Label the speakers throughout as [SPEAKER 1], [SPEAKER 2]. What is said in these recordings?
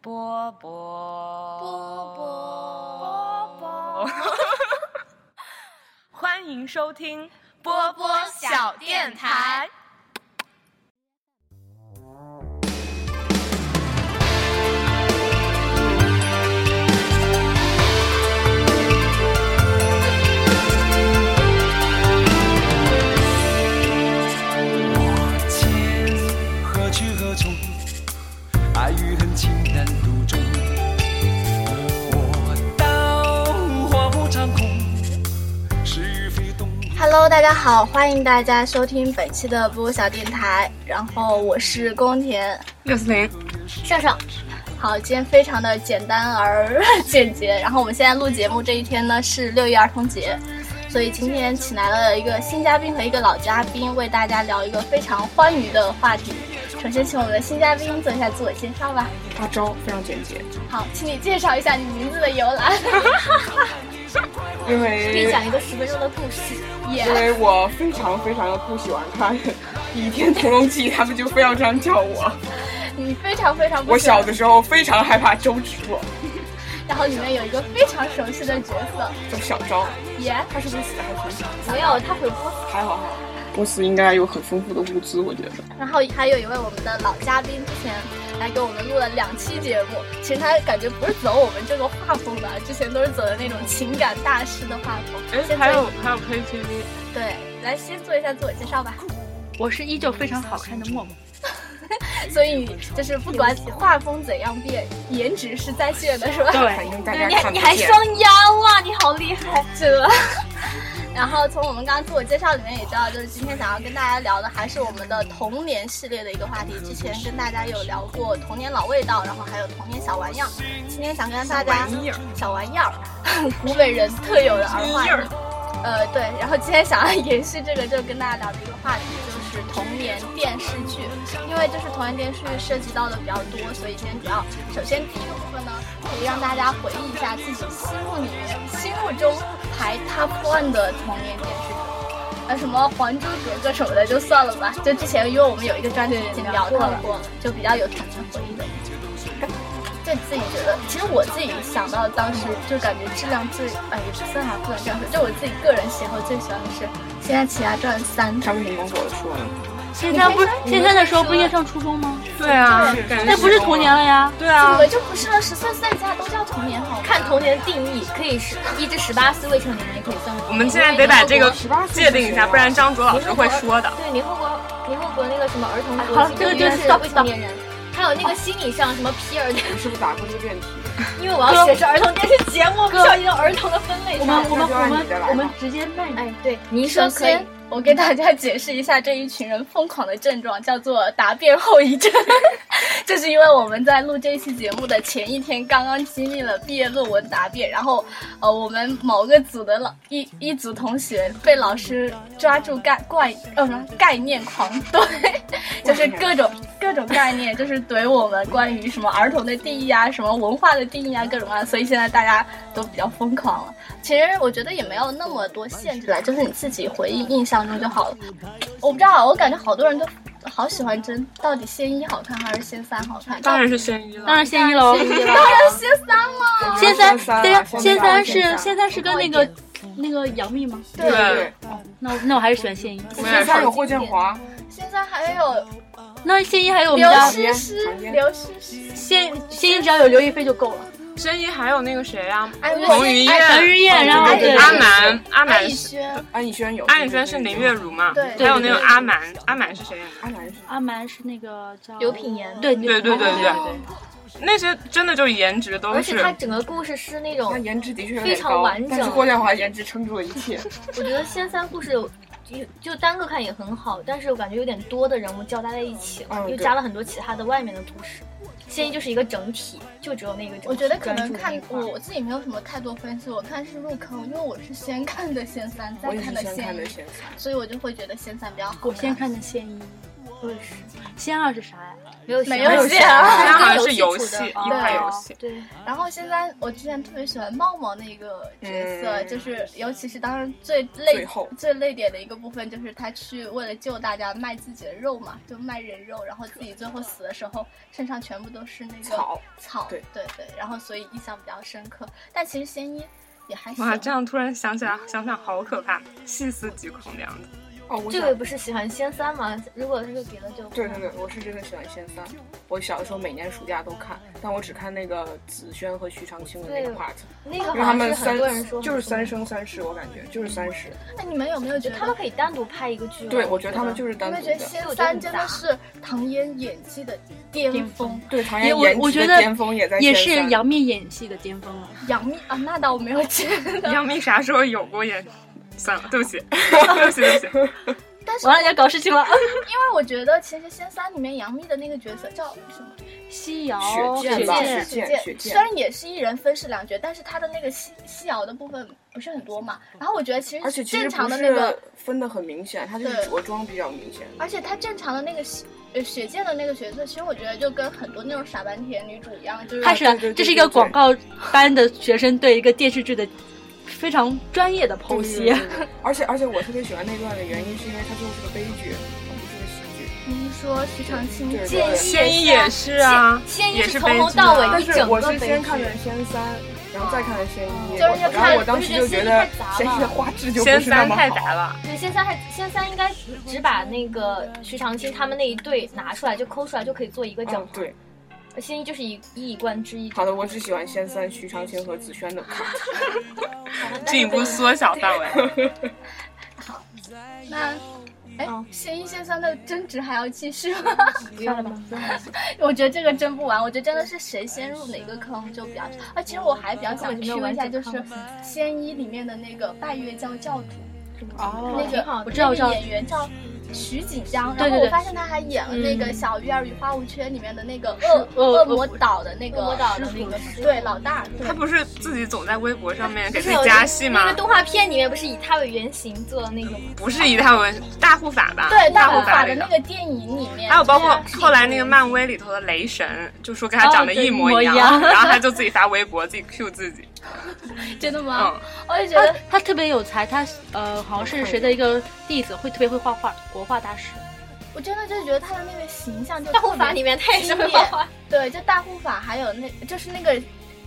[SPEAKER 1] 波波
[SPEAKER 2] 波
[SPEAKER 1] 波
[SPEAKER 2] 波
[SPEAKER 1] 波，欢迎收听波波小电台。
[SPEAKER 3] 何去何从？爱与恨情难独钟。我道花无常空，是与非动。
[SPEAKER 2] Hello，大家好，欢迎大家收听本期的波波小电台，然后我是宫田。
[SPEAKER 4] 六四零，
[SPEAKER 2] 上上。好，今天非常的简单而 简洁。然后我们现在录节目这一天呢是六一儿童节，所以今天请来了一个新嘉宾和一个老嘉宾，为大家聊一个非常欢愉的话题。首先，请我们的新嘉宾做一下自我介绍吧。
[SPEAKER 4] 花招非常简洁，
[SPEAKER 2] 好，请你介绍一下你名字的由 来，
[SPEAKER 4] 因为
[SPEAKER 2] 一个十分钟的故 事。耶、
[SPEAKER 4] 因为我非常非常的不喜欢看《倚天屠龙记》，他们就非要这样叫我。
[SPEAKER 2] 你非常非常不
[SPEAKER 4] 我
[SPEAKER 2] 喜欢
[SPEAKER 4] 小的时候非常害怕周芷若，
[SPEAKER 2] 然后里面有一个非常熟悉的角色，
[SPEAKER 4] 叫小昭，
[SPEAKER 2] 耶，
[SPEAKER 4] 她是不是死的还挺惨？
[SPEAKER 2] 没有他回波斯。
[SPEAKER 4] 还好还好，波斯应该有很丰富的物资，我觉得。
[SPEAKER 2] 然后还有一位我们的老嘉宾，之前来给我们录了两期节目，其实他感觉不是走我们这个画风的，之前都是走的那种情感大师的画风。先做一
[SPEAKER 4] 哎还有 KTV，
[SPEAKER 2] 对，来先做一下自我介绍吧。
[SPEAKER 5] 我是依旧非常好看的默默，
[SPEAKER 2] 所以你就是不管画风怎样变，颜值是在线的，是吧？
[SPEAKER 4] 反正大
[SPEAKER 5] 对
[SPEAKER 4] 家
[SPEAKER 5] 你
[SPEAKER 4] 看不见。
[SPEAKER 5] 你还双腰
[SPEAKER 2] 啊
[SPEAKER 5] 哇，你好厉害！
[SPEAKER 2] 是的。然后从我们刚刚自我介绍里面也知道，就是今天想要跟大家聊的还是我们的童年系列的一个话题。之前跟大家有聊过童年老味道，然后还有童年小玩意儿。今天想跟大家
[SPEAKER 6] 啊
[SPEAKER 2] 小玩意儿，湖北人特有的儿化音。呃，对。然后今天想要延续这个，就跟大家聊的一个话题就是童年电视剧，因为就是童年电视剧涉及到的比较多，所以今天主要首先第一个部分呢，可以让大家回忆一下自己心目里面、心目中排 top one 的童年电视剧。呃，什么《还珠格格》什么的就算了吧，就之前因为我们有一个专题已经聊到过，就比较有童年回忆的。就自己觉得，其实我自己想到当时就感觉质量最，哎，也不算还不能这样说，就我自己个人喜好最喜欢的是《仙剑奇侠传三》。
[SPEAKER 4] 他为什么光跟我说呢？
[SPEAKER 5] 现在不是现在的时候不应该上初中吗？
[SPEAKER 6] 对啊，感觉
[SPEAKER 5] 那不是童年了呀。
[SPEAKER 6] 对啊
[SPEAKER 2] 我，们就不是了，十岁以下都叫童年好吗？
[SPEAKER 7] 看童年的定义，可以是一至十八岁未成年人也可以算是童年。
[SPEAKER 6] 我们现在得把这个界定一下，
[SPEAKER 4] 啊
[SPEAKER 6] 不然张卓老
[SPEAKER 7] 因为
[SPEAKER 6] 师
[SPEAKER 7] 联合
[SPEAKER 6] 会
[SPEAKER 7] 国
[SPEAKER 6] 说的。
[SPEAKER 7] 对，联合国联合国那个什么儿童国际
[SPEAKER 5] 好了这个就是
[SPEAKER 7] 是
[SPEAKER 5] stop，
[SPEAKER 7] 未成年人。还有那个心理上什么皮尔的，
[SPEAKER 4] 你是不是打过这个辩题？
[SPEAKER 7] 因为我要写是儿童电视节目，不小心儿童的分类
[SPEAKER 5] 我
[SPEAKER 7] 上
[SPEAKER 5] 们我
[SPEAKER 7] 了。
[SPEAKER 4] 那
[SPEAKER 5] 们
[SPEAKER 4] 就按
[SPEAKER 5] 我
[SPEAKER 4] 你的来吧
[SPEAKER 5] 们我们直接卖你。
[SPEAKER 7] 哎，对，您
[SPEAKER 2] 首
[SPEAKER 7] 说可以
[SPEAKER 2] 先。，我给大家解释一下这一群人疯狂的症状，叫做答辩后遗 症。这是因为我们在录这一期节目的前一天，刚刚经历了毕业论文答辩，然后，呃，我们某个组的老一一组同学被老师抓住概怪呃什么概念狂怼，就是各种各种概念，就是怼我们关于什么儿童的定义啊，什么文化的定义啊，各种啊，所以现在大家都比较疯狂了。其实我觉得也没有那么多限制啦，就是你自己回忆印象中就好了。我不知道，我感觉好多人都好喜欢争，到底仙一好看还是仙三好看？
[SPEAKER 6] 当然是仙一了，
[SPEAKER 5] 当然仙一喽，
[SPEAKER 2] 当 然仙三了。
[SPEAKER 5] 仙三
[SPEAKER 4] 啊
[SPEAKER 5] 仙仙三是仙三是跟那个
[SPEAKER 2] 仙
[SPEAKER 5] 那个杨幂吗？
[SPEAKER 4] 对
[SPEAKER 6] 对，
[SPEAKER 5] 那我那我还是喜欢仙一。
[SPEAKER 6] 我
[SPEAKER 4] 仙
[SPEAKER 6] 也
[SPEAKER 4] 三
[SPEAKER 6] 是。
[SPEAKER 4] 有霍建华，
[SPEAKER 2] 仙三还有
[SPEAKER 5] 那仙一还有我们
[SPEAKER 2] 刘
[SPEAKER 5] 家
[SPEAKER 2] 诗诗，刘诗诗。
[SPEAKER 4] 嗯
[SPEAKER 5] 仙仙一只要有刘亦菲就够了。
[SPEAKER 6] 仙一还有那个谁啊，
[SPEAKER 2] 哎，我觉得
[SPEAKER 6] 彭于
[SPEAKER 2] 哎
[SPEAKER 5] 彭
[SPEAKER 6] 晏、
[SPEAKER 5] 于晏，然后
[SPEAKER 2] 哎
[SPEAKER 5] 对
[SPEAKER 6] 阿蛮、阿
[SPEAKER 2] 安
[SPEAKER 6] 蛮
[SPEAKER 2] 以
[SPEAKER 6] 是、
[SPEAKER 2] 轩，
[SPEAKER 4] 安以轩有，
[SPEAKER 6] 安以轩是林月如嘛？
[SPEAKER 2] 对
[SPEAKER 6] 还有那
[SPEAKER 5] 对对
[SPEAKER 6] 个
[SPEAKER 5] 对
[SPEAKER 6] 阿蛮，阿蛮是谁演
[SPEAKER 4] 阿南是
[SPEAKER 5] 阿蛮是那个叫
[SPEAKER 7] 刘品言
[SPEAKER 5] 对刘
[SPEAKER 6] 对对对对
[SPEAKER 5] 对
[SPEAKER 6] 的？那些真的就是颜值都
[SPEAKER 7] 而且
[SPEAKER 6] 是
[SPEAKER 7] 它整个故事是那
[SPEAKER 4] 他
[SPEAKER 7] 种，
[SPEAKER 4] 颜值的确有
[SPEAKER 7] 哦非
[SPEAKER 4] 点
[SPEAKER 7] 常
[SPEAKER 4] 高
[SPEAKER 7] 完整
[SPEAKER 4] 但是霍建华颜值撑住了一 切。
[SPEAKER 7] 我觉得仙三故事有就就单个看也很好，但是我感觉有点多的人物交代在一起了，
[SPEAKER 4] 嗯对
[SPEAKER 7] 又加了很多其他的外面的故事。仙一就是一个整体，就只有那个整体
[SPEAKER 2] 我觉得可
[SPEAKER 7] 专
[SPEAKER 2] 能
[SPEAKER 7] 注那
[SPEAKER 2] 看
[SPEAKER 7] 一块儿
[SPEAKER 2] 我自己没有什么太多分析，我看是入坑，因为我是先看的仙三，再
[SPEAKER 4] 我也是
[SPEAKER 2] 看的
[SPEAKER 4] 先看
[SPEAKER 2] 仙
[SPEAKER 4] 的
[SPEAKER 2] 一，
[SPEAKER 4] 仙三，
[SPEAKER 2] 所以我就会觉得仙三比较好看。
[SPEAKER 5] 我先看的仙一，
[SPEAKER 7] 我也是，
[SPEAKER 5] 仙二是啥呀？
[SPEAKER 7] 没有
[SPEAKER 2] 没
[SPEAKER 7] 想
[SPEAKER 2] 有
[SPEAKER 7] 过
[SPEAKER 2] 线啊
[SPEAKER 6] 好像
[SPEAKER 7] 跟
[SPEAKER 6] 是游
[SPEAKER 7] 出
[SPEAKER 6] 戏，
[SPEAKER 7] 的
[SPEAKER 6] 一
[SPEAKER 7] 哦
[SPEAKER 6] 款游戏。
[SPEAKER 7] 对，
[SPEAKER 2] 然后现在我之前特别喜欢茂茂那个角色，
[SPEAKER 6] 嗯
[SPEAKER 2] 就是尤其是当时最累
[SPEAKER 4] 最后
[SPEAKER 2] 最泪点的一个部分，就是他去为了救大家卖自己的肉嘛，就卖人肉，然后自己最后死的时候身上全部都是那个
[SPEAKER 4] 草
[SPEAKER 2] 草
[SPEAKER 4] 对
[SPEAKER 2] 对对，然后所以印象比较深刻。但其实仙一也还 行，
[SPEAKER 6] 哇，这样突然想起来，想想好可怕，细思极恐这样子。
[SPEAKER 4] 哦，我
[SPEAKER 7] 这
[SPEAKER 4] 想
[SPEAKER 7] 个嗯不是喜欢仙三吗？如果这个给了就
[SPEAKER 4] 对对对，我是真的喜欢仙三。我小的时候每年暑假都看，但我只看那个紫萱和徐长卿的那个
[SPEAKER 7] 对
[SPEAKER 4] part，
[SPEAKER 7] 那
[SPEAKER 4] 因
[SPEAKER 7] 个
[SPEAKER 4] 为他
[SPEAKER 7] 好
[SPEAKER 4] 们
[SPEAKER 7] 像是
[SPEAKER 4] 三
[SPEAKER 7] 很多人说
[SPEAKER 4] 就是三
[SPEAKER 7] 十，
[SPEAKER 4] 生三世，我感觉就是三世。
[SPEAKER 2] 那你们有没有觉得
[SPEAKER 7] 他们可以单独拍一个剧哦。
[SPEAKER 4] 对，我觉得他们就是
[SPEAKER 2] 你
[SPEAKER 4] 单
[SPEAKER 2] 们
[SPEAKER 4] 独
[SPEAKER 2] 觉得
[SPEAKER 4] 的。
[SPEAKER 2] 仙
[SPEAKER 7] 我觉得
[SPEAKER 2] 三
[SPEAKER 7] 很
[SPEAKER 2] 真的
[SPEAKER 7] 杂
[SPEAKER 2] 是唐嫣演技的巅
[SPEAKER 5] 巅
[SPEAKER 2] 峰
[SPEAKER 5] 峰，
[SPEAKER 4] 对，唐
[SPEAKER 5] 也
[SPEAKER 4] 嫣
[SPEAKER 5] 我
[SPEAKER 4] 颜
[SPEAKER 5] 我
[SPEAKER 4] 值
[SPEAKER 5] 觉
[SPEAKER 4] 的
[SPEAKER 5] 得
[SPEAKER 4] 巅峰也在
[SPEAKER 5] 也
[SPEAKER 4] 仙
[SPEAKER 5] 是
[SPEAKER 4] 三
[SPEAKER 5] 杨幂演戏的巅峰了。
[SPEAKER 2] 杨幂啊，那倒没有觉得，
[SPEAKER 6] 杨幂啥时候有过演？算了，对不起， 对不起，对不起。
[SPEAKER 2] 但是
[SPEAKER 5] 我让人家搞事 情了。
[SPEAKER 2] 因为我觉得其实仙三里面杨幂的那个角色叫什么？
[SPEAKER 5] 西瑶
[SPEAKER 4] 雪
[SPEAKER 5] 雪
[SPEAKER 4] 见吧，
[SPEAKER 5] 见
[SPEAKER 4] 雪见，雪
[SPEAKER 2] 虽
[SPEAKER 4] 见。
[SPEAKER 2] 然也是一人分饰两角，但是她的那个戏戏瑶的部分不是很多嘛。然后我觉得其
[SPEAKER 4] 嗯而且
[SPEAKER 2] 实
[SPEAKER 4] 其实
[SPEAKER 2] 正常
[SPEAKER 4] 不
[SPEAKER 2] 的那个
[SPEAKER 4] 是，分的很明显，他就是
[SPEAKER 2] 对
[SPEAKER 4] 着装比较明显。
[SPEAKER 2] 而且她正常的那个戏呃雪见的那个角色，其实我觉得就跟很多那种傻白甜女主一样，就是
[SPEAKER 5] 开始
[SPEAKER 4] 对对对
[SPEAKER 5] 了，这是一个广告班的学生对一个电视剧的非常专业的
[SPEAKER 4] 对
[SPEAKER 5] 剖
[SPEAKER 4] 对
[SPEAKER 5] 析
[SPEAKER 4] 对。对对嗯而且而且我特别喜欢那段的原因是因为它就是个悲剧，它不是个喜剧。
[SPEAKER 2] 你是说徐长卿
[SPEAKER 4] 对对
[SPEAKER 2] 建议
[SPEAKER 6] 仙一也是啊，
[SPEAKER 7] 仙一
[SPEAKER 6] 也
[SPEAKER 7] 是
[SPEAKER 6] 是
[SPEAKER 7] 从
[SPEAKER 6] 悲
[SPEAKER 7] 头
[SPEAKER 6] 剧
[SPEAKER 7] 到
[SPEAKER 6] 啊
[SPEAKER 7] 尾
[SPEAKER 4] 但
[SPEAKER 7] 一
[SPEAKER 4] 是
[SPEAKER 7] 整
[SPEAKER 4] 我
[SPEAKER 7] 个
[SPEAKER 4] 是
[SPEAKER 7] 悲
[SPEAKER 4] 先
[SPEAKER 7] 剧
[SPEAKER 4] 看的仙三，然后再看的仙一，
[SPEAKER 7] 就是
[SPEAKER 4] 我然
[SPEAKER 7] 看
[SPEAKER 4] 后我当时就觉得仙一的画质就不
[SPEAKER 6] 仙
[SPEAKER 4] 是那
[SPEAKER 6] 三
[SPEAKER 4] 么
[SPEAKER 6] 太杂
[SPEAKER 4] 好。
[SPEAKER 6] 了，
[SPEAKER 7] 对，仙三还仙三应该只把那个徐长卿他们那一对拿出来就抠出来就可以做一个整
[SPEAKER 4] 嗯，
[SPEAKER 7] 合。
[SPEAKER 4] 对，
[SPEAKER 7] 仙一就是一一以贯之一。
[SPEAKER 4] 好的，我只喜欢仙三、徐长卿和紫萱的 cut。
[SPEAKER 6] 进一步缩小范围。
[SPEAKER 2] 那。
[SPEAKER 4] 嗯
[SPEAKER 2] 哎
[SPEAKER 7] 哦，
[SPEAKER 2] 仙一仙三的争执还要继续吗？
[SPEAKER 5] 算了 吧，
[SPEAKER 2] 我觉得这个争不完，我觉得真的是谁先入哪个坑就比较。啊，其实我还比较想
[SPEAKER 7] 根本就没有
[SPEAKER 2] Q 一下，
[SPEAKER 7] 完整
[SPEAKER 2] 就是
[SPEAKER 7] 坑
[SPEAKER 2] 仙一里面的那个拜月教教主，
[SPEAKER 5] 哦
[SPEAKER 2] 那
[SPEAKER 7] 挺
[SPEAKER 2] 个
[SPEAKER 7] 好的
[SPEAKER 5] 我知道我知道
[SPEAKER 2] 那个演员叫徐锦江，
[SPEAKER 5] 对
[SPEAKER 2] 然后我
[SPEAKER 5] 对对
[SPEAKER 2] 发现他还演了那个《
[SPEAKER 5] 嗯
[SPEAKER 2] 小鱼儿与花无缺》里面的那个恶
[SPEAKER 5] 恶
[SPEAKER 2] 恶魔岛的那个
[SPEAKER 7] 恶魔岛的
[SPEAKER 2] 师
[SPEAKER 7] 那个
[SPEAKER 2] 傅
[SPEAKER 7] 师傅
[SPEAKER 2] 对老大，对
[SPEAKER 6] 他不是自己总在微博上面给
[SPEAKER 7] 就是
[SPEAKER 6] 自
[SPEAKER 7] 有
[SPEAKER 6] 己
[SPEAKER 7] 一个
[SPEAKER 6] 加戏
[SPEAKER 7] 那
[SPEAKER 6] 吗
[SPEAKER 7] 个？动画片里面不是以他为原型做的那个吗？
[SPEAKER 6] 不是以他为大护法吧？
[SPEAKER 2] 对大
[SPEAKER 6] 大
[SPEAKER 2] 护法的
[SPEAKER 6] 那
[SPEAKER 2] 那。个电影里面，
[SPEAKER 6] 还有包括
[SPEAKER 2] 就是
[SPEAKER 6] 后来那个漫威里头的雷神，就说跟他长得一模一样，
[SPEAKER 5] 哦对一模一样
[SPEAKER 6] 然后他就自己发微博，自己 Q 自己。
[SPEAKER 2] 真的吗
[SPEAKER 6] 嗯？，
[SPEAKER 2] 我就觉
[SPEAKER 5] 他
[SPEAKER 2] 得
[SPEAKER 5] 他特别有才，他呃好像是谁的一个弟子，会特别会画画，国画大师。
[SPEAKER 2] 我真的就觉得他的那个形象就
[SPEAKER 7] 大护法
[SPEAKER 2] 特别
[SPEAKER 7] 里面他也是会画画，
[SPEAKER 2] 对，就大护法还有那就是那个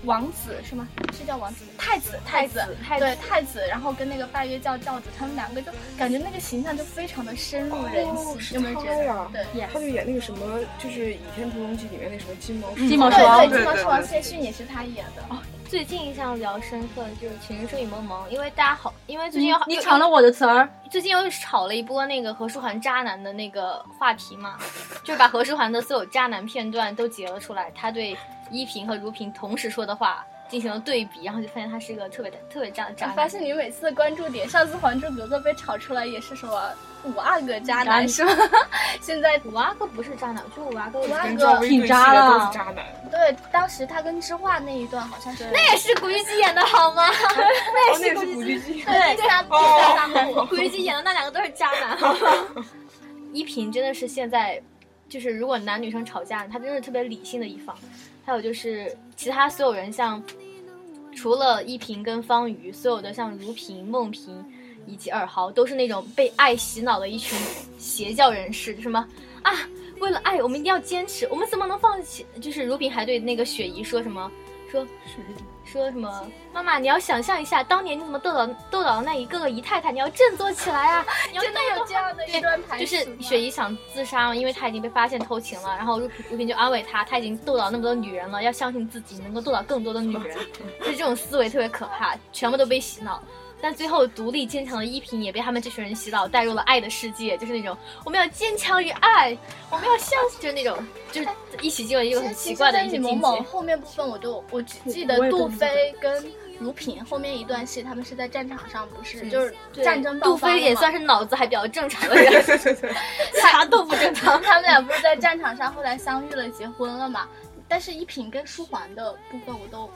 [SPEAKER 2] 王子是吗？是叫王子吗太子太子。
[SPEAKER 7] 太
[SPEAKER 2] 对太子，然后跟那个拜月教教主，他们两个就感觉那个形象就非常的深入人心，
[SPEAKER 4] 哦是
[SPEAKER 2] 有没有觉
[SPEAKER 4] 他
[SPEAKER 2] 得
[SPEAKER 4] 呀？
[SPEAKER 2] 对，
[SPEAKER 4] 他就演那个什么，就是《倚天屠龙记》里面那什么金毛狮。
[SPEAKER 5] 金毛狮
[SPEAKER 2] 对
[SPEAKER 5] 王
[SPEAKER 2] 对，
[SPEAKER 6] 对
[SPEAKER 2] 金毛
[SPEAKER 6] 对
[SPEAKER 2] 狮王
[SPEAKER 6] 对
[SPEAKER 2] 谢逊也是他演的。
[SPEAKER 7] 最近印象比较深刻的就是《情人睡眼朦胧》，因为大家好，因为最近有
[SPEAKER 5] 嗯你抢了我的词儿，
[SPEAKER 7] 最近又炒了一波那个何书桓渣男的那个话题嘛，就是把何书桓的所有渣男片段都截了出来，他对依萍和如萍同时说的话进行了对比，然后就发现他是个特别特别渣的
[SPEAKER 2] 我
[SPEAKER 7] 渣男。
[SPEAKER 2] 哎发现你每次的关注点，上次《还珠格格》被炒出来也是什么五阿哥渣
[SPEAKER 5] 渣
[SPEAKER 2] 男
[SPEAKER 5] 女
[SPEAKER 2] 是吗？ 现在
[SPEAKER 7] 五阿哥不是渣男，就五阿哥
[SPEAKER 2] 五阿
[SPEAKER 4] 跟
[SPEAKER 2] 哥
[SPEAKER 4] 赵薇对戏的都是渣男，
[SPEAKER 2] 对，当时他跟知画那一段好像是
[SPEAKER 7] 那也是古巨基演的好吗？
[SPEAKER 4] 哦，那个是古巨基。
[SPEAKER 2] 对 第三
[SPEAKER 4] 哦
[SPEAKER 2] 第三部
[SPEAKER 7] 古巨基演的那两个都是渣男。依萍真的是现在，就是如果男女生吵架，她真是特别理性的一方。还有就是其他所有人像，除了依萍跟方瑜，所有的像如萍、梦萍以及尔豪，都是那种被爱洗脑的一群邪教人士，就什么啊，为了爱我们一定要坚持，我们怎么能放弃？就是如萍还对那个雪姨说什么说。说什么？妈妈，你要想象一下，当年你怎么斗倒斗倒那一个个姨太太，你要振作起来啊！你要
[SPEAKER 2] 真的有这样的一段排
[SPEAKER 7] 就
[SPEAKER 2] 序吗
[SPEAKER 7] 是雪姨想自杀嘛，因为她已经被发现偷情了，然后如如萍就安慰她，她已经斗倒那么多女人了，要相信自己能够斗倒更多的女人，就是这种思维特别可怕，全部都被洗脑。但最后，独立坚强的依萍也被他们这群人洗脑，带入了爱的世界，就是那种我们要坚强于爱，我们要相信，就是那种就是一起进入一个很奇怪的一
[SPEAKER 2] 女
[SPEAKER 7] 个
[SPEAKER 2] 萌
[SPEAKER 7] 境
[SPEAKER 2] 萌
[SPEAKER 7] 界。
[SPEAKER 2] 后面部分，我就我只记得
[SPEAKER 5] 我也
[SPEAKER 2] 杜
[SPEAKER 5] 懂
[SPEAKER 2] 飞跟如萍后面一段戏，他们是在战场上，不是
[SPEAKER 4] 嗯
[SPEAKER 2] 就是
[SPEAKER 7] 对
[SPEAKER 2] 战争爆
[SPEAKER 7] 杜
[SPEAKER 2] 发了
[SPEAKER 7] 飞也
[SPEAKER 2] 嘛
[SPEAKER 7] 算是脑子还比较正常的人，
[SPEAKER 4] 对对对，
[SPEAKER 7] 啥都不正常。
[SPEAKER 2] 他们俩不是在战场上后来相遇了，结婚了嘛？但是依萍跟书桓的部分我都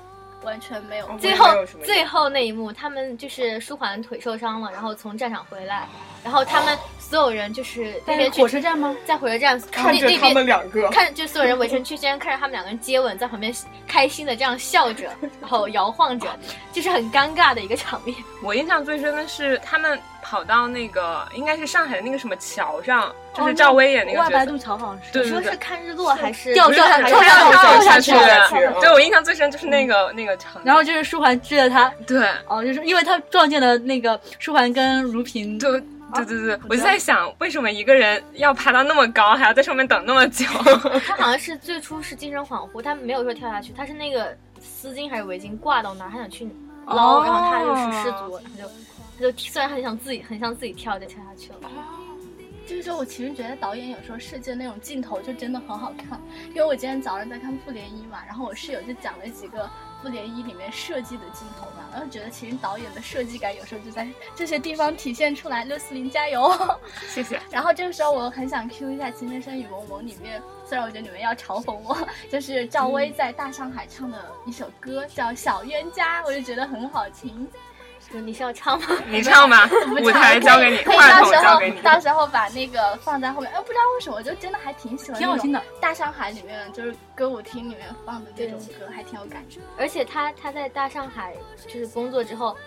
[SPEAKER 2] 完全没有。
[SPEAKER 4] 哦
[SPEAKER 7] 最
[SPEAKER 4] 我也
[SPEAKER 7] 后
[SPEAKER 4] 没有什么
[SPEAKER 7] 最后那一幕，他们就是舒缓腿受伤了，然后从战场回来，然后他们
[SPEAKER 4] 哦
[SPEAKER 7] 所有人就是那
[SPEAKER 5] 在
[SPEAKER 7] 边
[SPEAKER 5] 火车站吗？
[SPEAKER 7] 在火车站
[SPEAKER 4] 看着
[SPEAKER 7] 那
[SPEAKER 4] 他们
[SPEAKER 7] 那边。
[SPEAKER 4] 两个，
[SPEAKER 7] 看，就所有人围成圈圈，看着他们两个人接吻，在旁边开心的这样笑 着，然后摇晃着，就是很尴尬的一个场面。
[SPEAKER 6] 我印象最深的是他们跑到那个应该是上海的那个什么桥上，
[SPEAKER 4] 哦
[SPEAKER 6] 就是赵薇演那个
[SPEAKER 5] 外白
[SPEAKER 6] 角色
[SPEAKER 5] 渡，桥好像是。
[SPEAKER 6] 对
[SPEAKER 7] 你说
[SPEAKER 6] 对对。
[SPEAKER 7] 是看日落还是
[SPEAKER 5] 掉
[SPEAKER 6] 不是
[SPEAKER 5] 掉下
[SPEAKER 6] 跳
[SPEAKER 5] 跳下
[SPEAKER 6] 跳下
[SPEAKER 5] 跳下
[SPEAKER 6] 去
[SPEAKER 5] 去了
[SPEAKER 4] 了
[SPEAKER 6] 对，我印象最深就是那个那个场景，
[SPEAKER 5] 然后就是舒缓追着他，
[SPEAKER 6] 对，
[SPEAKER 5] 哦，就是因为他撞见了那个舒缓跟如萍，
[SPEAKER 6] 对
[SPEAKER 7] 哦
[SPEAKER 6] 对对对，我就在想，为什么一个人要爬到那么高，还要在上面等那么久？
[SPEAKER 7] 他好像是最初是精神恍惚，他没有说跳下去，他是那个丝巾还是围巾挂到那儿，他想去捞，
[SPEAKER 6] 哦
[SPEAKER 7] 然后他就是失足，
[SPEAKER 4] 哦
[SPEAKER 7] 他就他就虽然很想自己很想自己跳，就跳下去了。
[SPEAKER 2] 这个时候，我其实觉得导演有时候设计的那种镜头就真的很好看，因为我今天早上在看《复联一》嘛，然后我室友就讲了几个《复联一》里面设计的镜头嘛，然后觉得其实导演的设计感有时候就在这些地方体现出来。六四零加油！
[SPEAKER 6] 谢谢。
[SPEAKER 2] 然后这个时候我很想 Q 一下《情深深雨蒙蒙》里面，虽然我觉得你们要嘲讽我，就是赵
[SPEAKER 6] 嗯
[SPEAKER 2] 薇在大上海唱的一首歌叫《小冤家》，我就觉得很好听。
[SPEAKER 7] 就你是要唱吗？
[SPEAKER 6] 你唱吧，舞台交给你，
[SPEAKER 2] 可以
[SPEAKER 6] 话
[SPEAKER 2] 到
[SPEAKER 6] 筒
[SPEAKER 2] 时
[SPEAKER 6] 交
[SPEAKER 2] 候
[SPEAKER 6] 给你。
[SPEAKER 2] 到时候把那个放在后面。哎，不知道为什么，我就真的还挺喜欢
[SPEAKER 5] 挺好听的。
[SPEAKER 2] 大上海里面就是歌舞厅里面放的那种歌，还挺有感觉。
[SPEAKER 7] 而且他他在大上海就是工作之后，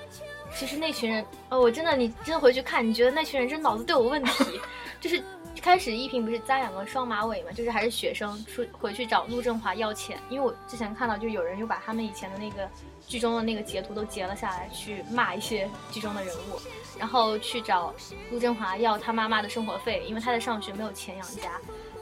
[SPEAKER 7] 其实那群人，哦，我真的你真的回去看，你觉得那群人真脑子都有问题， 就是。开始依萍不是扎两个双马尾嘛，就是还是学生出回去找陆振华要钱，因为我之前看到就有人又把他们以前的那个剧中的那个截图都截了下来，去骂一些剧中的人物，然后去找陆振华要他妈妈的生活费，因为他在上学没有钱养家，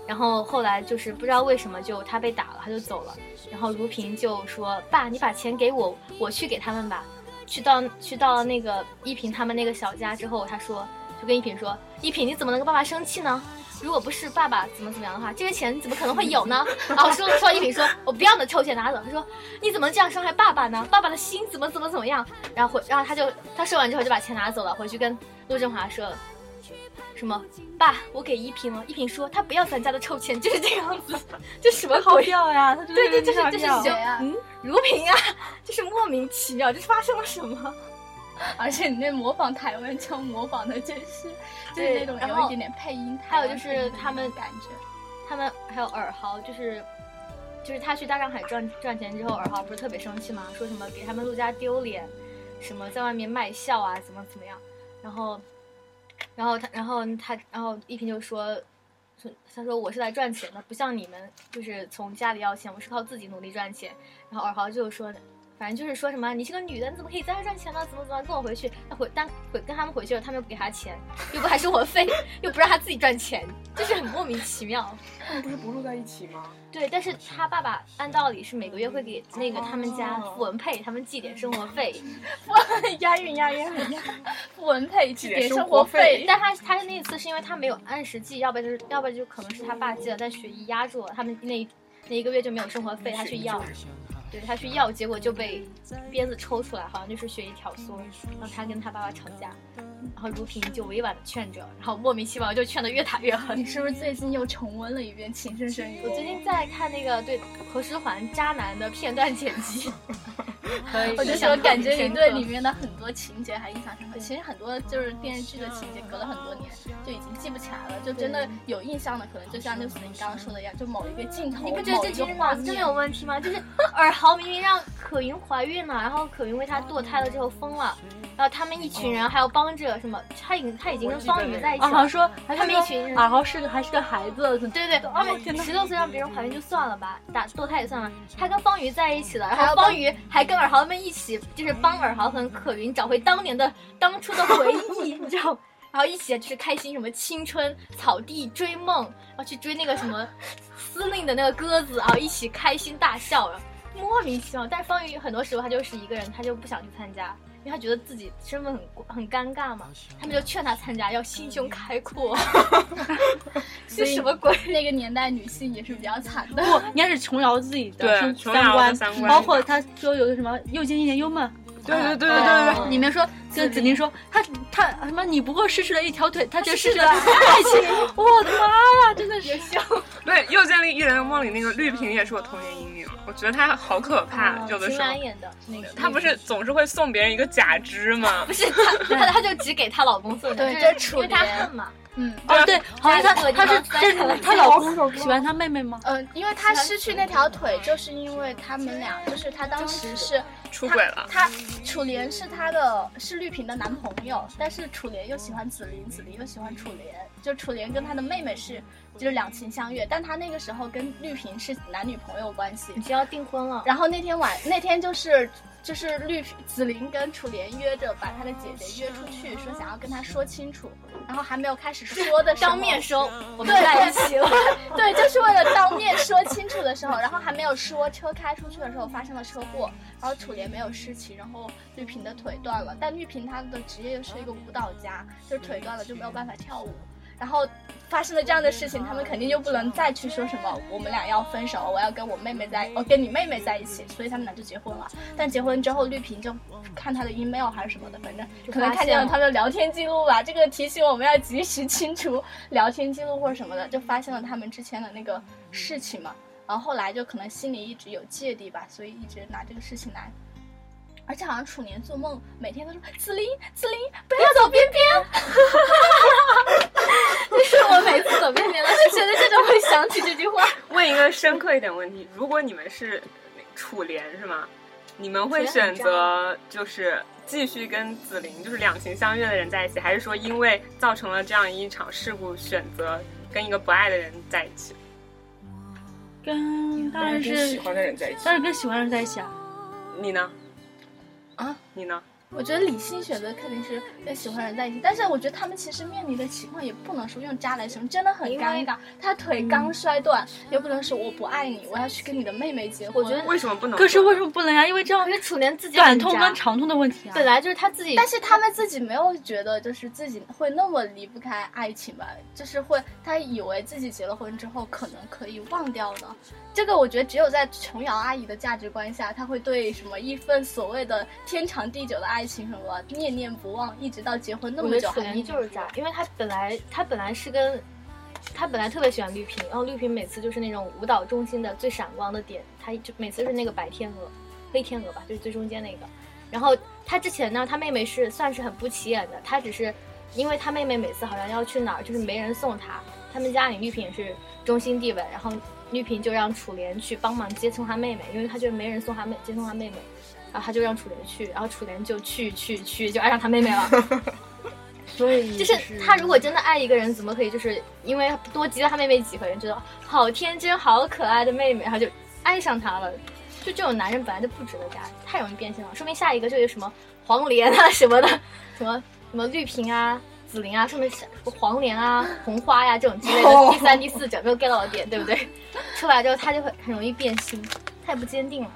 [SPEAKER 7] 然后后来就是不知道为什么就他被打了，他就走了。然后如萍就说：“爸，你把钱给我，我去给他们吧。”去到去到那个依萍他们那个小家之后，他说就跟依萍说：“依萍，你怎么能跟爸爸生气呢？如果不是爸爸怎么怎么样的话，这个钱你怎么可能会有呢？” 然后说说依萍说：“我不要你的臭钱拿走。”他说：“你怎么能这样伤害爸爸呢？爸爸的心怎么怎么怎么样？”然后回然后他就他说完之后就把钱拿走了，回去跟陆振华说了。什么？爸，我给依萍了。依萍说她不要咱家的臭钱，就是这样子， 这什么
[SPEAKER 5] 好
[SPEAKER 7] 鬼？
[SPEAKER 5] 掉呀，他
[SPEAKER 7] 对对，这是
[SPEAKER 5] 好
[SPEAKER 7] 这是
[SPEAKER 5] 掉
[SPEAKER 2] 谁啊
[SPEAKER 7] 嗯，如萍啊，就是莫名其妙，这是发生了什么？
[SPEAKER 2] 而且你那模仿台湾腔模仿的真是，就是那
[SPEAKER 7] 对
[SPEAKER 2] 种
[SPEAKER 7] 然
[SPEAKER 2] 有
[SPEAKER 7] 后
[SPEAKER 2] 一点点配音台
[SPEAKER 7] 还有
[SPEAKER 2] 湾
[SPEAKER 7] 就
[SPEAKER 2] 配
[SPEAKER 7] 是
[SPEAKER 2] 音的那
[SPEAKER 7] 他
[SPEAKER 2] 种
[SPEAKER 7] 们
[SPEAKER 2] 感觉。
[SPEAKER 7] 他们还有尔豪，就是就是他去大上海赚赚钱之后，尔豪不是特别生气吗？说什么给他们陆家丢脸，什么在外面卖笑啊，怎么怎么样？然后，然后他，然后他，然后依萍就说。说他说我是来赚钱的，不像你们就是从家里要钱，我是靠自己努力赚钱。然后尔豪就说，反正就是说什么你是个女的，你怎么可以在这赚钱呢？怎么怎么跟我回去？他回但回跟他们回去了，他们又不给他钱，又不还生活费，又不让他自己赚钱，就是很莫名其妙。
[SPEAKER 4] 他们不是不住在一起吗？
[SPEAKER 7] 对，但是他爸爸按道理是每个月会给那个他们家
[SPEAKER 4] 哦
[SPEAKER 7] 傅文佩他们寄点生活费，
[SPEAKER 2] 押韵押韵很押，不文配去
[SPEAKER 4] 点
[SPEAKER 2] 点
[SPEAKER 4] 生
[SPEAKER 2] 生
[SPEAKER 4] 活
[SPEAKER 2] 活费
[SPEAKER 4] 费。
[SPEAKER 7] 但他他那次是因为他没有按时寄，要不然就是要不然就可能是他爸寄了，但学医压住了，他们那一那一个月就没有生活费，他去要，对他去要，结果就被鞭子抽出来，好像就是血液
[SPEAKER 4] 嗯
[SPEAKER 7] 挑唆，然后他跟他爸爸吵架，然后如萍就委婉的劝着，然后莫名其妙就劝的越打越狠
[SPEAKER 2] 你。是不是最近又重温了一遍《情深深雨
[SPEAKER 7] 我
[SPEAKER 2] 蒙
[SPEAKER 7] 最
[SPEAKER 2] 蒙》？
[SPEAKER 7] 近在看那个对何诗桓渣男的片段剪辑，可以
[SPEAKER 2] 我就
[SPEAKER 7] 印
[SPEAKER 2] 是
[SPEAKER 7] 象
[SPEAKER 2] 我
[SPEAKER 7] 特别
[SPEAKER 2] 感觉你
[SPEAKER 7] 深
[SPEAKER 2] 对
[SPEAKER 7] 刻
[SPEAKER 2] 里面的很多情节还印象深刻。其实很多就是电视剧的情节，隔了很多年就已经记不起来了。就真的有印象的，可能就像六四零刚刚说的一样，就某一个镜头，
[SPEAKER 7] 你不觉得
[SPEAKER 2] 某
[SPEAKER 7] 这
[SPEAKER 2] 一个
[SPEAKER 7] 群人
[SPEAKER 2] 画
[SPEAKER 7] 脑子真
[SPEAKER 2] 面
[SPEAKER 7] 的有问题吗？就是 尔豪明明让可云怀孕了，然后可云为他堕胎了之后疯了，然后他们一群人还要帮着什么，他已经他已经跟方宇在一起
[SPEAKER 5] 尔豪
[SPEAKER 2] 啊
[SPEAKER 7] 了。
[SPEAKER 5] 啊说，还
[SPEAKER 7] 他们
[SPEAKER 5] 说
[SPEAKER 7] 一群人
[SPEAKER 5] 尔豪是个还是个孩子，
[SPEAKER 7] 对对，他们十六岁让别人怀孕就算了吧，打堕胎也算了，他跟方瑜在一起了，然后方瑜还跟尔豪他们一起，就是帮尔豪和可云找回当年的当初的回忆， 你知道吗？然后一起就是开心什么青春草地追梦，然后去追那个什么司令的那个鸽子，然啊后一起开心大笑，然后莫名其妙。但是方瑜很多时候他就是一个人，他就不想去参加，因为他觉得自己身份很很尴尬嘛。他们就劝他参加，要心胸开阔，这什么鬼？
[SPEAKER 2] 那个年代女性也是比较惨的。
[SPEAKER 5] 不应该是琼瑶自己的
[SPEAKER 6] 对
[SPEAKER 5] 生
[SPEAKER 6] 琼
[SPEAKER 5] 三
[SPEAKER 6] 瑶的
[SPEAKER 5] 观
[SPEAKER 6] 三观
[SPEAKER 5] 包括他说有个什么又坚定又闷，
[SPEAKER 6] 对对对对对对
[SPEAKER 7] 嗯
[SPEAKER 5] 你们说啊跟子宁说他他什么你不过失去了一条腿，他却失去了爱情。 我的妈呀，真的 是
[SPEAKER 6] 对，又见了一人梦里那个绿萍也是我童年阴影，我觉得她好可怕，有的
[SPEAKER 7] 秦
[SPEAKER 6] 时候
[SPEAKER 7] 岚哦演的那个，
[SPEAKER 6] 她不是总是会送别人一个假肢吗？
[SPEAKER 7] 不是 她，她她就只给她老公送的，
[SPEAKER 2] 对
[SPEAKER 7] 就是
[SPEAKER 2] 这楚
[SPEAKER 7] 因为她
[SPEAKER 2] 莲
[SPEAKER 7] 恨嘛，
[SPEAKER 5] 哦，对，好像她她是
[SPEAKER 7] 家里有一
[SPEAKER 5] 这
[SPEAKER 7] 个
[SPEAKER 5] 她老公喜欢她妹妹吗？
[SPEAKER 2] 嗯，因为他失去那条腿，就是因为他们俩，就是他当时是
[SPEAKER 6] 出轨了。
[SPEAKER 2] 他楚莲是他的是绿萍的男朋友，但是楚莲又喜欢紫菱，紫菱又喜欢楚莲，就楚莲跟他的妹妹是就是两情相悦，但他那个时候跟绿萍是男女朋友关系
[SPEAKER 7] 已。经要订婚了。
[SPEAKER 2] 然后那天晚那天就是就是绿萍紫菱跟楚莲约着把他的姐姐约出去，说想要跟他说清楚，然后还没有开始说的时候，
[SPEAKER 7] 当面说我们
[SPEAKER 2] 对
[SPEAKER 7] 在一起了，
[SPEAKER 2] 对，就是为了当面说清楚的时候，然后还没有说，车开出去的时候发生了车祸，然后楚莲没有尸体，然后绿萍的腿断了，但绿萍她的职业是一个舞蹈家，就是腿断了就没有办法跳舞。然后发生了这样的事情，他们肯定就不能再去说什么我们俩要分手，我要跟我妹妹在，哦我跟你妹妹在一起，所以他们俩就结婚了。但结婚之后，绿萍就看他的 email 还是什么的，反正可能看见了他们的聊天记录吧。这个提醒我们要及时清除聊天记录或者什么的，就发现了他们之前的那个事情嘛。然后后来就可能心里一直有芥蒂吧，所以一直拿这个事情来。而且好像楚年做梦，每天 都说紫菱，紫菱不要走边边。
[SPEAKER 7] 就是我每次走遍别人的觉得这种会想起这句话。
[SPEAKER 6] 问一个深刻一点问题，如果你们是楚莲是吗？你们会选择就是继续跟紫菱就是两情相悦的人在一起，还是说因为造成了这样一场事故，选择跟一个不爱的人在一起？
[SPEAKER 5] 跟当
[SPEAKER 4] 跟
[SPEAKER 5] 然
[SPEAKER 4] 喜
[SPEAKER 5] 是
[SPEAKER 4] 欢的人在一起
[SPEAKER 5] 当，然跟喜欢的人在一起啊。
[SPEAKER 6] 你呢？
[SPEAKER 2] 啊？
[SPEAKER 6] 你呢？
[SPEAKER 2] 我觉得理性选择肯定是跟喜欢的人在一起，但是我觉得他们其实面临的情况也不能说用渣来形容，真的很尴尬。他
[SPEAKER 7] 嗯
[SPEAKER 2] 腿刚摔断，又不能说我不爱你，我要去跟你的妹妹结婚。
[SPEAKER 7] 我觉得
[SPEAKER 6] 为什么不能？
[SPEAKER 5] 可是为什么不能呀？因为这样
[SPEAKER 7] 因为楚莲自己
[SPEAKER 5] 短
[SPEAKER 7] 很
[SPEAKER 5] 痛
[SPEAKER 7] 渣
[SPEAKER 5] 跟长痛的问题啊。
[SPEAKER 7] 本来就是她自己，
[SPEAKER 2] 但是他们自己没有觉得，就是自己会那么离不开爱情吧？就是会，他以为自己结了婚之后可能可以忘掉呢。这个我觉得只有在琼瑶阿姨的价值观下，她会对什么一份所谓的天长地久的爱情什么念念不忘，一直到结婚那
[SPEAKER 7] 我
[SPEAKER 2] 么
[SPEAKER 7] 觉
[SPEAKER 2] 久
[SPEAKER 7] 得楚
[SPEAKER 2] 还
[SPEAKER 7] 莲就是渣，因为她本来她本来是跟她本来特别喜欢绿萍，然后绿萍每次就是那种舞蹈中心的最闪光的点，她就每次是那个白天鹅、黑天鹅吧，就是最中间那个。然后她之前呢，她妹妹是算是很不起眼的，她只是因为她妹妹每次好像要去哪儿，就是没人送她，他们家里绿萍也是中心地位，然后绿萍就让楚莲去帮忙接送她妹妹，因为她觉得没人送她妹接送她妹妹。然后她就让楚莲去，然后楚莲就去去去，就爱上她妹妹了。
[SPEAKER 5] 所以
[SPEAKER 7] 就是他如果真的爱一个人，怎么可以就是因为多激了他妹妹几回，觉得好天真、好可爱的妹妹，然后就爱上她了。就这种男人本来就不值得渣，太容易变心了。说明下一个就有什么黄连啊什么的，什么什么绿萍啊、紫菱啊，说明是黄连啊、红花呀、这种之类的第三、第四者没有 get 到我的点，对不对？出来之后他就会很容易变心，太不坚定了。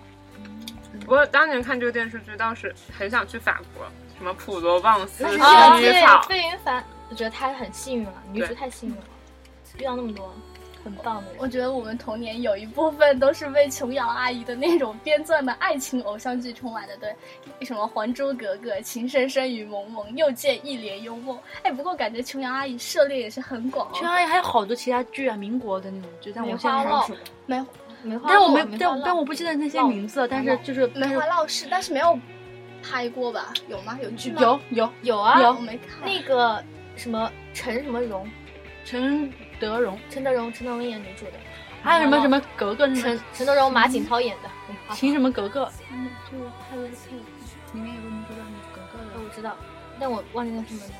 [SPEAKER 6] 不过当年看这个电视剧，倒是很想去法国，什么普罗旺斯、
[SPEAKER 7] 那
[SPEAKER 6] 薰
[SPEAKER 7] 是
[SPEAKER 5] 啊
[SPEAKER 6] 衣
[SPEAKER 7] 对
[SPEAKER 6] 草，
[SPEAKER 7] 费云凡，我觉得她很幸运了，女主
[SPEAKER 6] 对
[SPEAKER 7] 太幸运了，遇到那么多很棒的人。
[SPEAKER 2] 我觉得我们童年有一部分都是被琼瑶阿姨的那种编撰的爱情偶像剧充满的，对，什么《还珠格格》《情深深雨蒙蒙》，又见一帘幽梦。哎，不过感觉琼瑶阿姨涉猎也是很广、
[SPEAKER 5] 全
[SPEAKER 2] 哦。
[SPEAKER 5] 还还有好多其他剧啊，民国的那种，就像我
[SPEAKER 7] 梅
[SPEAKER 5] 现
[SPEAKER 7] 花
[SPEAKER 5] 在
[SPEAKER 7] 烙
[SPEAKER 5] 看，
[SPEAKER 2] 梅
[SPEAKER 7] 梅花
[SPEAKER 5] 但我
[SPEAKER 7] 烙
[SPEAKER 5] 没，但我但我不记得那些
[SPEAKER 7] 烙
[SPEAKER 5] 名字了，但是就是
[SPEAKER 2] 梅花烙是，但是没有拍过吧？有吗？有剧吗？
[SPEAKER 5] 有有
[SPEAKER 7] 有啊，
[SPEAKER 2] 我没看。
[SPEAKER 7] 那个什么陈什么荣，
[SPEAKER 5] 陈德容，
[SPEAKER 7] 陈德容，陈德容演女主的，
[SPEAKER 5] 还有什么
[SPEAKER 7] 梅花烙
[SPEAKER 5] 什么格格那
[SPEAKER 7] 陈啊
[SPEAKER 5] 种，
[SPEAKER 7] 陈德容、马景涛演的梅花烙，
[SPEAKER 5] 秦什么格格，嗯，就还有还有里面有个女主角格格
[SPEAKER 7] 嗯我知道，但我忘记叫什么名。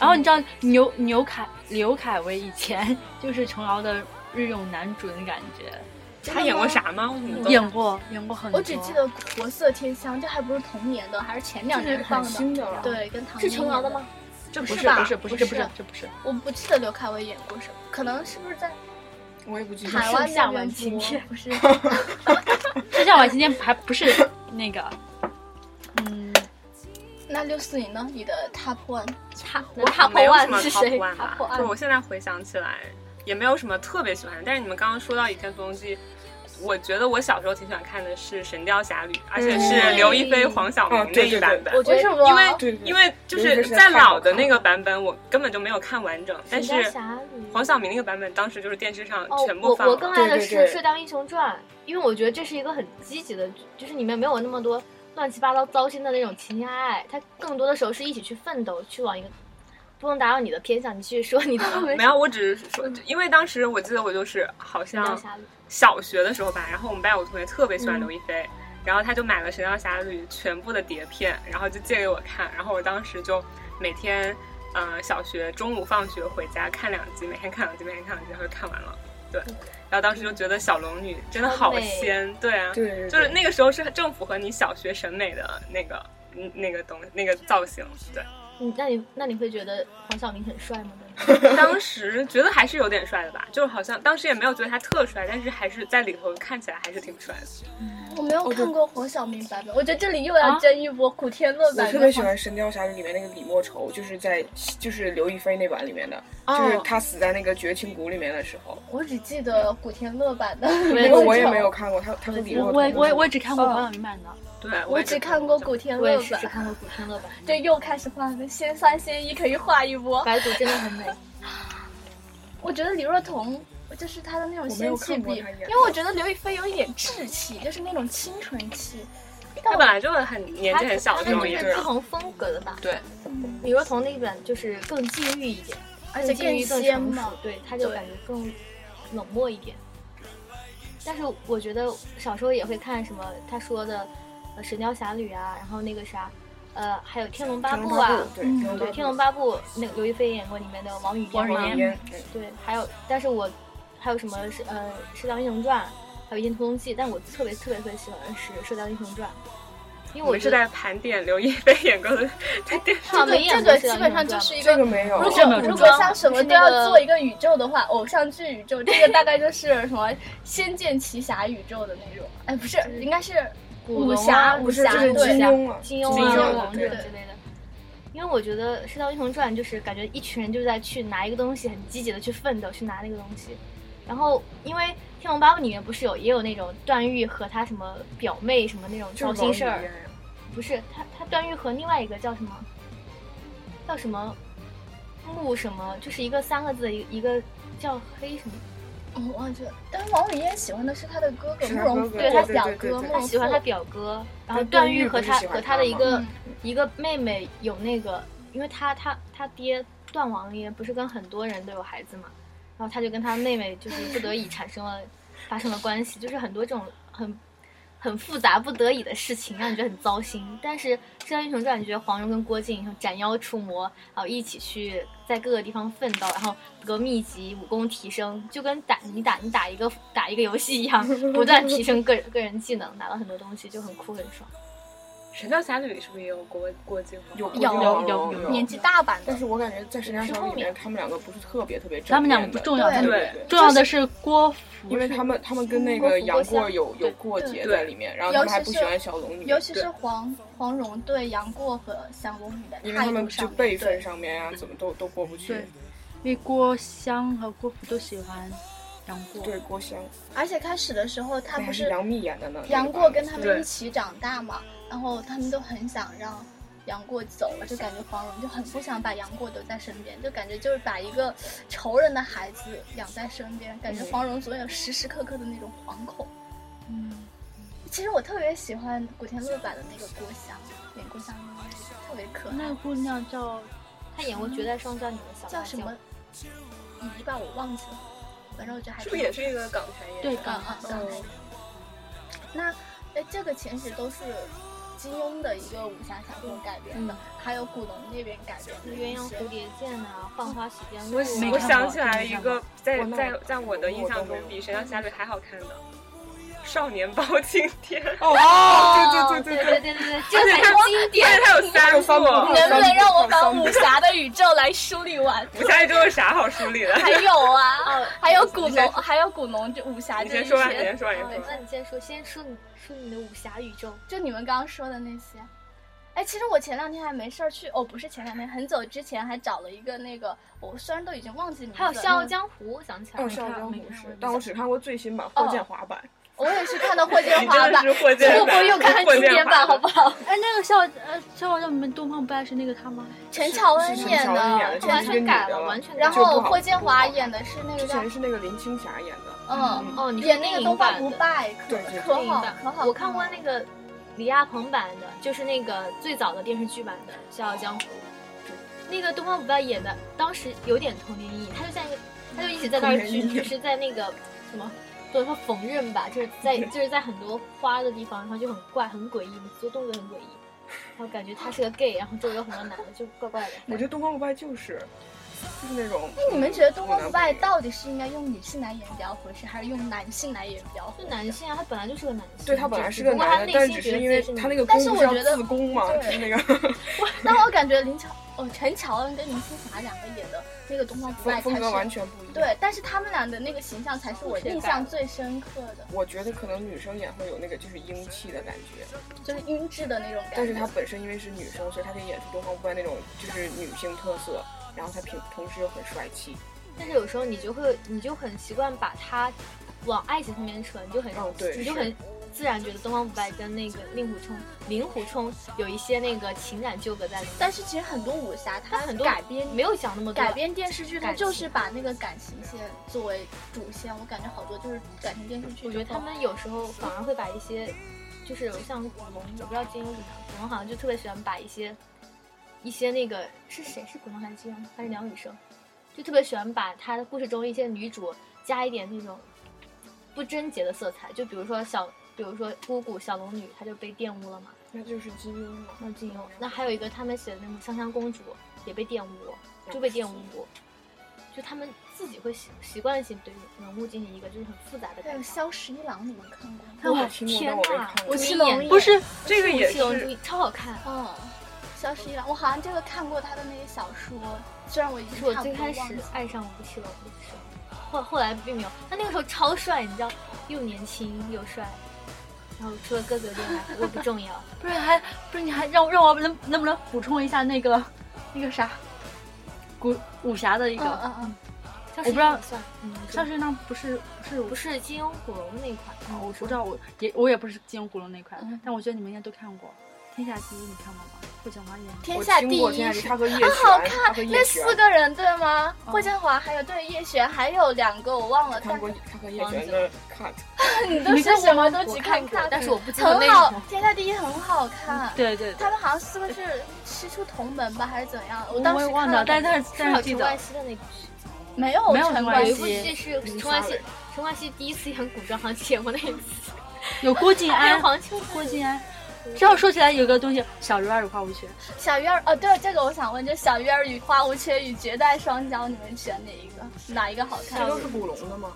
[SPEAKER 5] 然后你知道牛牛凯刘恺威以前 就是琼瑶的日用男主的感觉，
[SPEAKER 6] 他演过啥吗？我怎么都
[SPEAKER 5] 演过演过很多，
[SPEAKER 2] 我只记得《国色天香》，这还不是童年的，还是前两
[SPEAKER 4] 这
[SPEAKER 2] 年
[SPEAKER 4] 是
[SPEAKER 2] 放
[SPEAKER 4] 很
[SPEAKER 2] 的。
[SPEAKER 4] 新的了。，
[SPEAKER 2] 对，跟唐
[SPEAKER 7] 是
[SPEAKER 2] 嫣
[SPEAKER 7] 琼瑶
[SPEAKER 2] 演
[SPEAKER 7] 的
[SPEAKER 2] 的
[SPEAKER 7] 吗？？
[SPEAKER 5] 这不
[SPEAKER 2] 不
[SPEAKER 5] 是
[SPEAKER 2] 是吧
[SPEAKER 5] 不是不是这
[SPEAKER 2] 不是
[SPEAKER 5] 不是这不是，
[SPEAKER 2] 我不记得刘恺威演过什么，可能是不是在
[SPEAKER 4] 我也不记得。
[SPEAKER 2] 台湾
[SPEAKER 7] 盛夏
[SPEAKER 2] 那边
[SPEAKER 7] 晚晴
[SPEAKER 2] 播
[SPEAKER 7] 天
[SPEAKER 2] 不 是。
[SPEAKER 5] 这下晚今天还不是那个，嗯，
[SPEAKER 2] 那六四零呢？你的 top one
[SPEAKER 7] 差
[SPEAKER 6] 我
[SPEAKER 7] 差破
[SPEAKER 6] 没有什么
[SPEAKER 7] 万是
[SPEAKER 6] top
[SPEAKER 7] 谁？
[SPEAKER 6] one 吧
[SPEAKER 2] top one
[SPEAKER 6] 就我现在回想起来，也没有什么特别喜欢的。但是你们刚刚说到以前的东西，我觉得我小时候挺喜欢看的是《神雕侠侣》，而且
[SPEAKER 4] 嗯
[SPEAKER 6] 是刘亦菲、黄晓
[SPEAKER 4] 哦
[SPEAKER 6] 明那
[SPEAKER 4] 对
[SPEAKER 6] 一
[SPEAKER 4] 对
[SPEAKER 6] 版
[SPEAKER 4] 对
[SPEAKER 6] 本。
[SPEAKER 7] 我觉得
[SPEAKER 2] 为什么
[SPEAKER 6] 因为
[SPEAKER 4] 对对对
[SPEAKER 6] 因为就
[SPEAKER 4] 刘亦
[SPEAKER 6] 是
[SPEAKER 4] 菲实在
[SPEAKER 6] 在
[SPEAKER 4] 太好
[SPEAKER 6] 老的
[SPEAKER 4] 看
[SPEAKER 6] 那个版本，我根本就没有看完整。但
[SPEAKER 7] 神雕
[SPEAKER 6] 是
[SPEAKER 7] 侠侣
[SPEAKER 6] 黄晓明那个版本，当时就是电视上
[SPEAKER 7] 哦
[SPEAKER 6] 全，部
[SPEAKER 7] 我
[SPEAKER 6] 放
[SPEAKER 7] 我更
[SPEAKER 6] 了。
[SPEAKER 7] 爱的
[SPEAKER 4] 对对
[SPEAKER 7] 是
[SPEAKER 4] 对
[SPEAKER 7] 《射雕英雄传》，因为我觉得这是一个很积极的剧，就是里面没有那么多乱七八糟糟心的那种情情爱爱，它更多的时候是一起去奋斗，去往一个不能打扰你的偏向，你继续说你的
[SPEAKER 6] 没有，我只是说，因为当时我记得我就是好
[SPEAKER 7] 神雕
[SPEAKER 6] 像
[SPEAKER 7] 侠侣，
[SPEAKER 6] 小学的时候吧，然后我们班有同学特别喜欢刘亦菲，然后他就买了《神雕侠侣》全部的碟片，然后就借给我看，然后我当时就每天，呃，小学中午放学回家看两集，每天看两集，每天看两集，然后就看完了，对，然后当时就觉得小龙女真的好仙，对啊，
[SPEAKER 4] 对对对
[SPEAKER 6] 就是那个时候是正符合你小学审美的那个。嗯那个东那个造型，对，
[SPEAKER 7] 你嗯那你那你会觉得黄晓明很帅吗？
[SPEAKER 6] 当时觉得还是有点帅的吧，就是好像当时也没有觉得他特帅，但是还是在里头看起来还是挺帅的。
[SPEAKER 2] 我没有看过黄晓明版本，我觉得这里又
[SPEAKER 7] 啊
[SPEAKER 2] 要争一波古天乐
[SPEAKER 4] 我
[SPEAKER 2] 版本。
[SPEAKER 4] 特别喜欢《神雕侠侣》里面那个李莫愁，就是在就是刘亦菲那版里面的，就是她死在那个绝情谷里面的时候，
[SPEAKER 2] 我只记得古天乐版 的，
[SPEAKER 4] 因
[SPEAKER 7] 也
[SPEAKER 4] 为我也 没有看过她，她和李
[SPEAKER 5] 我
[SPEAKER 4] 莫
[SPEAKER 5] 我
[SPEAKER 4] 愁。
[SPEAKER 5] 我我只看过黄晓明版的，
[SPEAKER 6] 对，
[SPEAKER 2] 我
[SPEAKER 6] 也
[SPEAKER 2] 只
[SPEAKER 6] 是
[SPEAKER 2] 看过古天
[SPEAKER 7] 我也
[SPEAKER 2] 乐
[SPEAKER 7] 是只
[SPEAKER 2] 版。
[SPEAKER 7] 看过古天乐版，
[SPEAKER 2] 这又开始画了，先三先一，可以画一波。
[SPEAKER 7] 白骨真的很美。
[SPEAKER 2] 我觉得李若彤就是她的那种
[SPEAKER 4] 我没
[SPEAKER 2] 仙
[SPEAKER 4] 有
[SPEAKER 2] 气
[SPEAKER 4] 看过
[SPEAKER 2] 比，
[SPEAKER 4] 她演
[SPEAKER 2] 因为我觉得刘亦菲有一点稚气，就是那种清纯气。
[SPEAKER 6] 他本来就很年纪
[SPEAKER 7] 他
[SPEAKER 6] 很小的
[SPEAKER 7] 他
[SPEAKER 6] 时候
[SPEAKER 7] 就
[SPEAKER 6] 也
[SPEAKER 7] 是不同风格的吧？嗯
[SPEAKER 6] 对，
[SPEAKER 7] 李若彤那一版就是更禁欲一点，
[SPEAKER 2] 而且
[SPEAKER 7] 禁欲
[SPEAKER 2] 更
[SPEAKER 7] 更
[SPEAKER 2] 仙
[SPEAKER 7] 成熟
[SPEAKER 2] 嘛，
[SPEAKER 7] 对，他就
[SPEAKER 2] 对
[SPEAKER 7] 感觉更冷漠一点。但是我觉得小时候也会看什么他说的，呃，《神雕侠侣》啊，然后那个啥，呃，还有《天龙八
[SPEAKER 4] 天龙
[SPEAKER 7] 部》
[SPEAKER 4] 八
[SPEAKER 7] 啊
[SPEAKER 4] 部，，对，天
[SPEAKER 7] 对，啊
[SPEAKER 4] 龙
[SPEAKER 7] 《天龙八部》那个刘亦菲演过里面的王语嫣，
[SPEAKER 5] 王语
[SPEAKER 4] 八
[SPEAKER 5] 嫣
[SPEAKER 4] 部烟，嗯
[SPEAKER 7] 对，还有，但是我还有什么是呃《射雕英雄传》，还有《倚天屠龙记》，但我特别特别特别喜欢的是《射雕英雄传》，因为
[SPEAKER 6] 我
[SPEAKER 7] 我
[SPEAKER 6] 们
[SPEAKER 7] 觉
[SPEAKER 6] 是
[SPEAKER 7] 得
[SPEAKER 6] 在盘点刘亦菲演过的电视。
[SPEAKER 7] 这
[SPEAKER 2] 对，这个基本上就是一
[SPEAKER 4] 哦这个
[SPEAKER 2] 个。
[SPEAKER 4] 没有
[SPEAKER 2] 如。
[SPEAKER 5] 这
[SPEAKER 2] 果
[SPEAKER 5] 没有
[SPEAKER 2] 如
[SPEAKER 5] 这
[SPEAKER 2] 果
[SPEAKER 5] 个
[SPEAKER 2] 像什么都要做一个宇宙的话，偶像剧宇宙，这个大概就是什么《仙剑奇侠》宇宙的那种。哎，不是，应该是
[SPEAKER 7] 古
[SPEAKER 2] 武
[SPEAKER 7] 龙
[SPEAKER 2] 侠，
[SPEAKER 7] 啊
[SPEAKER 2] 武
[SPEAKER 4] 不是，
[SPEAKER 2] 侠
[SPEAKER 4] 这是
[SPEAKER 2] 对
[SPEAKER 4] 金庸啊，
[SPEAKER 7] 金庸
[SPEAKER 6] 金
[SPEAKER 7] 啊、
[SPEAKER 6] 庸
[SPEAKER 7] 龙之
[SPEAKER 4] 对
[SPEAKER 7] 类的。因为我觉得《射雕英雄传》就是感觉一群人就在去拿一个东西，很积极的去奋斗，去拿那个东西。然后，因为《天龙八部》里面不是有也有那种段誉和他什么表妹什么那种
[SPEAKER 4] 就
[SPEAKER 7] 糟
[SPEAKER 4] 是王语
[SPEAKER 7] 心事儿，
[SPEAKER 4] 嫣。
[SPEAKER 7] 不是他他段誉和另外一个叫什么叫什么穆什么，就是一个三个字的一一个叫黑什么，
[SPEAKER 2] 嗯，我忘记了。但是王语嫣喜欢的是她的哥哥
[SPEAKER 4] 是
[SPEAKER 2] 慕
[SPEAKER 4] 她
[SPEAKER 2] 容
[SPEAKER 4] 哥
[SPEAKER 2] 复，
[SPEAKER 4] 哥
[SPEAKER 7] 对
[SPEAKER 2] 她
[SPEAKER 7] 她
[SPEAKER 2] 表
[SPEAKER 4] 对对
[SPEAKER 2] 哥
[SPEAKER 4] 对
[SPEAKER 2] 慕
[SPEAKER 4] 对
[SPEAKER 7] 他
[SPEAKER 2] 容
[SPEAKER 7] 喜欢
[SPEAKER 2] 复
[SPEAKER 7] 他表哥，然后
[SPEAKER 4] 但
[SPEAKER 7] 段
[SPEAKER 4] 段誉
[SPEAKER 7] 誉和
[SPEAKER 4] 不是
[SPEAKER 7] 他
[SPEAKER 4] 喜欢
[SPEAKER 7] 和他
[SPEAKER 4] 他
[SPEAKER 7] 的一
[SPEAKER 4] 吗
[SPEAKER 7] 个
[SPEAKER 2] 嗯
[SPEAKER 7] 一个妹妹有那个，因为他他他爹段王爷不是跟很多人都有孩子嘛，然后他就跟他妹妹就是不得已产生了发生了关系，就是很多这种很很复杂不得已的事情，让你觉得很糟心。但是《射雕英雄传》，你觉得黄蓉跟郭靖然后斩妖除魔，然后一起去在各个地方奋斗，然后得秘籍，武功提升，就跟打你打你打一个打一个游戏一样，不断提升个人个人技能，拿到很多东西，就很酷很爽。
[SPEAKER 6] 《神雕侠侣》里是不是也有郭郭靖和
[SPEAKER 4] 有
[SPEAKER 6] 黄
[SPEAKER 4] 有
[SPEAKER 2] 有
[SPEAKER 5] 有有
[SPEAKER 2] 年
[SPEAKER 4] 有，
[SPEAKER 2] 纪大版的
[SPEAKER 4] 但。是我感觉在《神雕侠侣》里面，他们两个不是特别特别正
[SPEAKER 5] 他们俩
[SPEAKER 4] 面
[SPEAKER 5] 不
[SPEAKER 4] 的
[SPEAKER 5] 重要，
[SPEAKER 2] 对
[SPEAKER 5] 他们
[SPEAKER 6] 对
[SPEAKER 5] 重要的是郭芙，
[SPEAKER 4] 因为他们他们跟那
[SPEAKER 7] 郭
[SPEAKER 4] 个
[SPEAKER 7] 芙
[SPEAKER 4] 杨
[SPEAKER 7] 郭襄
[SPEAKER 4] 过有有
[SPEAKER 5] 对
[SPEAKER 4] 过节
[SPEAKER 6] 对
[SPEAKER 4] 在里面，然后他们还不喜欢小龙女，
[SPEAKER 2] 尤其是
[SPEAKER 4] 对
[SPEAKER 2] 黄黄蓉对杨过和小龙女的
[SPEAKER 4] 因为
[SPEAKER 2] 态
[SPEAKER 4] 他
[SPEAKER 2] 度
[SPEAKER 4] 们
[SPEAKER 2] 上
[SPEAKER 4] 就
[SPEAKER 2] 面，
[SPEAKER 4] 辈分
[SPEAKER 2] 对
[SPEAKER 4] 上面啊，怎么都都过不去
[SPEAKER 5] 对。因为郭襄和郭芙都喜欢杨过。
[SPEAKER 4] 对，郭襄，
[SPEAKER 2] 而且开始的时候，他
[SPEAKER 4] 那
[SPEAKER 2] 不
[SPEAKER 4] 还
[SPEAKER 2] 是
[SPEAKER 4] 杨幂演的呢。
[SPEAKER 2] 杨
[SPEAKER 4] 那个
[SPEAKER 2] 过
[SPEAKER 4] 版
[SPEAKER 2] 跟他们
[SPEAKER 6] 对
[SPEAKER 2] 一起长大嘛，然后他们都很想让杨过走，就感觉黄蓉就很不想把杨过留在身边，就感觉就是把一个仇人的孩子养在身边，感觉
[SPEAKER 4] 嗯
[SPEAKER 2] 黄蓉总有时时刻刻的那种惶恐。嗯，其实我特别喜欢古天乐版的那个郭襄，演郭襄那个特别可
[SPEAKER 5] 那
[SPEAKER 2] 爱
[SPEAKER 5] 个，姑娘叫
[SPEAKER 7] 他演过《绝代双骄》里面的小
[SPEAKER 2] 叫
[SPEAKER 7] 辣
[SPEAKER 2] 什
[SPEAKER 7] 椒
[SPEAKER 2] 么？姨吧，我忘记了，反正我觉得还
[SPEAKER 6] 是不是也是一个港台演员？
[SPEAKER 5] 对
[SPEAKER 2] 啊
[SPEAKER 5] 港
[SPEAKER 2] 啊，刚才那哎，这个其实都是金庸的一个武侠小说改编的，还有古龙那边改编的
[SPEAKER 7] 鸳鸯
[SPEAKER 2] 一些
[SPEAKER 7] 蝴蝶剑啊，幻花水间
[SPEAKER 6] 我
[SPEAKER 5] 没
[SPEAKER 7] 露
[SPEAKER 6] 我
[SPEAKER 5] 看过
[SPEAKER 6] 想起来一个，在
[SPEAKER 4] 我
[SPEAKER 6] 在
[SPEAKER 4] 我
[SPEAKER 6] 在我的印象中比《神雕侠侣》还好看的《少年包青天》，
[SPEAKER 4] 哦，对对对
[SPEAKER 7] 对
[SPEAKER 4] 对
[SPEAKER 7] 啊对
[SPEAKER 4] 对，
[SPEAKER 7] 对对对，
[SPEAKER 6] 而
[SPEAKER 7] 这
[SPEAKER 6] 且
[SPEAKER 7] 才
[SPEAKER 6] 它
[SPEAKER 7] 经典。
[SPEAKER 6] 而且它有
[SPEAKER 4] 有
[SPEAKER 6] 三
[SPEAKER 4] 三部
[SPEAKER 6] 部，
[SPEAKER 2] 能不能让我把
[SPEAKER 4] 放松
[SPEAKER 2] 武侠的宇宙来梳理完？
[SPEAKER 6] 武侠宇宙有啥好梳理的？
[SPEAKER 2] 还有 啊，还有古龙，还有古龙这武 侠
[SPEAKER 6] 你
[SPEAKER 2] 这
[SPEAKER 6] 先
[SPEAKER 2] 一
[SPEAKER 6] 说完，你
[SPEAKER 2] 些，
[SPEAKER 6] 先说完，你
[SPEAKER 7] 对
[SPEAKER 6] 先，说
[SPEAKER 7] 那
[SPEAKER 6] 完。
[SPEAKER 7] 你先说，先说你说你的武侠宇宙。
[SPEAKER 2] 就你们刚刚说的那些。哎，其实我前两天还没事儿去，哦，不是前两天，很久之前还找了一个那个，我虽然都已经忘记名字
[SPEAKER 7] 还
[SPEAKER 2] 了，
[SPEAKER 7] 有《笑傲
[SPEAKER 2] 那个
[SPEAKER 7] 江湖》，我想起来
[SPEAKER 4] 哦，《
[SPEAKER 7] 了。
[SPEAKER 4] 笑傲江湖
[SPEAKER 5] 没》看
[SPEAKER 4] 是
[SPEAKER 5] 过，
[SPEAKER 4] 但我只看过最新版《霍
[SPEAKER 2] 哦
[SPEAKER 4] 建华版》。
[SPEAKER 2] 我也是看到霍建
[SPEAKER 6] 你
[SPEAKER 2] 华
[SPEAKER 6] 真的
[SPEAKER 2] 版
[SPEAKER 6] 是，霍建
[SPEAKER 7] 不不用看经典版，好不好？
[SPEAKER 5] 哎，那个笑呃笑话叫什么？东方不败是那个他吗？
[SPEAKER 2] 陈乔
[SPEAKER 4] 是
[SPEAKER 2] 恩
[SPEAKER 4] 陈
[SPEAKER 2] 演
[SPEAKER 4] 乔恩演
[SPEAKER 2] 的
[SPEAKER 4] 的，
[SPEAKER 7] 完全改了，完全改了。
[SPEAKER 2] 然
[SPEAKER 4] 这个不
[SPEAKER 2] 后
[SPEAKER 4] 好
[SPEAKER 2] 霍建华演的是那个
[SPEAKER 4] 之
[SPEAKER 2] 叫
[SPEAKER 4] 前是那个林青霞演的，
[SPEAKER 2] 嗯，
[SPEAKER 7] 哦，你说
[SPEAKER 2] 演那个
[SPEAKER 7] 电
[SPEAKER 2] 东方
[SPEAKER 7] 影版
[SPEAKER 2] 不
[SPEAKER 7] 的，
[SPEAKER 2] 败，可
[SPEAKER 4] 对对
[SPEAKER 2] 可
[SPEAKER 7] 电影
[SPEAKER 2] 好
[SPEAKER 7] 版
[SPEAKER 2] 可好，啊
[SPEAKER 7] 我看过那个李亚鹏版的，就是那个最早的电视剧版的《笑傲江湖》。那个东方不败演的，当时有点童年阴影，他就像一个，他就一直在那儿
[SPEAKER 4] 童年阴
[SPEAKER 7] 举，
[SPEAKER 4] 影
[SPEAKER 7] 就是在那个什么，或者说缝纫吧，就是在就是在很多花的地方，然后就很怪，很诡异，做动作很诡异，然后感觉他是个 gay，然后周围有很多男的，就怪怪的。
[SPEAKER 4] 我觉得东方不败就是就是那种。
[SPEAKER 2] 你们觉得《东方不
[SPEAKER 4] 嗯
[SPEAKER 2] 败》到底是应该用女性来演比较合适，还是用男性来演比较合适？
[SPEAKER 7] 就男性啊，他本来就是个男性，
[SPEAKER 4] 对他本来是个
[SPEAKER 7] 只不过
[SPEAKER 4] 男的，
[SPEAKER 7] 他
[SPEAKER 4] 但
[SPEAKER 7] 内
[SPEAKER 4] 只
[SPEAKER 7] 心
[SPEAKER 4] 是
[SPEAKER 7] 觉
[SPEAKER 4] 因
[SPEAKER 7] 得
[SPEAKER 4] 为
[SPEAKER 7] 自己
[SPEAKER 4] 他那个
[SPEAKER 2] 但
[SPEAKER 4] 功
[SPEAKER 2] 是
[SPEAKER 4] 夫
[SPEAKER 2] 我
[SPEAKER 4] 是
[SPEAKER 2] 觉
[SPEAKER 4] 要
[SPEAKER 2] 得
[SPEAKER 4] 自宫嘛，
[SPEAKER 2] 对
[SPEAKER 4] 是那个
[SPEAKER 2] 但我感觉林乔哦陈乔恩跟林青霞两个演的那个《东方不败
[SPEAKER 4] 风》风格
[SPEAKER 2] 才
[SPEAKER 4] 完
[SPEAKER 2] 是
[SPEAKER 4] 全不一样。，
[SPEAKER 2] 对，但是他们俩的那个形象才是我印象最深刻的，
[SPEAKER 4] 我觉得可能女生演会有那个就是英气的感觉，
[SPEAKER 2] 就是英质的那种感觉。
[SPEAKER 4] 但是她本身因为是女生，所以她可以演出东方不败那种就是女性特色，然后她平同时又很帅气。
[SPEAKER 7] 但是有时候你就会，你就很习惯把它往爱情方面扯，你就很，
[SPEAKER 4] 哦对
[SPEAKER 7] 你就很自然觉得东方不败跟那个令狐冲、令狐冲有一些那个情感纠葛在里面，
[SPEAKER 2] 但是其实很多武侠它
[SPEAKER 7] 它很多
[SPEAKER 2] 改编
[SPEAKER 7] 没有讲那么多
[SPEAKER 2] 改。编电视剧，它
[SPEAKER 7] 感
[SPEAKER 2] 就是
[SPEAKER 7] 情
[SPEAKER 2] 把那个感情线作为主线，我感觉好多就是感情电视剧。
[SPEAKER 7] 我觉得他。们有时候反而会把一些，就是像古龙，我不知道金庸怎么样，古龙好像就特别喜欢把一些一些那个是谁是古龙还是金庸还是梁羽生，就特别喜欢把他的故事中一些女主加一点那种不贞洁的色彩，就比如说小，比如说姑姑小龙女，她就被玷污了嘛，
[SPEAKER 4] 那就是金庸嘛，
[SPEAKER 7] 那金庸，那还有一个他们写的那种《香香公主》也被玷污过，就被玷污过，就他们自己会习习惯性对人物进行一个就是很复杂的
[SPEAKER 2] 还
[SPEAKER 7] 改
[SPEAKER 2] 有
[SPEAKER 7] 造
[SPEAKER 2] 《萧十一郎》，你们看过吗？
[SPEAKER 4] 那我
[SPEAKER 7] 哇
[SPEAKER 4] 听过，
[SPEAKER 7] 天
[SPEAKER 4] 但我没
[SPEAKER 7] 哪
[SPEAKER 4] 看过。
[SPEAKER 2] 吴
[SPEAKER 7] 是
[SPEAKER 2] 奇
[SPEAKER 7] 一
[SPEAKER 2] 隆
[SPEAKER 7] 眼
[SPEAKER 2] 演
[SPEAKER 6] 不是这个
[SPEAKER 7] 吴
[SPEAKER 6] 也
[SPEAKER 7] 奇隆
[SPEAKER 6] 是，
[SPEAKER 7] 超好看。
[SPEAKER 2] 嗯，萧十一郎，我好像这个看过他的那个小说，虽然我已
[SPEAKER 7] 就
[SPEAKER 2] 经
[SPEAKER 7] 是我
[SPEAKER 2] 看
[SPEAKER 7] 最
[SPEAKER 2] 过
[SPEAKER 7] 开始
[SPEAKER 2] 忘记
[SPEAKER 7] 爱上吴奇隆的时候，后后来并没有。他那个时候超帅，你知道，又年轻又帅。然后除了哥哥之外，我不重要。
[SPEAKER 5] 不是还不是你还让我让我能能不能补充一下那个那个啥，古武侠的一个，
[SPEAKER 2] 嗯嗯嗯，
[SPEAKER 7] 我
[SPEAKER 5] 不知道
[SPEAKER 7] 算，嗯，
[SPEAKER 5] 上次那不是
[SPEAKER 2] 哦
[SPEAKER 5] 不是
[SPEAKER 7] 不
[SPEAKER 5] 不是，
[SPEAKER 7] 是金庸古龙那一款。
[SPEAKER 5] 哦我不知道，我也我也不是金庸古龙那一款
[SPEAKER 2] 嗯，
[SPEAKER 5] 但我觉得你们应该都看过《天下第一》，你看过吗？霍建华演的，
[SPEAKER 2] 天
[SPEAKER 4] 我
[SPEAKER 2] 下
[SPEAKER 4] 听
[SPEAKER 2] 第
[SPEAKER 4] 过，天
[SPEAKER 2] 一
[SPEAKER 4] 下第
[SPEAKER 2] 是
[SPEAKER 4] 一，啊他和叶璇，
[SPEAKER 2] 好
[SPEAKER 4] 他和
[SPEAKER 2] 看，
[SPEAKER 4] 叶
[SPEAKER 2] 那
[SPEAKER 4] 璇，
[SPEAKER 2] 四个人对吗？
[SPEAKER 5] 嗯
[SPEAKER 2] 霍建华还有对叶璇，还有两个我忘了，
[SPEAKER 4] 看
[SPEAKER 2] 但
[SPEAKER 4] 过他和叶璇的 cut，
[SPEAKER 2] 你都
[SPEAKER 5] 你
[SPEAKER 2] 是
[SPEAKER 5] 看
[SPEAKER 2] 什
[SPEAKER 5] 过吗
[SPEAKER 2] 么都
[SPEAKER 7] 我
[SPEAKER 2] 只
[SPEAKER 7] 看过
[SPEAKER 2] 看，
[SPEAKER 7] 但是我不记得
[SPEAKER 2] 很
[SPEAKER 7] 内
[SPEAKER 2] 好
[SPEAKER 7] 容。，
[SPEAKER 2] 天下第一很好
[SPEAKER 7] 嗯
[SPEAKER 2] 看。
[SPEAKER 5] 对对对，
[SPEAKER 2] 他们好像四个是师出同门吧，还是怎样？
[SPEAKER 5] 我
[SPEAKER 2] 当时
[SPEAKER 5] 也忘
[SPEAKER 2] 看
[SPEAKER 5] 了，
[SPEAKER 2] 了
[SPEAKER 5] 但是但是
[SPEAKER 7] 是
[SPEAKER 5] 但
[SPEAKER 7] 有
[SPEAKER 5] 是记
[SPEAKER 7] 陈
[SPEAKER 5] 得
[SPEAKER 7] 冠希的那部剧，
[SPEAKER 2] 没有
[SPEAKER 5] 没有
[SPEAKER 2] 陈
[SPEAKER 5] 陈
[SPEAKER 2] 冠
[SPEAKER 5] 冠
[SPEAKER 7] 有一
[SPEAKER 2] 希
[SPEAKER 7] 部
[SPEAKER 5] 希
[SPEAKER 7] 剧是
[SPEAKER 4] 林
[SPEAKER 7] 陈
[SPEAKER 4] 莎
[SPEAKER 7] 冠希
[SPEAKER 4] 蕾，
[SPEAKER 7] 陈冠希第一次演古装好像演过那一次，
[SPEAKER 5] 有 郭靖
[SPEAKER 7] 还有
[SPEAKER 5] 安，
[SPEAKER 7] 黄秋
[SPEAKER 5] 郭
[SPEAKER 7] 生。
[SPEAKER 5] 靖安。这样说起来，有个东西《小鱼儿与花无缺》，
[SPEAKER 2] 小鱼儿哦，对，这个我想问，就小鱼儿与花无缺与绝代双骄，你们选哪一个？哪一个好看
[SPEAKER 4] 这？都是古龙的吗？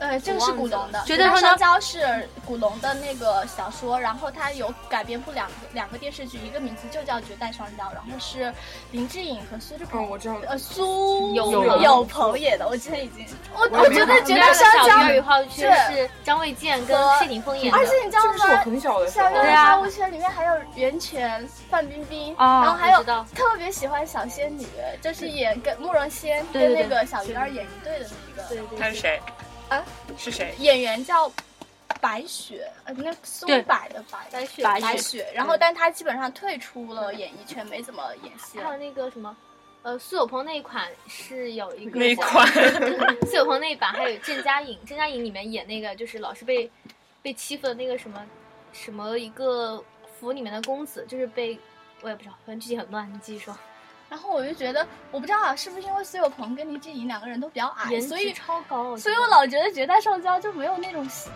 [SPEAKER 2] 呃，这个是古龙的，
[SPEAKER 5] 绝
[SPEAKER 2] 代
[SPEAKER 5] 代
[SPEAKER 2] 双
[SPEAKER 5] 双
[SPEAKER 2] 骄是古龙的那个小说，然后它有改编部两个两个电视剧，一个名字就叫《绝代双骄》，然后是林志颖和苏志
[SPEAKER 4] 哦，
[SPEAKER 2] 鹏。
[SPEAKER 4] 我知道，
[SPEAKER 2] 呃，苏
[SPEAKER 7] 有
[SPEAKER 4] 朋
[SPEAKER 2] 有朋演的，我之前已经，我
[SPEAKER 4] 我也
[SPEAKER 2] 我
[SPEAKER 4] 没
[SPEAKER 2] 觉得
[SPEAKER 4] 看
[SPEAKER 2] 《
[SPEAKER 7] 绝
[SPEAKER 2] 绝
[SPEAKER 7] 代
[SPEAKER 2] 代
[SPEAKER 7] 双
[SPEAKER 2] 双
[SPEAKER 7] 骄
[SPEAKER 2] 骄
[SPEAKER 7] 与》花无缺
[SPEAKER 2] 是
[SPEAKER 7] 是张卫健跟
[SPEAKER 2] 和
[SPEAKER 7] 谢霆锋演的，
[SPEAKER 2] 而且你知道
[SPEAKER 4] 这个是我
[SPEAKER 2] 吗？
[SPEAKER 4] 很小的时
[SPEAKER 2] 小
[SPEAKER 4] 候
[SPEAKER 2] 鱼，
[SPEAKER 5] 对
[SPEAKER 2] 儿
[SPEAKER 5] 啊
[SPEAKER 2] 花无缺里面还有袁泉、范冰冰，
[SPEAKER 5] 哦
[SPEAKER 2] 然后还
[SPEAKER 7] 我
[SPEAKER 2] 有
[SPEAKER 7] 知道
[SPEAKER 2] 特别喜欢小仙女，就是演跟慕容仙
[SPEAKER 5] 对
[SPEAKER 2] 跟
[SPEAKER 5] 对
[SPEAKER 2] 那
[SPEAKER 5] 对
[SPEAKER 2] 个小鱼儿演一对的那个
[SPEAKER 7] 对对
[SPEAKER 6] 他是
[SPEAKER 7] 对，
[SPEAKER 6] 谁？
[SPEAKER 2] 啊，
[SPEAKER 6] 是谁？
[SPEAKER 2] 演员叫白雪，呃，那苏
[SPEAKER 5] 对
[SPEAKER 2] 白的白。
[SPEAKER 7] 白雪
[SPEAKER 5] 白
[SPEAKER 2] 白
[SPEAKER 5] 雪
[SPEAKER 2] 雪，然后但她基本上退出了演艺圈，没怎么演戏
[SPEAKER 7] 还有
[SPEAKER 2] 了。
[SPEAKER 7] 那个什么，呃，苏有朋那一款是有一个
[SPEAKER 6] 那一款
[SPEAKER 7] 苏有朋那一版，还有郑嘉颖，郑嘉颖里面演那个就是老是被被欺负的那个什么什么一个府里面的公子，就是被我也不知道，反正具体很乱，你继续说。
[SPEAKER 2] 然后我就觉得，我不知道啊，是不是因为苏有朋跟林志颖两个人都比较矮，
[SPEAKER 7] 颜
[SPEAKER 2] 哎所以
[SPEAKER 7] 值超高，
[SPEAKER 2] 所以我老觉得《绝代双骄》就没有那种侠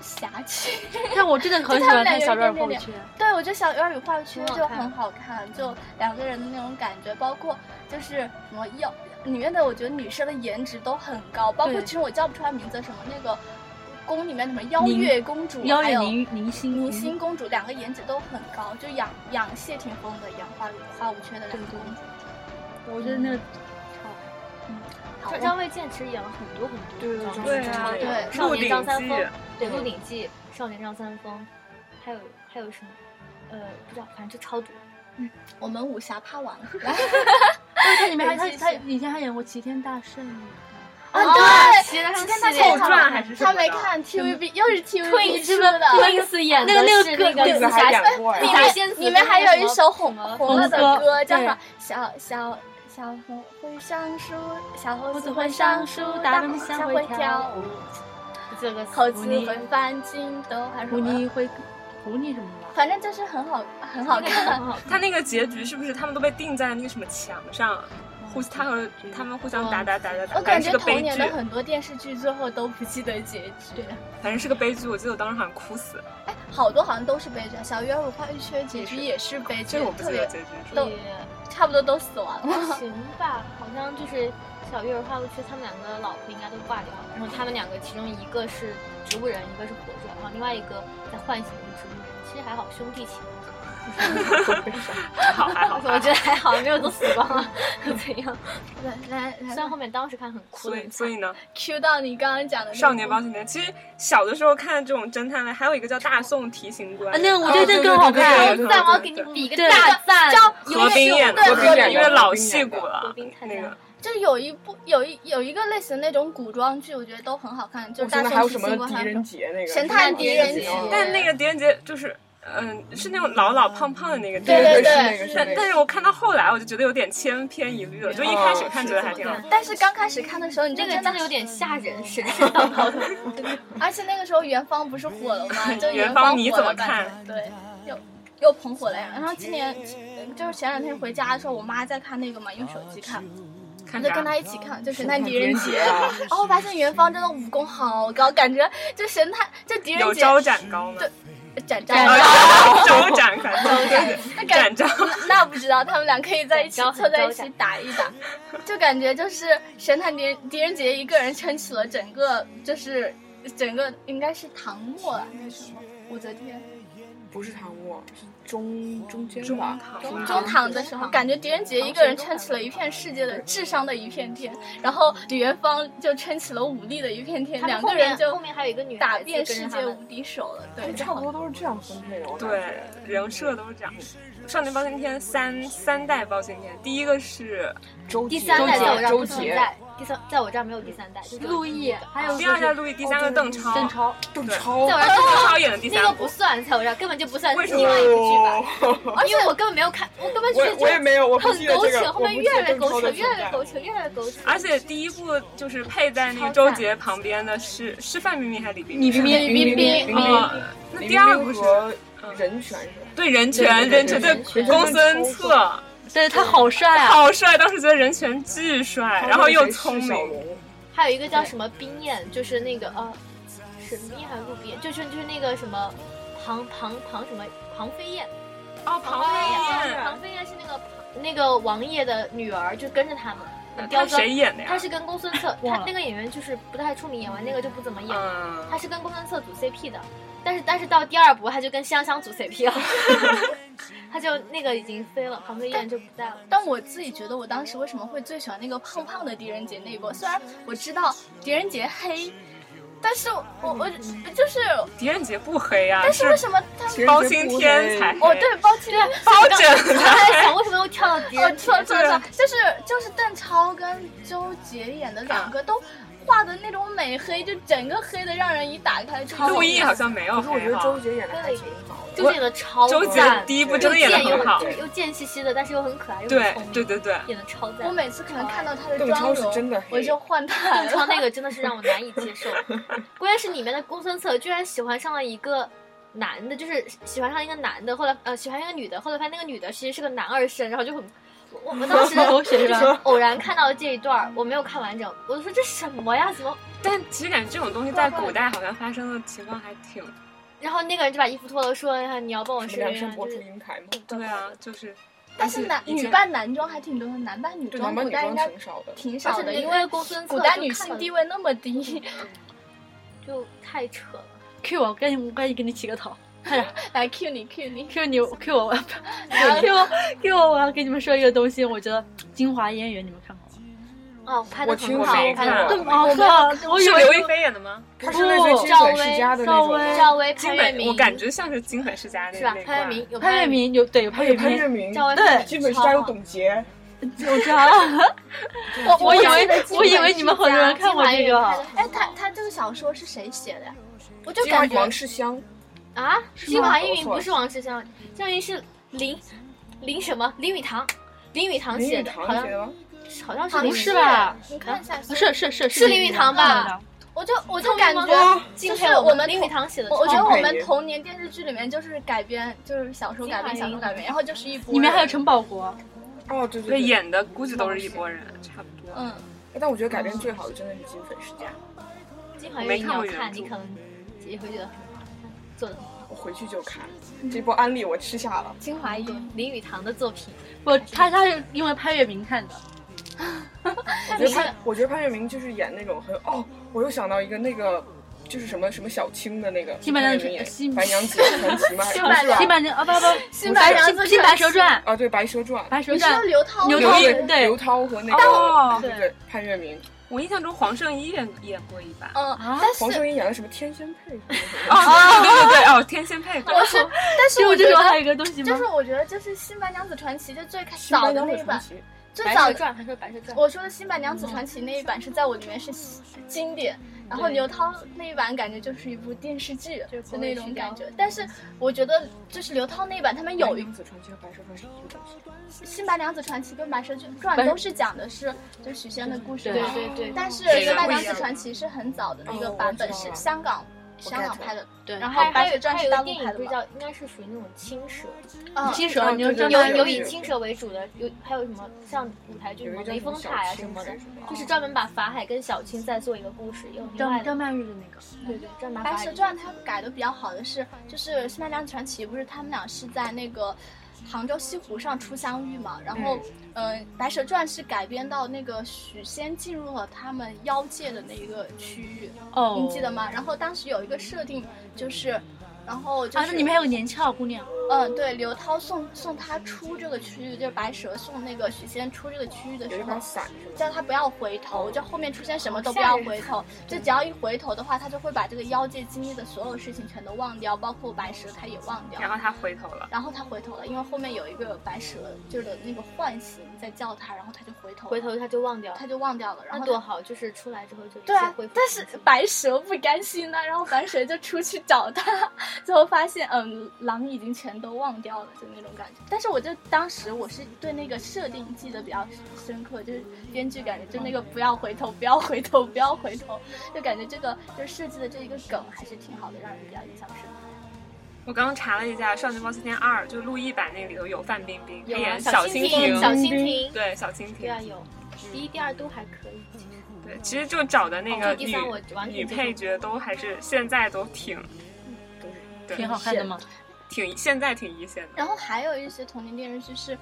[SPEAKER 2] 侠气。
[SPEAKER 5] 但我真的很喜欢看《小鱼儿与花无
[SPEAKER 2] 就
[SPEAKER 5] 缺
[SPEAKER 2] 他》。对，我觉得小鱼儿与花无缺
[SPEAKER 7] 很好
[SPEAKER 2] 就
[SPEAKER 7] 看
[SPEAKER 2] 很好看，就两个人的那种感觉，包括就是什么要里面的，我觉得女生的颜值都很高，包括
[SPEAKER 5] 对
[SPEAKER 2] 其实我叫不出来名字，什么那个宫里面什么邀
[SPEAKER 5] 宁
[SPEAKER 2] 月公主，
[SPEAKER 5] 邀
[SPEAKER 2] 还
[SPEAKER 5] 月
[SPEAKER 2] 有
[SPEAKER 5] 宁宁心
[SPEAKER 2] 明星公主，两个颜值都很高，就养养谢霆锋的，养花花无缺的两个公主。
[SPEAKER 5] 我觉得 那个
[SPEAKER 2] 好
[SPEAKER 7] 张张卫健其实演了很多很多
[SPEAKER 4] 对
[SPEAKER 7] 张
[SPEAKER 4] 对
[SPEAKER 7] 卫健
[SPEAKER 6] 啊
[SPEAKER 2] 对
[SPEAKER 7] 少
[SPEAKER 6] 鹿
[SPEAKER 7] 年
[SPEAKER 6] 鼎
[SPEAKER 7] 张三
[SPEAKER 6] 记
[SPEAKER 7] 丰，对《鹿
[SPEAKER 4] 嗯
[SPEAKER 7] 鼎记》《少年张三丰》，还有还有什么？呃，不知道，反正就超多。
[SPEAKER 2] 我们武侠趴完了，来
[SPEAKER 5] 他里面还他
[SPEAKER 2] 对
[SPEAKER 5] 他
[SPEAKER 2] 谢谢
[SPEAKER 5] 以前还演过《齐天大圣》，
[SPEAKER 2] 啊， 啊，
[SPEAKER 7] 哦
[SPEAKER 2] 对，
[SPEAKER 7] 齐德上
[SPEAKER 2] 今天
[SPEAKER 7] 系
[SPEAKER 2] 他
[SPEAKER 7] 列
[SPEAKER 6] 后
[SPEAKER 2] 现场
[SPEAKER 6] 传还是什
[SPEAKER 2] 他
[SPEAKER 6] 么的
[SPEAKER 2] 没看 TVB，又是 TVB 出的。
[SPEAKER 7] Twins Twins 演的
[SPEAKER 5] 那个
[SPEAKER 7] 是
[SPEAKER 5] 那个
[SPEAKER 7] 那个
[SPEAKER 5] 对
[SPEAKER 7] 紫
[SPEAKER 4] 还
[SPEAKER 7] 霞
[SPEAKER 4] 演过呀
[SPEAKER 2] 里
[SPEAKER 7] 紫霞
[SPEAKER 2] 面
[SPEAKER 7] 仙子
[SPEAKER 2] 里面还有一首红红了的
[SPEAKER 5] 红
[SPEAKER 2] 歌，
[SPEAKER 5] 歌
[SPEAKER 2] 叫什么
[SPEAKER 5] 对？
[SPEAKER 2] 小小小红会上树，小猴
[SPEAKER 5] 猴
[SPEAKER 2] 子
[SPEAKER 5] 子
[SPEAKER 2] 会
[SPEAKER 5] 会
[SPEAKER 2] 上
[SPEAKER 5] 上
[SPEAKER 2] 树
[SPEAKER 5] 树，
[SPEAKER 2] 大
[SPEAKER 5] 大
[SPEAKER 2] 红
[SPEAKER 5] 红
[SPEAKER 2] 象
[SPEAKER 5] 象
[SPEAKER 2] 会
[SPEAKER 5] 会
[SPEAKER 2] 跳
[SPEAKER 5] 跳
[SPEAKER 2] 舞，
[SPEAKER 7] 这个
[SPEAKER 2] 猴
[SPEAKER 7] 狐
[SPEAKER 2] 子
[SPEAKER 7] 狸
[SPEAKER 2] 会翻筋斗，还是
[SPEAKER 5] 狐
[SPEAKER 2] 什么？
[SPEAKER 5] 狸会狐狸什么的吧？
[SPEAKER 2] 反正就是很好，很好
[SPEAKER 7] 那个很
[SPEAKER 2] 看。
[SPEAKER 7] 好
[SPEAKER 6] 他那个结局是不是他们都被定在那个什么墙上，互他和他们互相打打打打打，
[SPEAKER 2] 我
[SPEAKER 6] 反
[SPEAKER 2] 感
[SPEAKER 6] 正是
[SPEAKER 2] 觉
[SPEAKER 6] 个
[SPEAKER 2] 童
[SPEAKER 6] 悲剧
[SPEAKER 2] 年的，很多电视剧最后都不记得结局，
[SPEAKER 6] 反正是个悲剧。我记得我当时好像哭死了，
[SPEAKER 2] 哎，好多好像都是悲剧，《小鱼儿我快晕缺》结局也是悲剧
[SPEAKER 6] 这个我，不
[SPEAKER 2] 特
[SPEAKER 6] 记得
[SPEAKER 2] 别
[SPEAKER 6] 结局是什么。
[SPEAKER 2] 都差不多都死亡了。
[SPEAKER 7] 行吧，好像就是小月儿、花无缺他们两个老婆应该都挂掉了，然后他们两个其中一个是植物人，一个是火种，然后另外一个在唤醒一个植物人。其实还好，兄弟 情，
[SPEAKER 6] 还好还好，
[SPEAKER 7] 我觉得还好，没有都死 光了，又怎样？
[SPEAKER 6] 嗯
[SPEAKER 2] 来来
[SPEAKER 7] 虽
[SPEAKER 2] 来
[SPEAKER 7] 然后面当时看很哭
[SPEAKER 6] 所
[SPEAKER 7] 的
[SPEAKER 6] 以
[SPEAKER 7] 很
[SPEAKER 6] 所
[SPEAKER 7] 惨
[SPEAKER 6] 以，呢，
[SPEAKER 2] ，Q 到你刚刚讲的那个
[SPEAKER 6] 少年包青天，其实小的时候看这种侦探类，还有一个叫《大宋提刑官
[SPEAKER 5] 啊，》，那个我觉
[SPEAKER 6] 哦
[SPEAKER 5] 得
[SPEAKER 6] 对
[SPEAKER 5] 这
[SPEAKER 6] 对
[SPEAKER 5] 个更好
[SPEAKER 6] 对
[SPEAKER 5] 看。
[SPEAKER 6] 对对
[SPEAKER 7] 赞，我要
[SPEAKER 6] 对
[SPEAKER 7] 给你
[SPEAKER 6] 对
[SPEAKER 7] 比一个
[SPEAKER 5] 对
[SPEAKER 7] 大赞。
[SPEAKER 2] 叫
[SPEAKER 6] 何冰演的，
[SPEAKER 2] 对
[SPEAKER 6] 何冰演的，
[SPEAKER 2] 何冰
[SPEAKER 6] 因为老戏骨了
[SPEAKER 7] 何冰，太
[SPEAKER 6] 那
[SPEAKER 7] 赞
[SPEAKER 6] 个
[SPEAKER 7] 了。
[SPEAKER 2] 就是有一部有一有一个类型那种古装剧，我觉得都很好看，就
[SPEAKER 4] 我
[SPEAKER 2] 是
[SPEAKER 4] 记
[SPEAKER 2] 大
[SPEAKER 4] 得还有
[SPEAKER 2] 宋
[SPEAKER 4] 什
[SPEAKER 2] 提刑
[SPEAKER 4] 么
[SPEAKER 2] 官
[SPEAKER 4] 狄
[SPEAKER 2] 还有
[SPEAKER 4] 仁杰那个
[SPEAKER 2] 神探
[SPEAKER 7] 狄
[SPEAKER 2] 狄
[SPEAKER 7] 仁
[SPEAKER 2] 仁
[SPEAKER 7] 杰
[SPEAKER 2] 杰，
[SPEAKER 6] 但那个狄仁杰就是，嗯，是那种老老胖胖的那个狄
[SPEAKER 2] 对
[SPEAKER 6] 仁
[SPEAKER 2] 对
[SPEAKER 6] 杰。
[SPEAKER 4] 对
[SPEAKER 2] 对
[SPEAKER 4] 是那个 是
[SPEAKER 6] 但
[SPEAKER 4] 那
[SPEAKER 6] 但
[SPEAKER 4] 个。
[SPEAKER 6] 是我看到后来，我就觉得有点千篇一律了。就一开始看觉得还挺好，
[SPEAKER 2] 但是刚开始看的时候，你就
[SPEAKER 7] 这个
[SPEAKER 2] 真
[SPEAKER 7] 真
[SPEAKER 2] 的嗯
[SPEAKER 7] 的有点吓人，神 神叨叨的。
[SPEAKER 2] 而且那个时候元芳不是火了吗？就
[SPEAKER 6] 元芳
[SPEAKER 2] 芳
[SPEAKER 6] 你
[SPEAKER 2] 火
[SPEAKER 6] 怎
[SPEAKER 2] 了
[SPEAKER 6] 么
[SPEAKER 2] 感
[SPEAKER 6] 看
[SPEAKER 2] 觉对，又又捧火了呀。然后今年就是前两天回家的时候，我妈在看那个嘛，用手机看，我
[SPEAKER 6] 看
[SPEAKER 2] 就跟
[SPEAKER 6] 啥
[SPEAKER 2] 她？一起看，就《神探狄
[SPEAKER 4] 狄
[SPEAKER 2] 仁
[SPEAKER 4] 仁
[SPEAKER 2] 杰
[SPEAKER 4] 杰》啊。
[SPEAKER 2] 然后发现元芳真的武功好高，感觉就神探就狄仁
[SPEAKER 6] 有
[SPEAKER 2] 杰
[SPEAKER 6] 招展高吗？
[SPEAKER 2] 展
[SPEAKER 6] 啊
[SPEAKER 2] 战，
[SPEAKER 6] 招展高，
[SPEAKER 2] 那 感
[SPEAKER 6] 展昭。
[SPEAKER 2] 那不知道，他们俩可以在一起
[SPEAKER 7] 很
[SPEAKER 2] 凑在一
[SPEAKER 7] 招
[SPEAKER 2] 起
[SPEAKER 7] 展
[SPEAKER 2] 打一打，就感觉就是神探狄仁狄仁杰一个人撑起了整个，就是整个应该是唐末了还是什么武则天
[SPEAKER 4] 不是唐末，是中中间吧？
[SPEAKER 6] 中
[SPEAKER 2] 中唐的时候，感觉狄仁杰一个人撑起了一片世界的智商的一片天，然后李元芳就撑起了武力的一片天，
[SPEAKER 7] 他们
[SPEAKER 2] 两
[SPEAKER 7] 后
[SPEAKER 2] 个
[SPEAKER 7] 面
[SPEAKER 2] 人就
[SPEAKER 7] 后面还有一个女
[SPEAKER 2] 打
[SPEAKER 7] 孩子
[SPEAKER 2] 遍
[SPEAKER 7] 跟
[SPEAKER 2] 世
[SPEAKER 7] 着他
[SPEAKER 2] 界
[SPEAKER 7] 们
[SPEAKER 2] 无敌手了，对。
[SPEAKER 4] 差不多都是这样分配的，我感
[SPEAKER 6] 对
[SPEAKER 4] 觉。，
[SPEAKER 6] 人设都是这样。少年包青天三三代包青天，第一个是，
[SPEAKER 4] 周
[SPEAKER 7] 第
[SPEAKER 4] 杰
[SPEAKER 7] 三代在我这儿
[SPEAKER 4] 周
[SPEAKER 7] 不存
[SPEAKER 4] 杰，
[SPEAKER 7] 在，第三在我这儿没有第三代，就只有
[SPEAKER 5] 陆毅，还有
[SPEAKER 7] 哦
[SPEAKER 6] 第二代陆毅，第三个邓超，
[SPEAKER 5] 邓超，
[SPEAKER 4] 邓
[SPEAKER 6] 对
[SPEAKER 4] 超
[SPEAKER 7] 在我这儿
[SPEAKER 6] 邓
[SPEAKER 7] 正好
[SPEAKER 6] 超演的第
[SPEAKER 7] 那个
[SPEAKER 6] 三
[SPEAKER 7] 不
[SPEAKER 6] 部，
[SPEAKER 7] 算，在我这儿根本就不算
[SPEAKER 6] 为什
[SPEAKER 7] 是
[SPEAKER 6] 么
[SPEAKER 7] 另外一个 剧吧，
[SPEAKER 4] 哦
[SPEAKER 7] 因为我根本没有看，我根本 就
[SPEAKER 4] 我
[SPEAKER 7] 是觉
[SPEAKER 4] 我也
[SPEAKER 7] 得
[SPEAKER 4] 没有，我不记
[SPEAKER 7] 很
[SPEAKER 4] 得
[SPEAKER 7] 狗
[SPEAKER 4] 这
[SPEAKER 7] 血，
[SPEAKER 4] 个，
[SPEAKER 7] 后
[SPEAKER 4] 我不
[SPEAKER 7] 面
[SPEAKER 4] 记
[SPEAKER 7] 越
[SPEAKER 4] 得
[SPEAKER 7] 来
[SPEAKER 4] 邓
[SPEAKER 7] 越狗
[SPEAKER 4] 超
[SPEAKER 7] 血，
[SPEAKER 4] 的
[SPEAKER 7] 越来
[SPEAKER 4] 存
[SPEAKER 7] 越
[SPEAKER 4] 在
[SPEAKER 7] 狗血，越来越狗血。
[SPEAKER 4] 啊
[SPEAKER 6] 而且第一部就是配在那个周杰旁边的是是范冰冰还是李冰冰？
[SPEAKER 5] 李冰
[SPEAKER 4] 冰
[SPEAKER 5] 冰，
[SPEAKER 4] 冰
[SPEAKER 6] 冰啊，那第二部是
[SPEAKER 4] 和
[SPEAKER 6] 嗯
[SPEAKER 4] 人权是吧？
[SPEAKER 6] 对人权，人权对公孙策，
[SPEAKER 5] 对他好帅啊！
[SPEAKER 6] 好帅，当时觉得人权巨
[SPEAKER 4] 哎
[SPEAKER 6] 帅，然后又聪
[SPEAKER 4] 还有谁是
[SPEAKER 6] 明，
[SPEAKER 4] 小龙
[SPEAKER 7] 还有一个叫什么冰燕，就是那个呃，沈冰还是陆冰，就是就是那个什么庞庞庞什么庞飞燕，
[SPEAKER 6] 哦，庞飞燕，
[SPEAKER 7] 庞飞燕是那个那个王爷的女儿，就跟着他们。
[SPEAKER 6] 他
[SPEAKER 7] 刁钻
[SPEAKER 6] 谁，演的呀？
[SPEAKER 7] 他是跟公孙 策，
[SPEAKER 5] 忘
[SPEAKER 7] 他
[SPEAKER 5] 了
[SPEAKER 7] 那个演员就是不太出名，演完那个就不怎么演了。
[SPEAKER 6] 嗯，
[SPEAKER 7] 他是跟公孙策组 CP 的，但是但是到第二部他就跟香香组 CP 了，他就那个已经飞了，庞飞燕就不在了。
[SPEAKER 2] 但我自己觉得，我当时为什么会最喜欢那个胖胖的狄仁杰那一波？虽然我知道狄仁杰黑，但是我我就是，
[SPEAKER 6] 狄仁杰不黑啊，
[SPEAKER 2] 但是为什么他们？
[SPEAKER 4] 狄仁杰
[SPEAKER 6] 包青天才
[SPEAKER 4] 不
[SPEAKER 2] 哦，对，抱歉，
[SPEAKER 6] 包拯
[SPEAKER 7] 我还在
[SPEAKER 6] 才
[SPEAKER 7] 想为什么又跳到敌
[SPEAKER 2] 哦，
[SPEAKER 7] 人
[SPEAKER 2] 错了错
[SPEAKER 6] 对
[SPEAKER 2] 了
[SPEAKER 6] 啊，
[SPEAKER 2] 就是就是邓超跟周杰演的两个都画的那种美黑，就整个黑的让人一打开就
[SPEAKER 6] 陆毅好像没有
[SPEAKER 4] 可是我觉
[SPEAKER 6] 黑
[SPEAKER 4] 得周
[SPEAKER 6] 哈，
[SPEAKER 4] 杰演的还挺好的。
[SPEAKER 7] 就演的超
[SPEAKER 6] 周杰
[SPEAKER 7] 赞，
[SPEAKER 6] 第一部
[SPEAKER 7] 又
[SPEAKER 6] 真的演的
[SPEAKER 7] 贱又
[SPEAKER 6] 很好，
[SPEAKER 7] 又贱兮兮的，但是又很可爱，又
[SPEAKER 6] 对
[SPEAKER 7] 很聪明，
[SPEAKER 6] 对对对，
[SPEAKER 7] 演的超
[SPEAKER 2] 我
[SPEAKER 7] 赞。
[SPEAKER 2] 每次可能看到他的
[SPEAKER 4] 邓
[SPEAKER 2] 妆
[SPEAKER 4] 超是
[SPEAKER 2] 容，
[SPEAKER 4] 真的
[SPEAKER 2] 我
[SPEAKER 4] 黑，
[SPEAKER 2] 就换他
[SPEAKER 7] 邓超
[SPEAKER 2] 了。
[SPEAKER 7] 那个真的是让我难以接受，关键是里面的公孙策居然喜欢上了一个男的，就是喜欢上一个男的，后来呃喜欢一个女的，后来发现那个女的其实是个男二生，然后就很。我我我当时
[SPEAKER 5] 狗血是
[SPEAKER 7] 就
[SPEAKER 5] 吧
[SPEAKER 7] 是偶然看到这一段儿，我没有看完整，我就说这什么呀？怎么？
[SPEAKER 6] 但其实感觉这种东西在古代好像发生的情况还挺，
[SPEAKER 7] 然后那个人就把衣服脱了，说哎你要帮我
[SPEAKER 4] 什
[SPEAKER 7] 试
[SPEAKER 4] 么梁
[SPEAKER 7] 试
[SPEAKER 4] 山
[SPEAKER 7] 啊
[SPEAKER 4] 伯
[SPEAKER 7] 就
[SPEAKER 4] 祝
[SPEAKER 7] 是
[SPEAKER 4] 英台嘛，
[SPEAKER 6] 对啊，就是，
[SPEAKER 2] 但是男
[SPEAKER 6] 以前
[SPEAKER 2] 女扮男装还挺多的，男扮女
[SPEAKER 4] 对，
[SPEAKER 2] 装
[SPEAKER 4] 男扮
[SPEAKER 2] 古
[SPEAKER 4] 女
[SPEAKER 2] 代应
[SPEAKER 4] 装
[SPEAKER 2] 该
[SPEAKER 4] 挺少的。
[SPEAKER 2] 挺
[SPEAKER 7] 而
[SPEAKER 2] 少
[SPEAKER 7] 且
[SPEAKER 2] 的，
[SPEAKER 7] 那
[SPEAKER 2] 因
[SPEAKER 7] 个
[SPEAKER 2] 为
[SPEAKER 7] 公孙策
[SPEAKER 2] 古代
[SPEAKER 7] 就
[SPEAKER 2] 女
[SPEAKER 7] 看
[SPEAKER 2] 性
[SPEAKER 7] 了
[SPEAKER 2] 地位那么低。
[SPEAKER 7] 就太扯了。
[SPEAKER 5] Q 我，赶紧我赶紧给你起个头。快点
[SPEAKER 2] 来 Q 你 Q 你，
[SPEAKER 5] Q 你 Q 我，Q 我 Q 我，我要给你们说一个东西，我觉得《京华烟云》你们看过吗？
[SPEAKER 7] 哦，拍
[SPEAKER 4] 我
[SPEAKER 7] 的很
[SPEAKER 4] 听
[SPEAKER 7] 好，
[SPEAKER 6] 说
[SPEAKER 2] 哎
[SPEAKER 7] 拍的
[SPEAKER 6] 过
[SPEAKER 7] 很好。
[SPEAKER 5] 啊，
[SPEAKER 2] 哦
[SPEAKER 5] 我我
[SPEAKER 6] 是
[SPEAKER 5] 以
[SPEAKER 6] 刘
[SPEAKER 5] 为
[SPEAKER 6] 亦菲演的吗？
[SPEAKER 4] 他是类似于金粉世家的那
[SPEAKER 5] 赵
[SPEAKER 4] 种
[SPEAKER 5] 薇
[SPEAKER 4] 吗，
[SPEAKER 7] 赵薇、
[SPEAKER 6] 金
[SPEAKER 7] 潘粤
[SPEAKER 6] 本，
[SPEAKER 7] 明，
[SPEAKER 6] 我感觉像是金粉世家那
[SPEAKER 7] 是吧
[SPEAKER 6] 那？
[SPEAKER 7] 潘粤
[SPEAKER 6] 块。
[SPEAKER 7] 明有
[SPEAKER 5] 潘粤，明有对有潘
[SPEAKER 4] 而且
[SPEAKER 5] 粤
[SPEAKER 4] 潘粤
[SPEAKER 5] 明，
[SPEAKER 4] 明、
[SPEAKER 7] 赵薇
[SPEAKER 5] 对
[SPEAKER 4] 金粉世家有董洁，
[SPEAKER 5] 我知 道了。我我以为我以为你们很多人看过这个，
[SPEAKER 2] 哎，他他这个小说是谁写的呀？我就
[SPEAKER 4] 因
[SPEAKER 2] 感
[SPEAKER 4] 为
[SPEAKER 2] 觉
[SPEAKER 4] 王世襄，
[SPEAKER 7] 啊，
[SPEAKER 4] 是
[SPEAKER 7] 新
[SPEAKER 4] 吗
[SPEAKER 7] 华
[SPEAKER 4] 我
[SPEAKER 7] 一云
[SPEAKER 4] 错
[SPEAKER 7] 不
[SPEAKER 4] 了
[SPEAKER 7] 是王世襄，江云是林林什么林语堂，林语堂
[SPEAKER 4] 林
[SPEAKER 7] 写
[SPEAKER 4] 语
[SPEAKER 7] 的，
[SPEAKER 4] 堂
[SPEAKER 7] 好像
[SPEAKER 4] 写的吗？
[SPEAKER 7] 好像是
[SPEAKER 2] 好像
[SPEAKER 7] 林
[SPEAKER 5] 不
[SPEAKER 7] 语
[SPEAKER 5] 是
[SPEAKER 7] 堂
[SPEAKER 5] 吧？
[SPEAKER 2] 啊你看一下，
[SPEAKER 5] 是是是
[SPEAKER 7] 是林语堂吧
[SPEAKER 5] 看得到
[SPEAKER 2] 我就我就
[SPEAKER 7] 聪明
[SPEAKER 2] 感
[SPEAKER 7] 吗
[SPEAKER 2] 觉就
[SPEAKER 7] 敬
[SPEAKER 2] 是
[SPEAKER 7] 佩
[SPEAKER 2] 我们
[SPEAKER 7] 林语堂写的
[SPEAKER 2] 我我觉得
[SPEAKER 7] 创
[SPEAKER 2] 我
[SPEAKER 7] 作
[SPEAKER 2] 们童年电视剧里面就是改编，就是小说改编，小说改编，然后就是一波人。
[SPEAKER 5] 里面还有陈宝国，
[SPEAKER 4] 哦，对对
[SPEAKER 6] 对，
[SPEAKER 4] 对。
[SPEAKER 6] 演的估计都是一拨人，差不多。
[SPEAKER 2] 嗯，
[SPEAKER 4] 但我觉得改编最好的真的是《金粉世家》，
[SPEAKER 7] 金华
[SPEAKER 6] 我
[SPEAKER 7] 一
[SPEAKER 6] 没
[SPEAKER 7] 云你
[SPEAKER 6] 看
[SPEAKER 7] 要
[SPEAKER 6] 过原
[SPEAKER 7] 看，你
[SPEAKER 6] 著
[SPEAKER 7] 可能也会觉得很好看，做的
[SPEAKER 4] 我回去就看。
[SPEAKER 7] 嗯
[SPEAKER 4] 这波安利我吃下了，
[SPEAKER 7] 金华一云嗯林语堂的作品，
[SPEAKER 5] 不，他他是因为潘粤明看的。
[SPEAKER 4] 我觉得潘，我觉得潘粤明就是演那种很哦，我又想到一个那个。就是什么什么小青的那个
[SPEAKER 5] 新白娘
[SPEAKER 4] 潘粤明演
[SPEAKER 5] 新
[SPEAKER 4] 白娘 子传奇吗？
[SPEAKER 2] 呃新
[SPEAKER 4] 不
[SPEAKER 2] 白
[SPEAKER 4] 是吧
[SPEAKER 5] 新白娘啊不不不，
[SPEAKER 2] 新白娘子
[SPEAKER 5] 新白蛇传，
[SPEAKER 4] 啊，对《白蛇传》
[SPEAKER 5] 白蛇
[SPEAKER 2] 你说
[SPEAKER 5] 传，
[SPEAKER 2] 刘涛
[SPEAKER 5] 刘
[SPEAKER 4] 刘
[SPEAKER 5] 涛
[SPEAKER 4] 亦
[SPEAKER 5] 对
[SPEAKER 4] 刘涛和那
[SPEAKER 5] 哦
[SPEAKER 4] 个对对潘粤明，
[SPEAKER 6] 我印象中黄圣依演演过一版。
[SPEAKER 2] 嗯，
[SPEAKER 5] 啊
[SPEAKER 2] 但
[SPEAKER 4] 黄
[SPEAKER 2] 是
[SPEAKER 4] 圣依演的什么天仙配什么什么
[SPEAKER 6] 哦，对对对对，哦，天仙配
[SPEAKER 2] 我是， 但是
[SPEAKER 5] 就
[SPEAKER 2] 我
[SPEAKER 5] 我
[SPEAKER 2] 觉
[SPEAKER 5] 这时候还有
[SPEAKER 2] 得
[SPEAKER 5] 一个东西吗？
[SPEAKER 2] 就是我觉得就是《新白娘子传奇》就最开
[SPEAKER 4] 新白
[SPEAKER 2] 早的
[SPEAKER 4] 娘
[SPEAKER 2] 那
[SPEAKER 4] 子
[SPEAKER 2] 一
[SPEAKER 4] 传
[SPEAKER 2] 版，
[SPEAKER 4] 奇，
[SPEAKER 2] 最
[SPEAKER 7] 白
[SPEAKER 2] 早
[SPEAKER 7] 蛇
[SPEAKER 2] 的
[SPEAKER 7] 传，他说白蛇传，
[SPEAKER 2] 我说的《新白娘子传奇》那一版是在我里面是经典，然后
[SPEAKER 7] 对
[SPEAKER 2] 刘涛那一版感觉就是一部电视剧，
[SPEAKER 7] 就
[SPEAKER 2] 就是
[SPEAKER 7] 不
[SPEAKER 2] 那
[SPEAKER 7] 会
[SPEAKER 2] 种
[SPEAKER 7] 去
[SPEAKER 2] 感
[SPEAKER 7] 聊
[SPEAKER 2] 觉。但是我觉得就是刘涛那一版，他们有
[SPEAKER 4] 白
[SPEAKER 2] 一
[SPEAKER 4] 娘子传奇和白蛇传是一个东西。
[SPEAKER 2] 《新白娘子传奇》跟《白蛇传
[SPEAKER 5] 白》
[SPEAKER 2] 都是讲的是就是许仙的故事
[SPEAKER 7] 对
[SPEAKER 2] 嘛。
[SPEAKER 7] 对对，
[SPEAKER 2] 但是
[SPEAKER 6] 对
[SPEAKER 2] 《新白
[SPEAKER 6] 不一
[SPEAKER 2] 娘子
[SPEAKER 6] 样
[SPEAKER 2] 传奇》是很早的一个
[SPEAKER 4] 哦
[SPEAKER 2] 版本，
[SPEAKER 4] 我知道
[SPEAKER 2] 是
[SPEAKER 4] 了
[SPEAKER 2] 香港
[SPEAKER 4] 我
[SPEAKER 2] 香港
[SPEAKER 4] get 了
[SPEAKER 2] 拍的。
[SPEAKER 5] 对
[SPEAKER 2] 然
[SPEAKER 7] 还
[SPEAKER 2] 后
[SPEAKER 7] 哦还
[SPEAKER 2] 白
[SPEAKER 7] 有
[SPEAKER 2] 蛇传
[SPEAKER 7] 还
[SPEAKER 2] 是
[SPEAKER 7] 有一
[SPEAKER 2] 大
[SPEAKER 7] 个
[SPEAKER 2] 陆
[SPEAKER 7] 电
[SPEAKER 2] 拍
[SPEAKER 7] 影
[SPEAKER 2] 的
[SPEAKER 7] 不是
[SPEAKER 2] 吧？
[SPEAKER 7] 叫应该是属于那种青蛇，
[SPEAKER 2] 嗯，
[SPEAKER 5] 金蛇，你就知道
[SPEAKER 7] 有
[SPEAKER 4] 对
[SPEAKER 7] 有
[SPEAKER 4] 对
[SPEAKER 7] 以
[SPEAKER 4] 对
[SPEAKER 7] 青蛇为主的，有还有什么像舞台剧
[SPEAKER 4] 有
[SPEAKER 7] 什
[SPEAKER 4] 一
[SPEAKER 7] 么
[SPEAKER 4] 个叫什
[SPEAKER 7] 雷
[SPEAKER 4] 么小
[SPEAKER 7] 峰塔呀
[SPEAKER 4] 青
[SPEAKER 7] 什么的
[SPEAKER 4] 蛇什么，哦
[SPEAKER 7] 就是专门把法海跟小青再做一个故事，用另
[SPEAKER 5] 张
[SPEAKER 7] 外的
[SPEAKER 5] 张曼玉的那个，
[SPEAKER 7] 对对专门
[SPEAKER 2] 《
[SPEAKER 7] 把
[SPEAKER 2] 白
[SPEAKER 7] 法海
[SPEAKER 2] 蛇传》它改的比较好的是，就是《新白娘子传奇》，不是他们俩是在那个杭州西湖上初相遇嘛？然后，嗯，《白蛇传》是改编到那个许仙进入了他们妖界的那一个区域，
[SPEAKER 5] 哦，
[SPEAKER 2] 你记得？吗？然后当时有一个设定就是，然后就
[SPEAKER 5] 啊，
[SPEAKER 2] 是
[SPEAKER 5] 那里面还有年俏姑娘，
[SPEAKER 2] 嗯，对，刘涛送送他出这个区域，就是白蛇送那个许仙出这个区域的
[SPEAKER 4] 有
[SPEAKER 2] 时
[SPEAKER 4] 一
[SPEAKER 2] 候
[SPEAKER 4] 把，伞是吗？
[SPEAKER 2] 叫他不要回头，就后面出现什么都不要回
[SPEAKER 5] 啊
[SPEAKER 2] 头，就只要一回头的话，他就会把这个妖界经历的所有事情全都忘掉，包括白蛇他也忘掉。
[SPEAKER 6] 然后他回头了。
[SPEAKER 2] 然后他回头了，因为后面有一个白蛇就是那个唤醒在叫他，然后他就回头了，
[SPEAKER 7] 回头他就忘掉了
[SPEAKER 2] 他，就忘掉了，然
[SPEAKER 7] 那
[SPEAKER 2] 后
[SPEAKER 7] 多
[SPEAKER 2] 他。
[SPEAKER 7] 好，就是出来之后就
[SPEAKER 2] 对
[SPEAKER 7] 直
[SPEAKER 2] 啊
[SPEAKER 7] 接恢，复
[SPEAKER 2] 但
[SPEAKER 7] 平
[SPEAKER 2] 是
[SPEAKER 7] 静
[SPEAKER 2] 白蛇不甘心呐、然后白蛇就出去找他， 最后发现，嗯，狼已经全都忘掉了，就那种感觉。但是我就当时我是对那个设定记得比较深刻，就是编剧感觉就那个不要回头，不要回头，不要回头，就感觉这个就是设计的这一个梗还是挺好的，让人比较印象深刻。
[SPEAKER 6] 我刚刚查了一下，《少年包青天二》就陆毅版那个里头有范冰冰，她
[SPEAKER 7] 有啊
[SPEAKER 6] 演
[SPEAKER 7] 小
[SPEAKER 6] 蜻
[SPEAKER 7] 蜓，小蜻蜓，
[SPEAKER 6] 对小蜻
[SPEAKER 7] 嗯对啊
[SPEAKER 6] 蜓，
[SPEAKER 7] 有，第一第二都还可以，其实
[SPEAKER 6] 对，其实就找的那个
[SPEAKER 7] 哦第
[SPEAKER 6] 女
[SPEAKER 7] 三我完全
[SPEAKER 6] 女
[SPEAKER 7] 接受
[SPEAKER 6] 配角都还是现在都挺
[SPEAKER 4] 都是
[SPEAKER 6] 对
[SPEAKER 5] 挺好看的嘛。
[SPEAKER 6] 挺现在挺一线的。
[SPEAKER 2] 然后还有一些童年电视剧是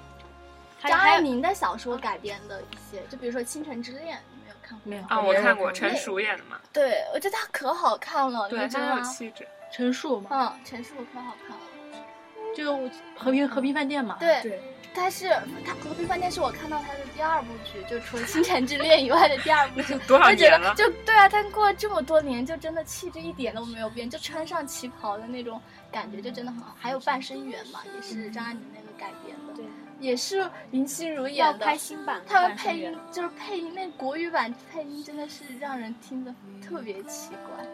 [SPEAKER 7] 还
[SPEAKER 2] 张
[SPEAKER 7] 还
[SPEAKER 2] 爱
[SPEAKER 7] 有
[SPEAKER 2] 玲的小说改编的一些，就比如说《倾城之恋》，你没有看过？
[SPEAKER 5] 没有
[SPEAKER 6] 啊，我看过
[SPEAKER 4] 对
[SPEAKER 6] 陈熟演的嘛，
[SPEAKER 2] 对，我觉得它可好看了，你
[SPEAKER 6] 对，
[SPEAKER 2] 们知
[SPEAKER 6] 她
[SPEAKER 2] 道
[SPEAKER 6] 很有
[SPEAKER 2] 吗？
[SPEAKER 6] 气质。。
[SPEAKER 5] 陈数嘛，
[SPEAKER 2] 嗯，陈述可好看了。
[SPEAKER 5] 这个我和平和平饭店嘛，
[SPEAKER 2] 对，
[SPEAKER 4] 对，
[SPEAKER 2] 但是他《和平饭店》是我看到他的第二部剧，就除了《倾城之恋》以外的第二部剧
[SPEAKER 6] 多少
[SPEAKER 2] 就觉
[SPEAKER 6] 年
[SPEAKER 2] 得
[SPEAKER 6] 了？
[SPEAKER 2] 就对啊，但过了这么多年，就真的气质一点都没有变，就穿上旗袍的那种感觉就真的很好。还有《半生缘》嘛，也是张爱玲那个改编的，
[SPEAKER 7] 嗯对，
[SPEAKER 2] 也是林心如
[SPEAKER 7] 要
[SPEAKER 2] 演的
[SPEAKER 7] 拍。新版了，
[SPEAKER 2] 他们
[SPEAKER 7] 半生
[SPEAKER 2] 配
[SPEAKER 7] 缘
[SPEAKER 2] 音就是配音，那国语版配音真的是让人听得特别奇怪。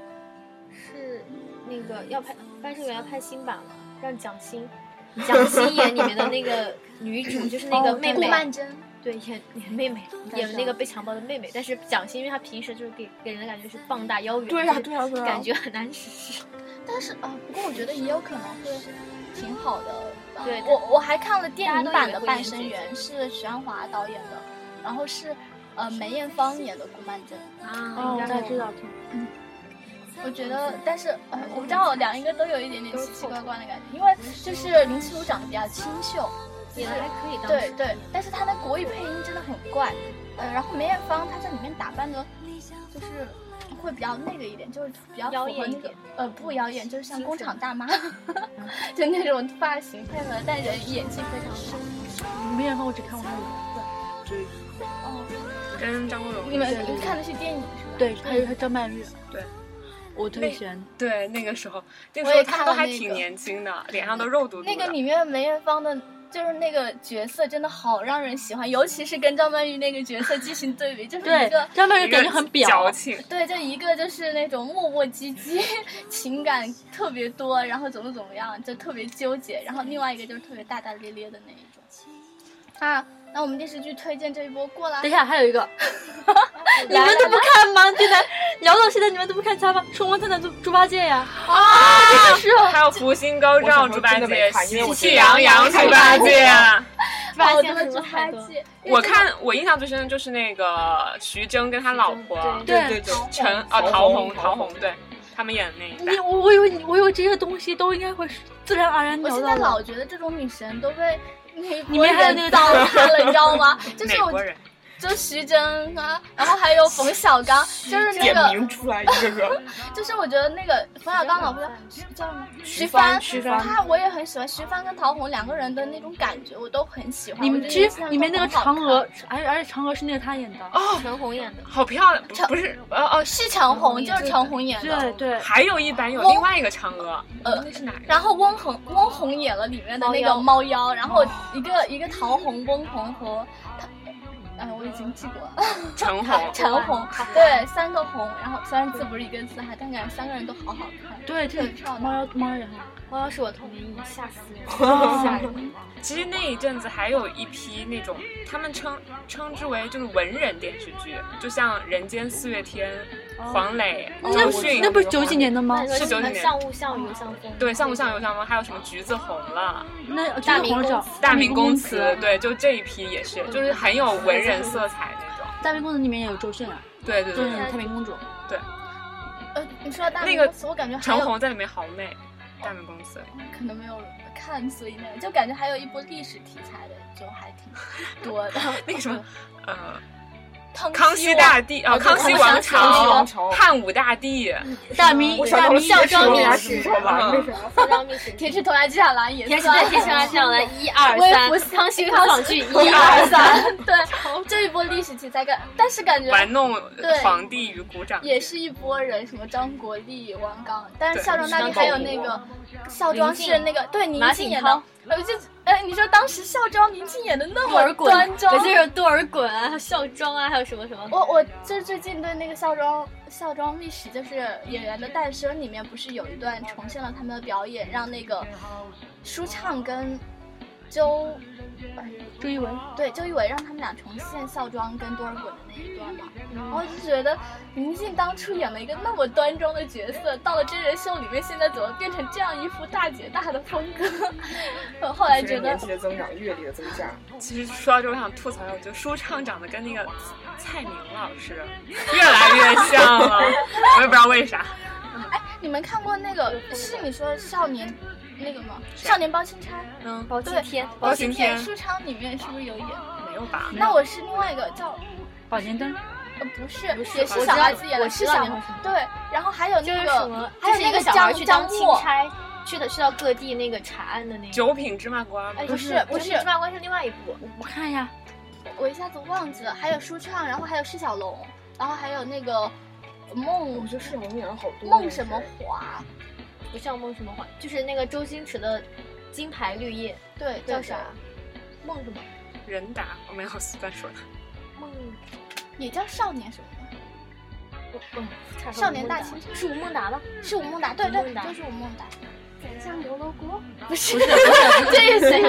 [SPEAKER 7] 是那个要拍《半生缘》要拍新版了，让蒋欣， 蒋欣演里面的那个女 主，就是那个妹
[SPEAKER 2] 哦顾
[SPEAKER 7] 妹，
[SPEAKER 2] 曼桢，
[SPEAKER 7] 对，演演妹妹，演那个被强暴的妹妹。但是蒋欣，因为她平时就是给给人的感觉是膀大腰圆，
[SPEAKER 4] 对
[SPEAKER 7] 呀、
[SPEAKER 4] 呀对呀啊对呀，
[SPEAKER 7] 感觉很难实施。
[SPEAKER 2] 但是啊、呃不过我觉得也有可能会挺好的吧。
[SPEAKER 7] 对
[SPEAKER 2] 我我还看了电影版的
[SPEAKER 7] 大家都以
[SPEAKER 2] 《
[SPEAKER 7] 为会
[SPEAKER 2] 半生
[SPEAKER 7] 是这
[SPEAKER 2] 缘》，是许鞍华导演的，然后是呃梅艳芳演的顾曼桢。
[SPEAKER 5] 哦，
[SPEAKER 7] 应
[SPEAKER 5] 我
[SPEAKER 7] 该
[SPEAKER 5] 才
[SPEAKER 7] 是
[SPEAKER 5] 知道，
[SPEAKER 2] 我觉得，但是呃，我不知道，两一个都有一点点奇奇怪怪的感觉，因为就是林心如长得比较清秀，
[SPEAKER 7] 演的还可以，当
[SPEAKER 2] 对
[SPEAKER 7] 时
[SPEAKER 2] 对，但是她的国语配音真的很怪。呃，然后梅艳芳她在里面打扮的，就是。会比较那个一点，就是比较符
[SPEAKER 7] 妖
[SPEAKER 2] 合
[SPEAKER 7] 艳一
[SPEAKER 2] 那个
[SPEAKER 7] 点
[SPEAKER 2] 呃不妖艳，就是像
[SPEAKER 7] 清
[SPEAKER 2] 工
[SPEAKER 7] 纯
[SPEAKER 2] 厂大妈， 就那种发型配合，但人演技非常好。
[SPEAKER 5] 梅艳芳我只看过她的名
[SPEAKER 2] 哦，
[SPEAKER 6] 跟张国荣
[SPEAKER 2] 你们
[SPEAKER 6] 一起
[SPEAKER 2] 你看的是电影是吧？
[SPEAKER 5] 字，对，还有她张曼玉，
[SPEAKER 6] 对，
[SPEAKER 5] 我特别喜欢，
[SPEAKER 6] 对那个时候，那个
[SPEAKER 2] 我
[SPEAKER 6] 时
[SPEAKER 2] 也
[SPEAKER 6] 候
[SPEAKER 2] 看
[SPEAKER 6] 他
[SPEAKER 2] 了
[SPEAKER 6] 都还
[SPEAKER 2] 那
[SPEAKER 6] 挺
[SPEAKER 2] 个
[SPEAKER 6] 年轻的，脸上都肉嘟嘟的。
[SPEAKER 2] 那个里面梅艳芳的就是那个角色真的好让人喜欢，尤其是跟张曼玉那个角色进行对比，就是一
[SPEAKER 5] 对
[SPEAKER 2] 个，
[SPEAKER 5] 张曼玉
[SPEAKER 6] 一个
[SPEAKER 5] 感觉很
[SPEAKER 6] 矫
[SPEAKER 5] 表，
[SPEAKER 6] 情，
[SPEAKER 2] 对，就一个就是那种磨磨唧唧， 情感特别多，然后怎么怎么样，就特别纠结。然后另外一个就是特别大大咧咧的那一种。啊，那我们电视剧推荐这一波过啦
[SPEAKER 5] 等一。下，还有一个， 你们都不看吗？竟 然聊到现在，你们都不看《加班春光灿烂猪猪八戒》呀？啊，是啊，
[SPEAKER 6] 还有福星高照
[SPEAKER 4] 哦我小时候
[SPEAKER 6] 猪八
[SPEAKER 4] 真的
[SPEAKER 6] 戒
[SPEAKER 4] 没，看因为我
[SPEAKER 6] 喜气
[SPEAKER 4] 觉得
[SPEAKER 6] 洋洋猪八戒。啊
[SPEAKER 7] 发
[SPEAKER 2] 好
[SPEAKER 7] 现
[SPEAKER 2] 多
[SPEAKER 7] 很
[SPEAKER 2] 猪
[SPEAKER 7] 多
[SPEAKER 2] 八
[SPEAKER 7] 很多
[SPEAKER 2] 戒，
[SPEAKER 6] 我看我印象最深的就是那个徐峥跟他老婆
[SPEAKER 5] 对
[SPEAKER 4] 对对，
[SPEAKER 6] 陈啊
[SPEAKER 4] 陶
[SPEAKER 6] 陶
[SPEAKER 4] 虹
[SPEAKER 6] 虹
[SPEAKER 4] 陶
[SPEAKER 6] 陶
[SPEAKER 4] 虹
[SPEAKER 6] 虹对，他们演的那一
[SPEAKER 5] 你
[SPEAKER 6] 版。
[SPEAKER 5] 我我以为你我以为这些东西都应该会自然而然
[SPEAKER 2] 我
[SPEAKER 5] 聊
[SPEAKER 2] 现
[SPEAKER 5] 到
[SPEAKER 2] 在
[SPEAKER 5] 的。
[SPEAKER 2] 老觉得这种女神都被美
[SPEAKER 5] 你
[SPEAKER 2] 国
[SPEAKER 5] 们还有那
[SPEAKER 2] 人
[SPEAKER 5] 个
[SPEAKER 2] 糟蹋了，你知 道吗？就是
[SPEAKER 6] 美
[SPEAKER 2] 我
[SPEAKER 6] 国人，
[SPEAKER 2] 就徐峥啊，然后还有冯小刚，就是那
[SPEAKER 4] 点
[SPEAKER 2] 个
[SPEAKER 4] 名出来一个个，
[SPEAKER 2] 就是我觉得那个冯小刚老婆叫什么徐帆，徐帆，他我也很喜欢徐帆跟陶虹两个人的那种感觉，我都很喜欢。
[SPEAKER 5] 你
[SPEAKER 2] 我
[SPEAKER 5] 们
[SPEAKER 2] 觉得
[SPEAKER 5] 知
[SPEAKER 2] 这些人
[SPEAKER 5] 里面那个
[SPEAKER 2] 都很好看
[SPEAKER 5] 嫦娥，而而且嫦娥是那个他演的，
[SPEAKER 7] 陈红演的，
[SPEAKER 6] 哦好漂亮，不
[SPEAKER 2] 陈
[SPEAKER 6] 不是呃呃，
[SPEAKER 2] 是陈红，就是陈红演
[SPEAKER 5] 对
[SPEAKER 2] 的，
[SPEAKER 5] 对，
[SPEAKER 6] 还有一版有
[SPEAKER 2] 我
[SPEAKER 6] 另外一个嫦娥，
[SPEAKER 2] 呃
[SPEAKER 6] 那是哪一个？
[SPEAKER 2] 然后翁虹翁虹演了里面的那个猫妖，然后一个一个陶虹、翁虹和他，哎，我已经记过 了。
[SPEAKER 5] 哦
[SPEAKER 6] 陈红，
[SPEAKER 2] 陈红，对，三个红，然后虽然字不是一个字哈，但感觉三个人都好好看。
[SPEAKER 5] 对，这
[SPEAKER 2] 很漂亮
[SPEAKER 5] 个猫妖猫妖也很好
[SPEAKER 7] 猫妖是我童年阴影，吓死人，吓人。
[SPEAKER 6] 其实那一阵子还有一批那种，他们称称之为就是文人电视剧，就像《人间四月天》黄磊、
[SPEAKER 5] 哦那
[SPEAKER 6] 周
[SPEAKER 5] 不
[SPEAKER 6] 迅
[SPEAKER 5] 那，不是九几年的吗
[SPEAKER 7] 那？你
[SPEAKER 6] 是
[SPEAKER 7] 说
[SPEAKER 6] 九几
[SPEAKER 7] 什么
[SPEAKER 6] 年
[SPEAKER 7] 像雾像雨又像风？
[SPEAKER 6] 对，像不像有像吗？还有什么橘子红了、
[SPEAKER 5] 那就是
[SPEAKER 7] 大明
[SPEAKER 5] 黄
[SPEAKER 7] 宫
[SPEAKER 5] 晓
[SPEAKER 7] 词
[SPEAKER 6] 大明宫
[SPEAKER 5] 词，
[SPEAKER 6] 词，嗯对，就这一批也是，就是很有文人色彩那种。
[SPEAKER 5] 大明宫词里面也有周迅啊，
[SPEAKER 6] 对
[SPEAKER 7] 嗯
[SPEAKER 6] 对
[SPEAKER 5] 周
[SPEAKER 6] 对
[SPEAKER 5] 迅
[SPEAKER 6] 对，
[SPEAKER 5] 演太平公 主。
[SPEAKER 2] 呃，你说到大
[SPEAKER 6] 那
[SPEAKER 2] 明
[SPEAKER 6] 个
[SPEAKER 2] 宫词，我感觉还
[SPEAKER 6] 陈
[SPEAKER 2] 有
[SPEAKER 6] 红在里面好美，大明宫词里。
[SPEAKER 2] 可能没有看，所以那就感觉还有一波历史题材的，就还挺多的。
[SPEAKER 6] 那个什么，呃，
[SPEAKER 2] 康
[SPEAKER 6] 康熙大帝啊，
[SPEAKER 2] 我
[SPEAKER 6] 康熙
[SPEAKER 2] 我
[SPEAKER 6] 王
[SPEAKER 2] 想起来了
[SPEAKER 6] 朝
[SPEAKER 4] 王、朝
[SPEAKER 6] 汉武大帝，
[SPEAKER 5] 大明
[SPEAKER 4] 我想
[SPEAKER 5] 大
[SPEAKER 4] 到了
[SPEAKER 5] 明
[SPEAKER 4] 一
[SPEAKER 7] 孝
[SPEAKER 4] 个
[SPEAKER 7] 庄
[SPEAKER 4] 成
[SPEAKER 7] 历
[SPEAKER 4] 牙齿
[SPEAKER 7] 史
[SPEAKER 4] 上来，为什么？
[SPEAKER 7] 嚣张历史剧。
[SPEAKER 2] 铁齿铜牙纪晓岚也
[SPEAKER 7] 铁齿
[SPEAKER 2] 算
[SPEAKER 7] 对铁齿铜牙纪 晓岚，一二
[SPEAKER 2] 微
[SPEAKER 7] 三
[SPEAKER 2] 服，
[SPEAKER 7] 康熙和爽剧一
[SPEAKER 2] 一
[SPEAKER 7] 二
[SPEAKER 2] 二
[SPEAKER 7] 三，
[SPEAKER 2] 三，对，这一波历史题材感，但是感觉
[SPEAKER 6] 玩弄
[SPEAKER 2] 对
[SPEAKER 6] 皇帝与鼓掌，
[SPEAKER 2] 也是一波人，什么张国立、王刚，但是
[SPEAKER 6] 对
[SPEAKER 2] 孝庄大帝
[SPEAKER 7] 张
[SPEAKER 2] 还有
[SPEAKER 7] 国立
[SPEAKER 2] 那个孝庄是那个对宁
[SPEAKER 7] 马
[SPEAKER 2] 静
[SPEAKER 7] 景
[SPEAKER 2] 演
[SPEAKER 7] 涛
[SPEAKER 2] 的，我就哎，你说当时孝庄宁静演的 那
[SPEAKER 7] 多尔
[SPEAKER 2] 么
[SPEAKER 7] 衮，
[SPEAKER 2] 端庄
[SPEAKER 7] 对，，就是多尔衮啊，还有孝庄啊，还有什么什么。
[SPEAKER 5] 哦
[SPEAKER 2] 我我就是最近对那个孝庄孝庄历史，就是《演员的诞生》里面不是有一段重现了他们的表演，让那个舒畅跟周
[SPEAKER 5] 朱一文，
[SPEAKER 2] 对周一围让他们俩重现孝庄跟多尔衮的那一段嘛，然后就觉得宁静当初演了一个那么端庄的角色，到了真人秀里面，现在怎么变成这样一副大姐大的风格？ 我后来
[SPEAKER 4] 随
[SPEAKER 2] 觉
[SPEAKER 4] 着
[SPEAKER 2] 得
[SPEAKER 4] 年纪的增长，阅历的增加，
[SPEAKER 6] 其实说到这，我想吐槽一下，我觉得舒畅长得跟那个蔡明老师越来越像 了，我也不知道为啥。
[SPEAKER 2] 你们看过那个是你说少年那个吗？少年包青天，
[SPEAKER 6] 嗯，
[SPEAKER 7] 包青天，
[SPEAKER 6] 包青天
[SPEAKER 2] 舒畅里面是不是有演？
[SPEAKER 6] 没有吧？
[SPEAKER 2] 那我是另外一个叫
[SPEAKER 5] 宝莲灯，
[SPEAKER 2] 呃不是，
[SPEAKER 7] 是
[SPEAKER 2] 也是
[SPEAKER 7] 我知
[SPEAKER 2] 小
[SPEAKER 7] 道
[SPEAKER 2] 孩子演的，
[SPEAKER 7] 我
[SPEAKER 2] 是
[SPEAKER 7] 知
[SPEAKER 2] 小
[SPEAKER 7] 道
[SPEAKER 2] 孩
[SPEAKER 7] 那个是
[SPEAKER 2] 对，然后还有
[SPEAKER 7] 就
[SPEAKER 2] 那
[SPEAKER 7] 是
[SPEAKER 2] 个
[SPEAKER 7] 什么？
[SPEAKER 2] 还有
[SPEAKER 7] 就是一
[SPEAKER 2] 那
[SPEAKER 7] 个小孩
[SPEAKER 2] 张
[SPEAKER 7] 去
[SPEAKER 2] 张
[SPEAKER 7] 当钦
[SPEAKER 2] 默，
[SPEAKER 7] 差，去的去到各地那个查案的那个。
[SPEAKER 6] 九品芝麻官吗
[SPEAKER 7] 哎，
[SPEAKER 5] 不是
[SPEAKER 7] 不
[SPEAKER 2] 不
[SPEAKER 7] 是
[SPEAKER 2] 是
[SPEAKER 7] 芝麻官是另外一部，
[SPEAKER 5] 我看一下，
[SPEAKER 2] 我一下子忘记了，还有舒畅，然后还有释小龙，然后还有那个
[SPEAKER 4] 我
[SPEAKER 2] 孟
[SPEAKER 4] 觉得释红演了好多
[SPEAKER 2] 孟什么华，
[SPEAKER 7] 不叫梦什么话，就是那个周星驰的《金牌绿叶
[SPEAKER 2] 对，》
[SPEAKER 7] 叫
[SPEAKER 2] 对
[SPEAKER 7] 啥？？梦什么？
[SPEAKER 6] 人打，我没有随便说的。
[SPEAKER 7] 梦
[SPEAKER 2] 对也叫少年什么的，
[SPEAKER 7] 我嗯，差点
[SPEAKER 2] 少年
[SPEAKER 7] 忘
[SPEAKER 2] 大
[SPEAKER 7] 了
[SPEAKER 2] 清查
[SPEAKER 7] 是吴孟达吗？
[SPEAKER 2] 是吴孟达，对
[SPEAKER 7] 吴孟
[SPEAKER 2] 对，
[SPEAKER 7] 达
[SPEAKER 2] 就是吴孟达。
[SPEAKER 7] 像刘罗锅，
[SPEAKER 2] 不是， 这也 行。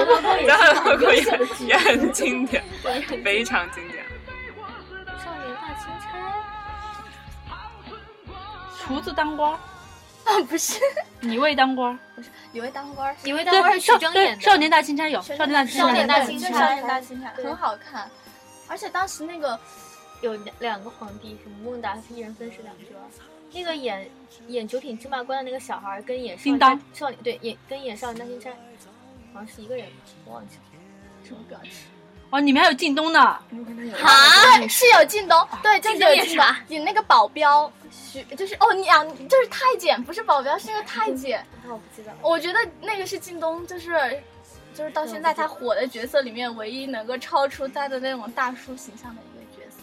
[SPEAKER 6] 然后可以也很经典，非常经典。
[SPEAKER 7] 少年大钦差，
[SPEAKER 5] 厨子当官，
[SPEAKER 2] 啊， 不是，
[SPEAKER 5] 你为当官，
[SPEAKER 2] 以为当官儿，
[SPEAKER 7] 你为当官是徐
[SPEAKER 5] 少
[SPEAKER 7] 峥
[SPEAKER 5] 对
[SPEAKER 7] 演的，
[SPEAKER 5] 少年大钦差有，
[SPEAKER 2] 少
[SPEAKER 5] 少年大钦
[SPEAKER 7] 少
[SPEAKER 5] 差
[SPEAKER 7] 年
[SPEAKER 5] 有，
[SPEAKER 7] 大
[SPEAKER 2] 对
[SPEAKER 7] 钦
[SPEAKER 2] 就是
[SPEAKER 7] 差
[SPEAKER 2] 少年大钦差
[SPEAKER 7] 对
[SPEAKER 2] 很好看，而且当时那个
[SPEAKER 7] 有两两个皇帝，什么孟达是一人分饰两角。那个演演九品芝麻官的那个小孩儿，跟演少
[SPEAKER 5] 叮
[SPEAKER 7] 年
[SPEAKER 5] 当
[SPEAKER 7] 大少年对演跟演少年大钦差，好像是一个人，我忘记了。
[SPEAKER 2] 什么表情
[SPEAKER 5] 哦，里面还有靳东呢，
[SPEAKER 4] 你有看他演了
[SPEAKER 2] 啊，是有靳东，对，就是
[SPEAKER 7] 靳东
[SPEAKER 2] 有
[SPEAKER 7] 也
[SPEAKER 2] 靳
[SPEAKER 7] 是
[SPEAKER 2] 东
[SPEAKER 7] 吧，
[SPEAKER 2] 演那个保镖，徐就是哦，你啊，就是太监，不是保镖，是那个太
[SPEAKER 7] 嗯
[SPEAKER 2] 监。
[SPEAKER 7] 那我不记得了。
[SPEAKER 2] 我觉得那个是靳东，就是就是到现在
[SPEAKER 7] 嗯
[SPEAKER 2] 他火的角色里面，唯一能够超出他的那种大叔形象的一个角色。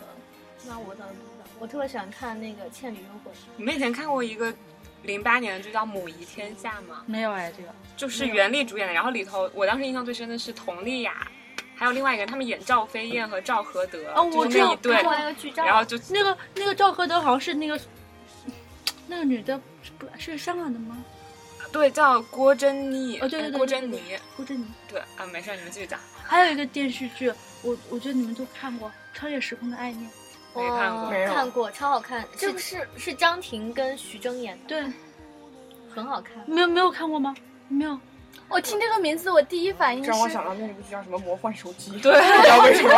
[SPEAKER 7] 那我倒是不知道。我特别喜欢看那个《倩女幽魂》，
[SPEAKER 6] 你们以前看过一个零八年的剧叫《母仪天下》嘛，
[SPEAKER 5] 没有哎，这个
[SPEAKER 6] 就是袁立主演的。然后里头，我当时印象最深的是佟丽娅，还有另外一个人，他们演赵飞燕和赵合德，
[SPEAKER 5] 哦我
[SPEAKER 6] 就是
[SPEAKER 5] 知
[SPEAKER 6] 那
[SPEAKER 5] 道
[SPEAKER 6] 一对
[SPEAKER 7] 看。过那个剧照，
[SPEAKER 6] 然后就
[SPEAKER 5] 那个那个赵合德好像是那个 那个女的，是不是香港的吗？
[SPEAKER 6] 对叫郭珍妮，哎
[SPEAKER 5] 哦对对对
[SPEAKER 6] 郭珍妮，
[SPEAKER 5] 郭振宁。
[SPEAKER 6] 对啊，没事，你们继续讲，
[SPEAKER 5] 还有一个电视剧，我我觉得你们都看过《穿越时空的爱恋》。
[SPEAKER 6] 没看过
[SPEAKER 7] 哦
[SPEAKER 4] 没有
[SPEAKER 7] 看过，超好看，
[SPEAKER 2] 这
[SPEAKER 7] 是
[SPEAKER 2] 不是
[SPEAKER 7] 是张庭跟徐峥演的，
[SPEAKER 5] 对，
[SPEAKER 7] 很好看。
[SPEAKER 5] 没有没有看过吗？没有。
[SPEAKER 2] 我听这个名字，我第一反应是
[SPEAKER 4] 让我想
[SPEAKER 2] 《
[SPEAKER 4] 到那部剧叫什么《魔幻手机》，对，不知道为什么。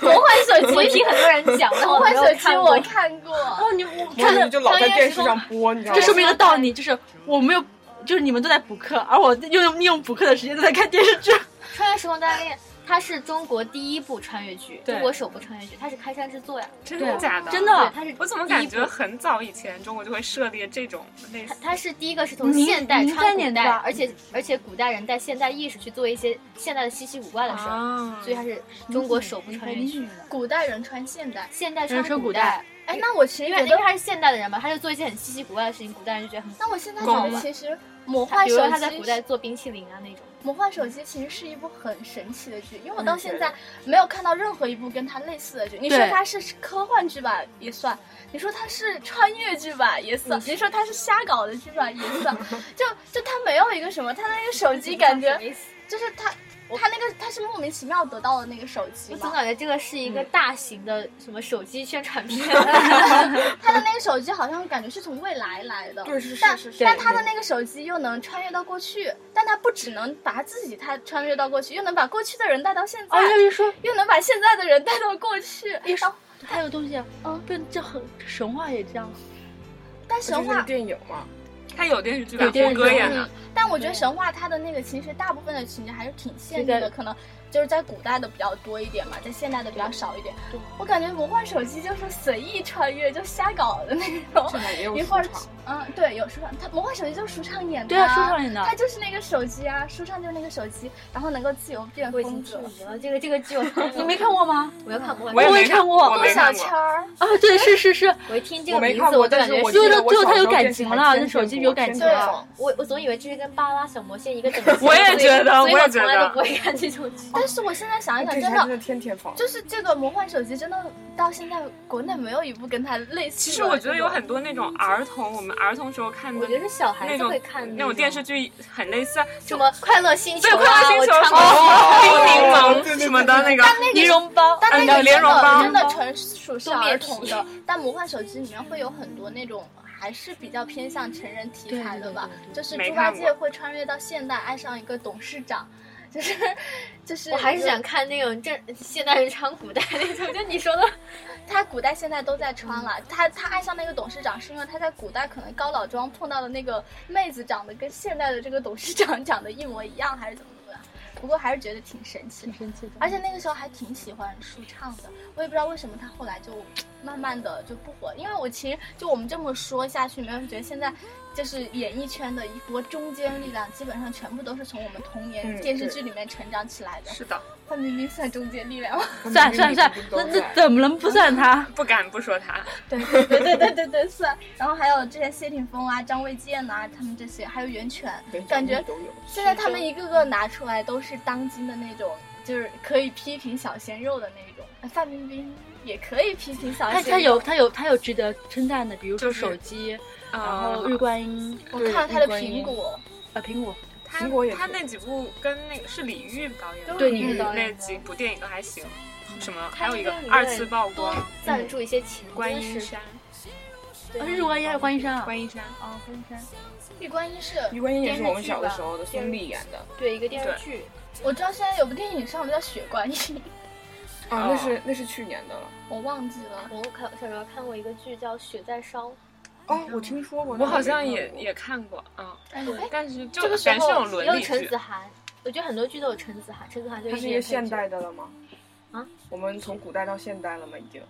[SPEAKER 2] 魔幻手机
[SPEAKER 7] 我也》。听很多人 讲，但
[SPEAKER 2] 魔
[SPEAKER 7] 我
[SPEAKER 2] 幻
[SPEAKER 7] 没有
[SPEAKER 2] 手机
[SPEAKER 7] 看过
[SPEAKER 2] 我。看过，
[SPEAKER 5] 哦，你我
[SPEAKER 4] 魔
[SPEAKER 5] 真
[SPEAKER 4] 幻手
[SPEAKER 5] 的
[SPEAKER 4] 机，就老在电视上播，你知道吗
[SPEAKER 5] 这？说明一个道理，就是我没有，就是你们都在补课，而我用用利用补课的时间都在看电视剧。
[SPEAKER 7] 《穿越时空的爱恋》，它是中国第一部穿越剧，
[SPEAKER 6] 对
[SPEAKER 7] 中国首部穿越剧，它是开山之作呀。
[SPEAKER 6] 真的假的？
[SPEAKER 5] 真的
[SPEAKER 7] 对，它是
[SPEAKER 6] 我怎么
[SPEAKER 7] 第一
[SPEAKER 6] 感觉
[SPEAKER 7] 部
[SPEAKER 6] 很早以前中国就会设立这种类似
[SPEAKER 7] 它？它是第一个是从
[SPEAKER 5] 民
[SPEAKER 7] 现代
[SPEAKER 5] 民
[SPEAKER 7] 穿
[SPEAKER 5] 间
[SPEAKER 7] 古
[SPEAKER 5] 年
[SPEAKER 7] 代，
[SPEAKER 5] 代吧
[SPEAKER 7] 而且而且古代人带现代意识去做一些现代的稀奇古怪的事儿，
[SPEAKER 6] 啊
[SPEAKER 7] 所以它是中国首部穿越剧。
[SPEAKER 2] 古代人穿现代。
[SPEAKER 7] 现代
[SPEAKER 5] 人
[SPEAKER 7] 穿
[SPEAKER 5] 家说
[SPEAKER 7] 古
[SPEAKER 5] 古代，
[SPEAKER 2] 哎，那我其实
[SPEAKER 7] 因
[SPEAKER 2] 觉
[SPEAKER 7] 为因
[SPEAKER 2] 得
[SPEAKER 7] 为，他是现代的人嘛，他就做一些很稀奇古怪的事情，古代人就觉得很。
[SPEAKER 2] 那我现在觉
[SPEAKER 6] 懂
[SPEAKER 2] 得其实魔
[SPEAKER 7] 他
[SPEAKER 2] 幻
[SPEAKER 7] 比如
[SPEAKER 2] 手机
[SPEAKER 7] 说他在古代做冰淇淋啊那种。
[SPEAKER 2] 《魔幻手机》其实是一部很神奇的剧，因为
[SPEAKER 7] 嗯
[SPEAKER 2] 我到现在没有看到任何一部跟它类似的剧。你说
[SPEAKER 5] 对
[SPEAKER 2] 它是科幻剧吧，也算；你说它是穿越剧吧，也
[SPEAKER 7] 嗯
[SPEAKER 2] 算；你说它是瞎搞的剧吧，也 算。就就它没有一个什么，它那个手机感 觉就是它，它那个它是莫名其妙得到的那个手机
[SPEAKER 7] 我总
[SPEAKER 2] 嘛，
[SPEAKER 7] 感觉这个是一个大型的什么手机宣传片，啊
[SPEAKER 2] 它的那个手机好像感觉是从未来来的，
[SPEAKER 4] 对，是是
[SPEAKER 2] 但
[SPEAKER 4] 是是。
[SPEAKER 2] 但他的那个手机又能穿越到过去，但他不只能把自己他穿越到过去，又能把过去的人带到现在，
[SPEAKER 5] 哦，又一说
[SPEAKER 2] 又能把现在的人带到过去。
[SPEAKER 5] 一说，还有东西，嗯，不，这很神话也这样。
[SPEAKER 7] 啊
[SPEAKER 2] 但
[SPEAKER 4] 就
[SPEAKER 2] 神
[SPEAKER 4] 是那个
[SPEAKER 2] 话，
[SPEAKER 4] 电影嘛，
[SPEAKER 6] 它有电视剧吧？
[SPEAKER 5] 有电
[SPEAKER 6] 胡
[SPEAKER 5] 视剧
[SPEAKER 6] 歌演的
[SPEAKER 2] 嗯，但我觉得神话它的那个其实大部分的情节还是挺现代
[SPEAKER 5] 是
[SPEAKER 2] 的，
[SPEAKER 5] 的
[SPEAKER 2] 可能就是在古代的比较多一点嘛，在现代的比较少一点。我感觉魔幻手机就是随意穿越，就瞎搞的那种。
[SPEAKER 4] 现在也有
[SPEAKER 2] 一
[SPEAKER 4] 市
[SPEAKER 2] 会儿
[SPEAKER 4] 场。，
[SPEAKER 2] 嗯，对，有舒畅，他魔幻手机就是舒畅演的，
[SPEAKER 5] 对啊，书上演的。
[SPEAKER 2] 他就是那个手机啊，舒畅就是那个手机，然后能够自由变
[SPEAKER 7] 我已经
[SPEAKER 2] 风格。
[SPEAKER 7] 记了这个这个剧我看过，
[SPEAKER 5] 你没看过吗？
[SPEAKER 7] 我没有看过，
[SPEAKER 6] 我也
[SPEAKER 5] 我
[SPEAKER 6] 没
[SPEAKER 5] 也看过
[SPEAKER 6] 我没
[SPEAKER 2] 小
[SPEAKER 6] 看
[SPEAKER 2] 圈
[SPEAKER 6] 过。哦
[SPEAKER 2] 儿，
[SPEAKER 5] 啊，对，是是是，
[SPEAKER 7] 哎我一听这
[SPEAKER 4] 我
[SPEAKER 7] 个
[SPEAKER 4] 没
[SPEAKER 7] 名
[SPEAKER 4] 看
[SPEAKER 7] 字
[SPEAKER 4] 过，
[SPEAKER 7] 我就
[SPEAKER 4] 但
[SPEAKER 7] 感
[SPEAKER 4] 是
[SPEAKER 7] 觉
[SPEAKER 4] 我
[SPEAKER 7] 是
[SPEAKER 4] 觉
[SPEAKER 5] 记得
[SPEAKER 4] 得
[SPEAKER 5] 最后他有感情了
[SPEAKER 4] 那
[SPEAKER 5] 那手机有感情了
[SPEAKER 7] 我我总以为这是跟《巴拉拉小魔仙》一个等 级，
[SPEAKER 6] 我也觉得
[SPEAKER 7] 所以
[SPEAKER 6] 我也
[SPEAKER 7] 所以我
[SPEAKER 6] 觉
[SPEAKER 7] 从
[SPEAKER 6] 得
[SPEAKER 7] 来都不会看这种剧。
[SPEAKER 2] 但是我现在想一想，
[SPEAKER 4] 这
[SPEAKER 2] 真
[SPEAKER 4] 是真
[SPEAKER 2] 的
[SPEAKER 4] 的天天放。
[SPEAKER 2] 就是这个魔幻手机，真的到现在国内没有一部跟它类似的。
[SPEAKER 6] 其实我觉得有很多那种儿童，我们儿童时候看
[SPEAKER 7] 我
[SPEAKER 6] 的
[SPEAKER 7] 觉得是小孩
[SPEAKER 6] 那
[SPEAKER 7] 子
[SPEAKER 6] 种
[SPEAKER 7] 会看的
[SPEAKER 6] 那种电视剧很类似啊，
[SPEAKER 7] 什么《快乐星球》
[SPEAKER 6] 对《
[SPEAKER 7] 啊，
[SPEAKER 6] 快乐星球》
[SPEAKER 7] 我
[SPEAKER 6] 什
[SPEAKER 7] 穿过
[SPEAKER 6] 么冰柠
[SPEAKER 4] 对对
[SPEAKER 6] 檬
[SPEAKER 4] 对
[SPEAKER 6] 什么的那个，
[SPEAKER 5] 尼绒包，
[SPEAKER 2] 但那
[SPEAKER 6] 嗯
[SPEAKER 2] 个
[SPEAKER 6] 莲
[SPEAKER 2] 真
[SPEAKER 6] 蓉包
[SPEAKER 2] 的真的纯属是儿童
[SPEAKER 7] 冬
[SPEAKER 2] 的，但魔幻手机里面会有很多那种还是比较偏向成人题材的吧，就是
[SPEAKER 6] 没
[SPEAKER 2] 猪八
[SPEAKER 6] 看
[SPEAKER 2] 戒
[SPEAKER 6] 过
[SPEAKER 2] 会穿越到现代，爱上一个董事长，就是就是
[SPEAKER 7] 我还是想看那种正现代人穿古代那 种，就你说的，
[SPEAKER 2] 他古代现在都在穿了。他他爱上那个董事长，是因为他在古代可能高老庄碰到的那个妹子长得跟现代的这个董事长 长得一模一样，还是怎么的？不过还是觉得挺神奇的
[SPEAKER 5] 挺。神奇的。
[SPEAKER 2] 而且那个时候还挺喜欢舒畅的，我也不知道为什么他后来就慢慢的就不火，因为我其实就我们这么说下去，没有人觉得现在就是演艺圈的一波中坚力量，基本上全部都是从我们童年
[SPEAKER 4] 嗯
[SPEAKER 2] 电视剧里面成长起来的。
[SPEAKER 6] 是的，
[SPEAKER 2] 范冰冰算中坚力量吗？
[SPEAKER 5] 算算算，那那怎么能不算他？
[SPEAKER 6] 不敢不说他。
[SPEAKER 2] 对 对对对对对对，是。啊然后还有之前谢霆锋啊、张卫健呐、他们这些，还有袁泉，感觉
[SPEAKER 4] 都有。
[SPEAKER 2] 现在他们一个个拿出来都是当今的那种，就是可以批评小鲜肉的那种。哎范冰冰也可以批评小
[SPEAKER 5] 他他
[SPEAKER 2] 鲜肉，
[SPEAKER 5] 有他有他有值得称赞的，比如说
[SPEAKER 6] 就是
[SPEAKER 5] 手机，然后日
[SPEAKER 6] 嗯，
[SPEAKER 5] 观音，
[SPEAKER 2] 我看了他的苹果，
[SPEAKER 5] 呃，苹果，
[SPEAKER 6] 他
[SPEAKER 4] 苹果也是
[SPEAKER 6] 他那几部跟那个是李玉导演的，
[SPEAKER 5] 对
[SPEAKER 6] 嗯
[SPEAKER 5] 李玉导
[SPEAKER 6] 那
[SPEAKER 5] 演的
[SPEAKER 6] 几部电影都还行。什么还
[SPEAKER 7] 它
[SPEAKER 6] 有一个
[SPEAKER 7] 这里面
[SPEAKER 6] 二次曝光
[SPEAKER 7] 多，赞助一些情
[SPEAKER 6] 观
[SPEAKER 7] 真
[SPEAKER 6] 音
[SPEAKER 7] 是
[SPEAKER 6] 山，
[SPEAKER 5] 啊，日观音还有观音山啊，
[SPEAKER 6] 观音山，
[SPEAKER 5] 哦，观音山，
[SPEAKER 2] 玉观音是，
[SPEAKER 4] 余观音也是我们小的时候的孙俪演的，
[SPEAKER 7] 对一个电视剧，
[SPEAKER 2] 我知道现在有部电影上的叫《雪观音》，
[SPEAKER 4] 啊，那是那是去年的了。
[SPEAKER 2] 我忘记了。
[SPEAKER 7] 我看小时候看过一个剧叫《雪在烧》，
[SPEAKER 4] 哦，我听说过，
[SPEAKER 6] 我好像也也看过，嗯，
[SPEAKER 2] 哎，
[SPEAKER 6] 但是就
[SPEAKER 7] 这个时
[SPEAKER 6] 全是那
[SPEAKER 7] 候
[SPEAKER 6] 种伦
[SPEAKER 7] 也有
[SPEAKER 6] 理
[SPEAKER 7] 陈
[SPEAKER 6] 剧
[SPEAKER 7] 子，涵，我觉得很多剧都有陈子涵，陈子涵 就
[SPEAKER 4] 它
[SPEAKER 7] 一
[SPEAKER 4] 是一
[SPEAKER 7] 直
[SPEAKER 4] 个
[SPEAKER 7] 演配
[SPEAKER 4] 现
[SPEAKER 7] 角
[SPEAKER 4] 代的了吗？
[SPEAKER 7] 啊，
[SPEAKER 4] 我们从古代到现代了吗？已经。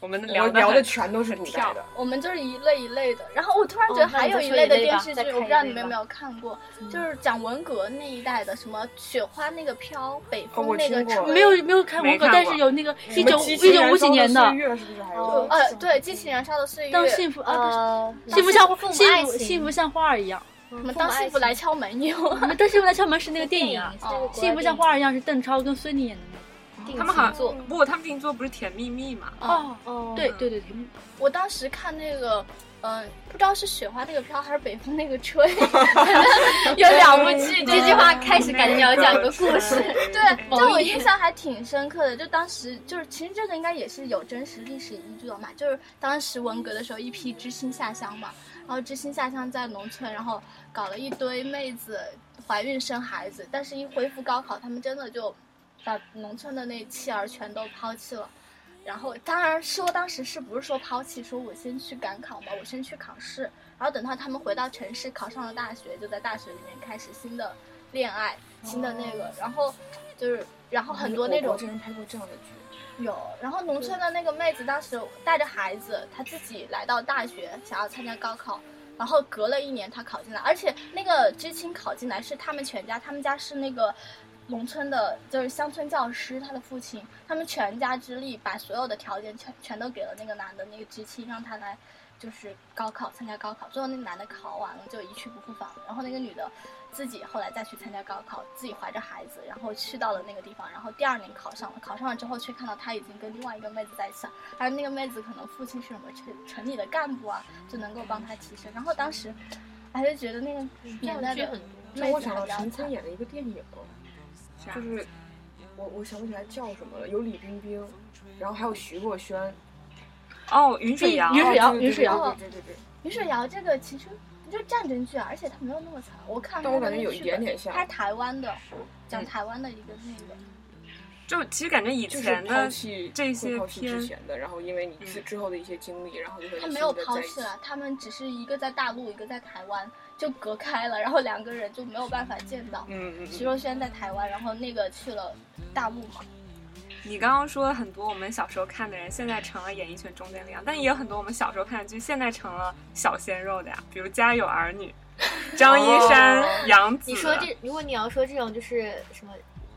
[SPEAKER 6] 我们
[SPEAKER 4] 我
[SPEAKER 6] 聊
[SPEAKER 4] 聊的
[SPEAKER 6] 很
[SPEAKER 4] 全都是古代
[SPEAKER 6] 跳
[SPEAKER 4] 的，
[SPEAKER 2] 我们就是一类一类的。然后我突然觉得
[SPEAKER 7] 哦那
[SPEAKER 2] 还
[SPEAKER 7] 你
[SPEAKER 2] 有
[SPEAKER 7] 再
[SPEAKER 2] 一
[SPEAKER 7] 说
[SPEAKER 2] 类
[SPEAKER 7] 一
[SPEAKER 2] 的
[SPEAKER 7] 类
[SPEAKER 2] 电
[SPEAKER 7] 吧嗯
[SPEAKER 2] 视
[SPEAKER 7] 再
[SPEAKER 2] 剧，我
[SPEAKER 7] 开
[SPEAKER 2] 不
[SPEAKER 7] 一
[SPEAKER 2] 知道
[SPEAKER 7] 类
[SPEAKER 2] 你们有
[SPEAKER 7] 吧
[SPEAKER 2] 没有看过，就是讲文革那一代的，什么雪花那个飘，北
[SPEAKER 4] 哦我
[SPEAKER 2] 风那个
[SPEAKER 4] 听过
[SPEAKER 2] 吹，
[SPEAKER 5] 没有没有看
[SPEAKER 6] 没
[SPEAKER 5] 文革，
[SPEAKER 6] 看
[SPEAKER 5] 但
[SPEAKER 6] 过
[SPEAKER 5] 是有那个一
[SPEAKER 4] 什么
[SPEAKER 5] 九
[SPEAKER 4] 机器
[SPEAKER 5] 一九五
[SPEAKER 4] 燃
[SPEAKER 5] 几
[SPEAKER 4] 烧
[SPEAKER 5] 年
[SPEAKER 4] 的
[SPEAKER 5] 的
[SPEAKER 4] 岁月是不是还有
[SPEAKER 7] 哦？
[SPEAKER 2] 呃，对，《激情燃烧的岁月
[SPEAKER 5] 当》，幸福啊，
[SPEAKER 7] 呃，
[SPEAKER 5] 不是幸福像
[SPEAKER 7] 父母
[SPEAKER 5] 幸
[SPEAKER 7] 爱
[SPEAKER 5] 福
[SPEAKER 7] 情
[SPEAKER 5] 幸福像花儿一样。啊
[SPEAKER 2] 什么当幸福来敲门有。
[SPEAKER 5] 但幸福来敲门是那个电影啊，
[SPEAKER 7] 这个国家
[SPEAKER 6] 哦
[SPEAKER 5] 幸福像花儿一样是邓超跟孙俪演的那个。
[SPEAKER 7] 定
[SPEAKER 6] 他们好
[SPEAKER 7] 情作
[SPEAKER 6] 像不，他们定做不是甜蜜蜜嘛？
[SPEAKER 5] 哦，
[SPEAKER 7] 哦，
[SPEAKER 5] 对对对对，
[SPEAKER 2] 我当时看那个，呃，不知道是雪花那个飘还是北风那个吹，有两部剧。
[SPEAKER 7] 这句话开始感觉你要讲一个故事，
[SPEAKER 2] 对，就我印象还挺深刻的。就当时就是，其实这个应该也是有真实历史依据的嘛。就是当时文革的时候，一批知青下乡嘛，然后知青下乡在农村，然后搞了一堆妹子怀孕生孩子，但是一恢复高考，他们真的就把农村的那妻儿全都抛弃了。然后，当然说当时是不是说抛弃，说我先去赶考嘛，我先去考试，然后等到他们回到城市，考上了大学，就在大学里面开始新的恋爱，新的那个，然后就是，然后很多那
[SPEAKER 4] 哦我
[SPEAKER 2] 种
[SPEAKER 4] 竟然拍过这样的剧，
[SPEAKER 2] 有，然后农村的那个妹子当时带着孩子，她自己来到大学，想要参加高考，然后隔了一年她考进来，而且那个知青考进来是他们全家，他们家是那个农村的，就是乡村教师，他的父亲，他们全家之力把所有的条件全全都给了那个男的那个知青，让他来就是高考参加高考，最后那男的考完了就一去不复返，然后那个女的。自己后来再去参加高考，自己怀着孩子，然后去到了那个地方，然后第二年考上了，考上了之后却看到他已经跟另外一个妹子在一起了，而那个妹子可能父亲是什么城城里的干部啊，就能够帮他提升。然后当时，哎就觉得那个年代的
[SPEAKER 4] 让
[SPEAKER 2] 妹
[SPEAKER 4] 我
[SPEAKER 2] 子
[SPEAKER 4] 想到
[SPEAKER 2] 很
[SPEAKER 4] 陈
[SPEAKER 2] 了
[SPEAKER 4] 坤
[SPEAKER 2] 解，
[SPEAKER 4] 演的一个电影，就是我我想不起来叫什么了，有李冰冰，然后还有徐若瑄，
[SPEAKER 6] 哦，云水谣，
[SPEAKER 5] 云水谣
[SPEAKER 4] 哦对
[SPEAKER 5] 云水谣
[SPEAKER 4] 对对对对对对，
[SPEAKER 2] 于水瑶这个其实不就是战争剧啊，而且它没有那么惨，我看
[SPEAKER 4] 但我
[SPEAKER 2] 它的
[SPEAKER 4] 感
[SPEAKER 2] 那
[SPEAKER 4] 觉有
[SPEAKER 2] 个
[SPEAKER 4] 一
[SPEAKER 2] 剧
[SPEAKER 4] 点
[SPEAKER 2] 本
[SPEAKER 4] 点像
[SPEAKER 2] 它是台湾的，讲
[SPEAKER 6] 嗯
[SPEAKER 2] 台湾的一个那个。
[SPEAKER 6] 就其实感觉以
[SPEAKER 4] 就是
[SPEAKER 6] 前
[SPEAKER 4] 抛
[SPEAKER 6] 的
[SPEAKER 4] 弃
[SPEAKER 6] 这些
[SPEAKER 4] 会抛弃之
[SPEAKER 6] 片
[SPEAKER 4] 前的，然后因为你之
[SPEAKER 6] 嗯
[SPEAKER 4] 之后的一些经历，然后就会
[SPEAKER 2] 他
[SPEAKER 4] 新
[SPEAKER 2] 没有
[SPEAKER 4] 的
[SPEAKER 2] 抛
[SPEAKER 4] 在一
[SPEAKER 2] 弃
[SPEAKER 4] 起
[SPEAKER 2] 了，他们只是一个在大陆，一个在台湾，就隔开了，然后两个人就没有办法见到。
[SPEAKER 4] 嗯嗯
[SPEAKER 2] 徐
[SPEAKER 4] 嗯，
[SPEAKER 2] 若瑄在台湾，然后那个去了大陆嘛。
[SPEAKER 6] 你刚刚说很多我们小时候看的人，现在成了演艺圈中坚力量，但也有很多我们小时候看的剧，现在成了小鲜肉的呀，比如《家有儿女》，张一山、杨紫。
[SPEAKER 7] 你说这，如果你要说这种就是什么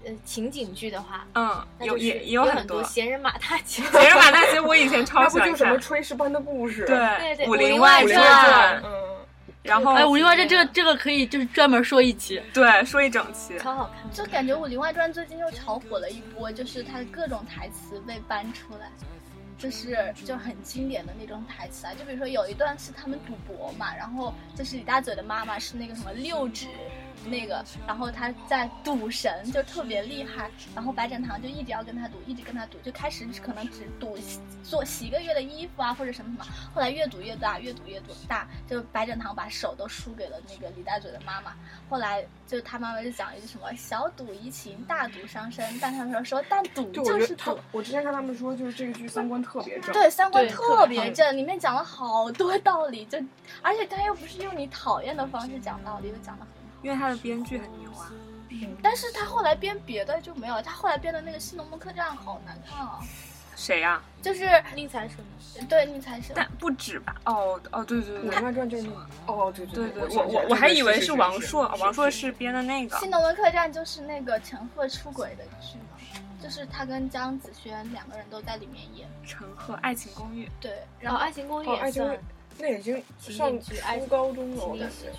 [SPEAKER 7] 呃情景剧的话，
[SPEAKER 6] 嗯，
[SPEAKER 7] 那
[SPEAKER 6] 有
[SPEAKER 7] 就是
[SPEAKER 6] 也也
[SPEAKER 7] 有
[SPEAKER 6] 很
[SPEAKER 7] 多
[SPEAKER 6] 多。
[SPEAKER 7] 闲人马大姐，
[SPEAKER 6] 《杰人马大姐》我以前超
[SPEAKER 4] 那
[SPEAKER 6] 喜
[SPEAKER 4] 不
[SPEAKER 6] 欢
[SPEAKER 4] 就什么
[SPEAKER 6] 看，
[SPEAKER 4] 《
[SPEAKER 6] 啊
[SPEAKER 4] 炊事班的故事》
[SPEAKER 7] 对对
[SPEAKER 6] 武
[SPEAKER 7] 武
[SPEAKER 6] 林
[SPEAKER 7] 林
[SPEAKER 6] 外
[SPEAKER 7] 外
[SPEAKER 4] 武林
[SPEAKER 7] 传
[SPEAKER 4] 外
[SPEAKER 6] 传
[SPEAKER 4] 传》，嗯，
[SPEAKER 6] 然后
[SPEAKER 5] 哎，《武林外传》这个这个可以就是专门说一集。
[SPEAKER 6] 对说一整期，
[SPEAKER 7] 超好看。
[SPEAKER 2] 就感觉《武林外传》最近又炒火了一波，就是它的各种台词被搬出来，就是就很经典的那种台词啊。就比如说有一段是他们赌博嘛，然后就是李大嘴的妈妈是那个什么六指。那个，然后他在赌神就特别厉害，然后白展堂就一直要跟他赌，一直跟他赌，就开始可能只赌做洗一个月的衣服啊，或者什么什么，后来越赌越大，越赌越大，就白展堂把手都输给了那个李大嘴的妈妈，后来就他妈妈就讲一句什么“小赌怡情，大赌伤身”，但他们说说但赌
[SPEAKER 4] 对，我
[SPEAKER 2] 就
[SPEAKER 4] 觉
[SPEAKER 2] 是
[SPEAKER 4] 得他
[SPEAKER 2] 赌，，
[SPEAKER 4] 我之前看他们说，就是这个剧三观特别正，
[SPEAKER 2] 对，三观
[SPEAKER 5] 对
[SPEAKER 2] 特别正，里面讲了好多道理，就而且他又不是用你讨厌的方式讲道理，就讲的很好。
[SPEAKER 6] 因为他的编剧很牛啊。
[SPEAKER 2] 但是他后来编别的就没有，他后来编的那个《戏农梦客栈》好难看啊，
[SPEAKER 6] 谁呀、
[SPEAKER 2] 就是
[SPEAKER 7] 宁采臣，
[SPEAKER 2] 对宁采臣，
[SPEAKER 6] 但不止吧？哦哦，对对
[SPEAKER 4] 《
[SPEAKER 6] 对
[SPEAKER 4] 武
[SPEAKER 6] 对
[SPEAKER 4] 林外传》就是哦，对
[SPEAKER 6] 对
[SPEAKER 4] 对
[SPEAKER 6] 对，我我我还以为是王朔，王朔
[SPEAKER 4] 是
[SPEAKER 6] 是编的那个
[SPEAKER 2] 《新龙门客栈》就是那个陈赫出轨的剧嘛，就是他跟张子萱两个人都在里面演。
[SPEAKER 6] 陈赫《爱情公寓》。
[SPEAKER 2] 对，
[SPEAKER 7] 然
[SPEAKER 2] 然
[SPEAKER 7] 后《
[SPEAKER 2] 后
[SPEAKER 7] 爱情公寓》
[SPEAKER 4] 哦，
[SPEAKER 7] 也
[SPEAKER 4] 爱情
[SPEAKER 7] 算
[SPEAKER 4] 公寓那已经
[SPEAKER 7] 情
[SPEAKER 4] 上
[SPEAKER 7] 景剧爱
[SPEAKER 4] 初高中了，
[SPEAKER 7] 情
[SPEAKER 4] 我
[SPEAKER 7] 景
[SPEAKER 4] 感
[SPEAKER 7] 喜
[SPEAKER 4] 觉。
[SPEAKER 7] 剧。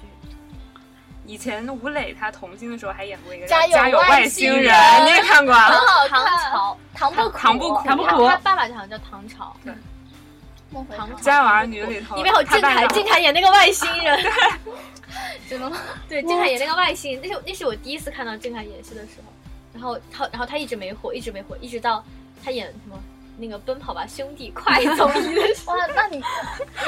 [SPEAKER 6] 以前吴磊他童星的时候还演过一个叫《
[SPEAKER 2] 家有
[SPEAKER 6] 家有
[SPEAKER 2] 外
[SPEAKER 6] 外
[SPEAKER 2] 星
[SPEAKER 6] 星人
[SPEAKER 2] 人》，
[SPEAKER 6] 你也看过啊？
[SPEAKER 2] 很好看
[SPEAKER 7] 唐朝，
[SPEAKER 2] 唐不苦，
[SPEAKER 6] 唐不苦
[SPEAKER 5] 唐不苦
[SPEAKER 7] 他爸爸好像叫唐朝，
[SPEAKER 2] 梦回
[SPEAKER 7] 唐
[SPEAKER 2] 唐
[SPEAKER 7] 朝
[SPEAKER 6] 家有儿女里头，
[SPEAKER 7] 里面有
[SPEAKER 6] 他
[SPEAKER 7] 郑
[SPEAKER 6] 扮
[SPEAKER 7] 恺，
[SPEAKER 6] 演
[SPEAKER 7] 郑恺演那个外星人，
[SPEAKER 2] 真的吗？
[SPEAKER 7] 对，郑恺演那个外星人，那是那是我第一次看到郑恺演戏的时候，然后他然后他一直没火，一直没火，一直到他演什么那个《奔跑吧兄弟》快走一的时候，
[SPEAKER 2] 哇，那你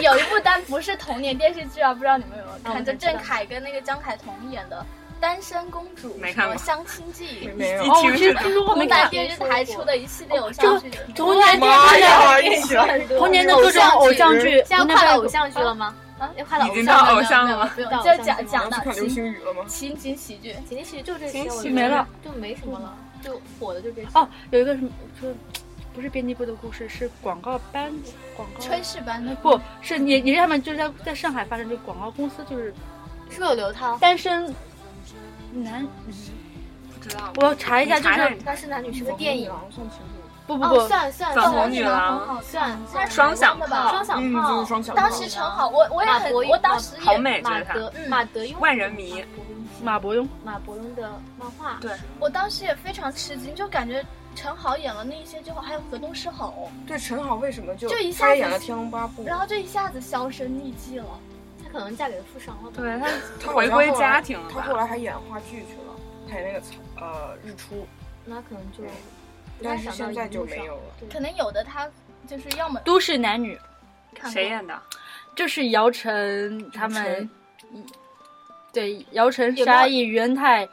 [SPEAKER 2] 有一部但不是童年电视剧啊，不知道你们有没有
[SPEAKER 7] 啊我
[SPEAKER 2] 看？
[SPEAKER 7] 才
[SPEAKER 2] 就
[SPEAKER 7] 知
[SPEAKER 2] 郑
[SPEAKER 7] 道
[SPEAKER 2] 凯跟那个张凯彤演的《单身公主》，
[SPEAKER 6] 没看过
[SPEAKER 2] 什么相亲记》，
[SPEAKER 4] 没有
[SPEAKER 6] 一，
[SPEAKER 5] 哦，我
[SPEAKER 6] 听
[SPEAKER 5] 其实
[SPEAKER 6] 是
[SPEAKER 5] 听说过没
[SPEAKER 2] 湖南
[SPEAKER 5] 看。
[SPEAKER 2] 电视台出的一系列偶
[SPEAKER 5] 这
[SPEAKER 2] 像
[SPEAKER 5] 个
[SPEAKER 2] 剧。
[SPEAKER 5] 童年
[SPEAKER 4] 妈
[SPEAKER 5] 电视
[SPEAKER 4] 呀，一起来
[SPEAKER 5] 剧，童年的各种偶像剧，
[SPEAKER 7] 现在
[SPEAKER 5] 童年
[SPEAKER 7] 快
[SPEAKER 5] 的
[SPEAKER 7] 到偶像剧了吗？
[SPEAKER 2] 啊
[SPEAKER 7] 啊，快到
[SPEAKER 6] 已
[SPEAKER 7] 偶
[SPEAKER 6] 经
[SPEAKER 7] 像
[SPEAKER 6] 到
[SPEAKER 7] 剧
[SPEAKER 6] 偶像
[SPEAKER 2] 没有
[SPEAKER 6] 了。
[SPEAKER 2] 不用
[SPEAKER 7] 到，
[SPEAKER 2] 就
[SPEAKER 7] 偶像
[SPEAKER 2] 讲
[SPEAKER 7] 剧了
[SPEAKER 2] 讲
[SPEAKER 4] 去
[SPEAKER 2] 到
[SPEAKER 4] 看流
[SPEAKER 2] 情
[SPEAKER 4] 星雨了吗？
[SPEAKER 2] 情景喜剧，
[SPEAKER 7] 情景喜剧就这
[SPEAKER 6] 情
[SPEAKER 7] 些，
[SPEAKER 6] 景
[SPEAKER 7] 我
[SPEAKER 6] 喜
[SPEAKER 7] 觉
[SPEAKER 5] 没
[SPEAKER 7] 得
[SPEAKER 5] 了
[SPEAKER 7] 就没什么了，就火的就这些。
[SPEAKER 5] 哦，有一个什么说，不是编辑部的故事，是广告班广告
[SPEAKER 2] 炊事班的
[SPEAKER 5] 不是也也是他们就是在在上海发生，就广告公司就是
[SPEAKER 7] 是不是有刘涛？
[SPEAKER 5] 单身男，
[SPEAKER 6] 不知道。
[SPEAKER 5] 我要查一下，
[SPEAKER 6] 你
[SPEAKER 5] 就
[SPEAKER 6] 查查
[SPEAKER 5] 是
[SPEAKER 6] 你
[SPEAKER 7] 但是男女是个电影，
[SPEAKER 4] 算清楚，
[SPEAKER 5] 不不不，
[SPEAKER 7] 哦，算算
[SPEAKER 6] 粉
[SPEAKER 7] 算
[SPEAKER 6] 红女郎
[SPEAKER 7] 算算
[SPEAKER 2] 它
[SPEAKER 7] 算
[SPEAKER 2] 是
[SPEAKER 6] 双响
[SPEAKER 2] 成功的
[SPEAKER 7] 双
[SPEAKER 2] 吧？
[SPEAKER 4] 嗯，就是双
[SPEAKER 7] 响炮，
[SPEAKER 4] 响炮。
[SPEAKER 2] 当时超好，我我也
[SPEAKER 7] 马
[SPEAKER 2] 很
[SPEAKER 7] 伯，庸，
[SPEAKER 2] 我当时
[SPEAKER 6] 好
[SPEAKER 2] 也，
[SPEAKER 6] 美，觉
[SPEAKER 7] 马
[SPEAKER 6] 得她
[SPEAKER 7] 德
[SPEAKER 2] 嗯
[SPEAKER 7] 马德庸
[SPEAKER 6] 万人迷，
[SPEAKER 5] 马伯庸，
[SPEAKER 7] 马伯庸的漫画，
[SPEAKER 6] 对
[SPEAKER 2] 我当时也非常吃惊，就感觉陈好演了那一些之后，还有河东狮吼，
[SPEAKER 4] 对陈好为什么就
[SPEAKER 2] 就一下
[SPEAKER 4] 他
[SPEAKER 2] 子
[SPEAKER 4] 也演了《天龙八部》，
[SPEAKER 2] 然后就一下子销声匿迹了。
[SPEAKER 7] 她可能嫁给富商了吧？
[SPEAKER 6] 对，她
[SPEAKER 4] 他好
[SPEAKER 6] 回
[SPEAKER 4] 像
[SPEAKER 6] 归
[SPEAKER 4] 后来
[SPEAKER 6] 家庭了
[SPEAKER 4] 他后
[SPEAKER 6] 吧？
[SPEAKER 4] 来还演话剧去了，演那个呃日出，
[SPEAKER 7] 那可能就
[SPEAKER 4] 嗯
[SPEAKER 7] 不太
[SPEAKER 4] 但是
[SPEAKER 7] 想到
[SPEAKER 4] 现在
[SPEAKER 7] 荧
[SPEAKER 4] 就
[SPEAKER 7] 幕
[SPEAKER 4] 没
[SPEAKER 7] 上。
[SPEAKER 4] 有了。
[SPEAKER 2] 可能有的他就是要么
[SPEAKER 5] 都市男女，
[SPEAKER 2] 看
[SPEAKER 6] 谁
[SPEAKER 2] 过
[SPEAKER 6] 演的？
[SPEAKER 5] 就是姚晨他们
[SPEAKER 4] 晨，
[SPEAKER 5] 对姚晨、
[SPEAKER 7] 有没有
[SPEAKER 5] 沙溢、袁太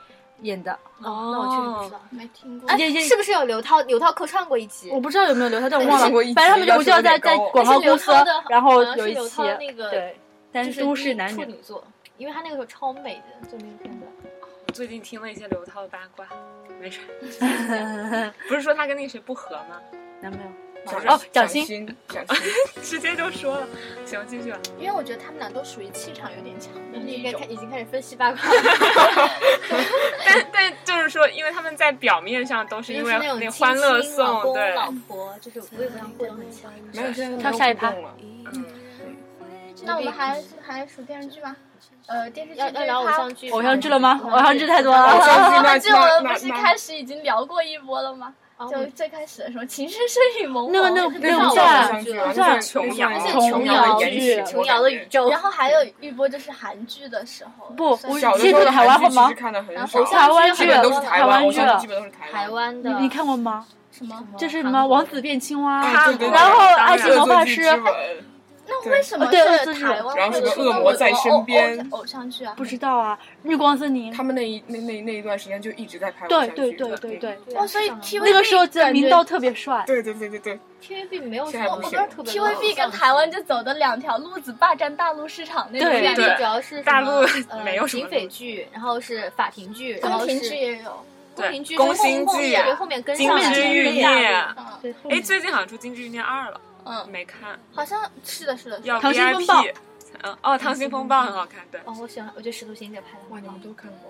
[SPEAKER 5] 演的，
[SPEAKER 7] 哦，那我确实不知道。
[SPEAKER 2] 没听过
[SPEAKER 5] 哎。
[SPEAKER 7] 哎，是不是有刘涛？刘涛客串过一集
[SPEAKER 5] 我，不知道有没有留他，但我忘
[SPEAKER 4] 看过一
[SPEAKER 5] 了。
[SPEAKER 4] 集
[SPEAKER 5] 反正他们就
[SPEAKER 4] 要
[SPEAKER 5] 我
[SPEAKER 4] 求
[SPEAKER 5] 就要在
[SPEAKER 4] 有点
[SPEAKER 5] 在
[SPEAKER 4] 高
[SPEAKER 5] 广告公司
[SPEAKER 7] 但是刘涛的，
[SPEAKER 5] 然后
[SPEAKER 7] 好像
[SPEAKER 5] 有
[SPEAKER 7] 是
[SPEAKER 5] 一
[SPEAKER 7] 刘
[SPEAKER 5] 期
[SPEAKER 7] 涛那个
[SPEAKER 5] 对，但
[SPEAKER 7] 就是
[SPEAKER 5] 都市男
[SPEAKER 7] 处
[SPEAKER 5] 女
[SPEAKER 7] 女座，因为她那个时候超美的，就那个片段。
[SPEAKER 6] 最近听了一些刘涛的八卦，没事儿。 不是说她跟那个谁不和吗？
[SPEAKER 5] 男朋友
[SPEAKER 4] 蒋
[SPEAKER 5] 哦蒋
[SPEAKER 4] 蒋
[SPEAKER 5] 欣
[SPEAKER 4] 欣，蒋欣，
[SPEAKER 6] 直接就说了。行，继续吧。
[SPEAKER 2] 因为我觉得他们俩都属于气场嗯有点强的那
[SPEAKER 7] 应
[SPEAKER 2] 一
[SPEAKER 7] 该
[SPEAKER 2] 种
[SPEAKER 7] 开，已经开始分析八卦了，
[SPEAKER 6] 但但就是说，因为他们在表面上都是
[SPEAKER 7] 就
[SPEAKER 6] 因
[SPEAKER 7] 是
[SPEAKER 6] 为
[SPEAKER 7] 那种亲
[SPEAKER 6] 欢乐
[SPEAKER 7] 亲老
[SPEAKER 6] 颂，
[SPEAKER 7] 公
[SPEAKER 6] 对，
[SPEAKER 7] 老婆，就是微博上互动很强。
[SPEAKER 4] 没有现在
[SPEAKER 5] 跳下一趴
[SPEAKER 4] 趴了。
[SPEAKER 6] 嗯，
[SPEAKER 2] 那我们还还数电视剧吗？呃，电视剧
[SPEAKER 7] 要
[SPEAKER 2] 这
[SPEAKER 7] 要
[SPEAKER 2] 一
[SPEAKER 7] 聊偶
[SPEAKER 2] 趴
[SPEAKER 7] 像剧，
[SPEAKER 5] 偶像剧了吗？偶像剧太多
[SPEAKER 4] 偶
[SPEAKER 5] 了。
[SPEAKER 4] 像剧
[SPEAKER 2] 我
[SPEAKER 4] 那
[SPEAKER 2] 们记得我们
[SPEAKER 4] 那
[SPEAKER 2] 不是
[SPEAKER 4] 那
[SPEAKER 2] 开始已经聊过一波了吗？
[SPEAKER 7] 啊，
[SPEAKER 2] 就
[SPEAKER 7] 我
[SPEAKER 2] 最开始的时候，《情深深雨蒙蒙》
[SPEAKER 5] 那个那
[SPEAKER 4] 那
[SPEAKER 5] 个那
[SPEAKER 4] 是
[SPEAKER 5] 个
[SPEAKER 4] 偶
[SPEAKER 5] 不算
[SPEAKER 4] 像剧了，
[SPEAKER 5] 不
[SPEAKER 4] 那
[SPEAKER 5] 算
[SPEAKER 4] 是琼
[SPEAKER 6] 琼瑶
[SPEAKER 4] 瑶，
[SPEAKER 5] 是琼瑶
[SPEAKER 4] 延
[SPEAKER 5] 剧
[SPEAKER 4] 禧
[SPEAKER 7] 琼瑶的宇宙
[SPEAKER 2] 然，后还有一波就是韩剧的时候，
[SPEAKER 5] 不
[SPEAKER 2] 算
[SPEAKER 5] 我
[SPEAKER 2] 是
[SPEAKER 4] 小的
[SPEAKER 5] 记
[SPEAKER 4] 时候
[SPEAKER 5] 得
[SPEAKER 4] 的
[SPEAKER 5] 台湾
[SPEAKER 4] 韩剧
[SPEAKER 5] 好
[SPEAKER 4] 其
[SPEAKER 5] 吗
[SPEAKER 4] 实看的很
[SPEAKER 2] 然后
[SPEAKER 4] 少，
[SPEAKER 5] 台湾
[SPEAKER 4] 基
[SPEAKER 5] 剧
[SPEAKER 4] 本都是
[SPEAKER 5] 台
[SPEAKER 4] 台湾，
[SPEAKER 5] 湾
[SPEAKER 4] 偶
[SPEAKER 5] 剧
[SPEAKER 4] 像剧基本都是
[SPEAKER 7] 台
[SPEAKER 4] 台湾。
[SPEAKER 7] 湾
[SPEAKER 5] 你
[SPEAKER 7] 的，
[SPEAKER 5] 你看过吗？
[SPEAKER 2] 什么？
[SPEAKER 5] 就是什么王子变青蛙，
[SPEAKER 4] 啊对对对
[SPEAKER 5] 然后
[SPEAKER 6] 当然
[SPEAKER 5] 爱情魔法师
[SPEAKER 4] 恶作剧之吻
[SPEAKER 2] 那为什么
[SPEAKER 5] 对
[SPEAKER 2] 是
[SPEAKER 5] 对
[SPEAKER 2] 台湾
[SPEAKER 4] 然后
[SPEAKER 2] 或者
[SPEAKER 4] 什么
[SPEAKER 2] 说
[SPEAKER 4] 恶魔在身边
[SPEAKER 2] 偶偶偶像剧啊？
[SPEAKER 5] 不知道啊，日光森林
[SPEAKER 4] 他。们那一那那那一段时间就一直在拍偶
[SPEAKER 5] 对
[SPEAKER 4] 像剧，
[SPEAKER 5] 对对对对，
[SPEAKER 7] 对啊
[SPEAKER 2] 哦，所以
[SPEAKER 7] 上
[SPEAKER 2] T V
[SPEAKER 5] 那个时候的明道特别帅。
[SPEAKER 4] 对对对对对，
[SPEAKER 7] TVB 没有
[SPEAKER 4] 现
[SPEAKER 7] 说
[SPEAKER 4] 在
[SPEAKER 7] 我
[SPEAKER 4] 不
[SPEAKER 7] 不是
[SPEAKER 4] 行
[SPEAKER 7] 特别
[SPEAKER 2] T V B 跟台湾就走的两条路子，霸占大陆市场那种
[SPEAKER 5] 对
[SPEAKER 2] 感觉。
[SPEAKER 6] 对
[SPEAKER 7] 主要是什么
[SPEAKER 6] 大陆
[SPEAKER 7] 呃
[SPEAKER 6] 没有什么
[SPEAKER 7] 警匪剧，然后是法庭剧，然
[SPEAKER 2] 宫
[SPEAKER 7] 后
[SPEAKER 2] 廷
[SPEAKER 7] 是
[SPEAKER 2] 剧也有，
[SPEAKER 7] 宫廷
[SPEAKER 6] 对
[SPEAKER 7] 剧
[SPEAKER 6] 宫
[SPEAKER 7] 是后
[SPEAKER 6] 心
[SPEAKER 7] 后
[SPEAKER 6] 计
[SPEAKER 7] 面对后面跟
[SPEAKER 6] 金
[SPEAKER 7] 上来
[SPEAKER 6] 枝欲
[SPEAKER 7] 跟
[SPEAKER 6] 孽
[SPEAKER 7] 大》陆
[SPEAKER 2] 嗯
[SPEAKER 5] 对，
[SPEAKER 6] 哎，最近好像出《金枝欲孽二》了，
[SPEAKER 2] 嗯，
[SPEAKER 6] 没看，
[SPEAKER 2] 好像是的，是的，是
[SPEAKER 6] 要
[SPEAKER 2] 的。
[SPEAKER 5] 溏心风暴
[SPEAKER 6] VIP。嗯，哦，《溏心风暴》很好看，对。
[SPEAKER 7] 哦，我喜欢，我觉得石头贤姐拍的
[SPEAKER 4] 哇，
[SPEAKER 7] 很
[SPEAKER 4] 你
[SPEAKER 7] 好
[SPEAKER 4] 们。都看过？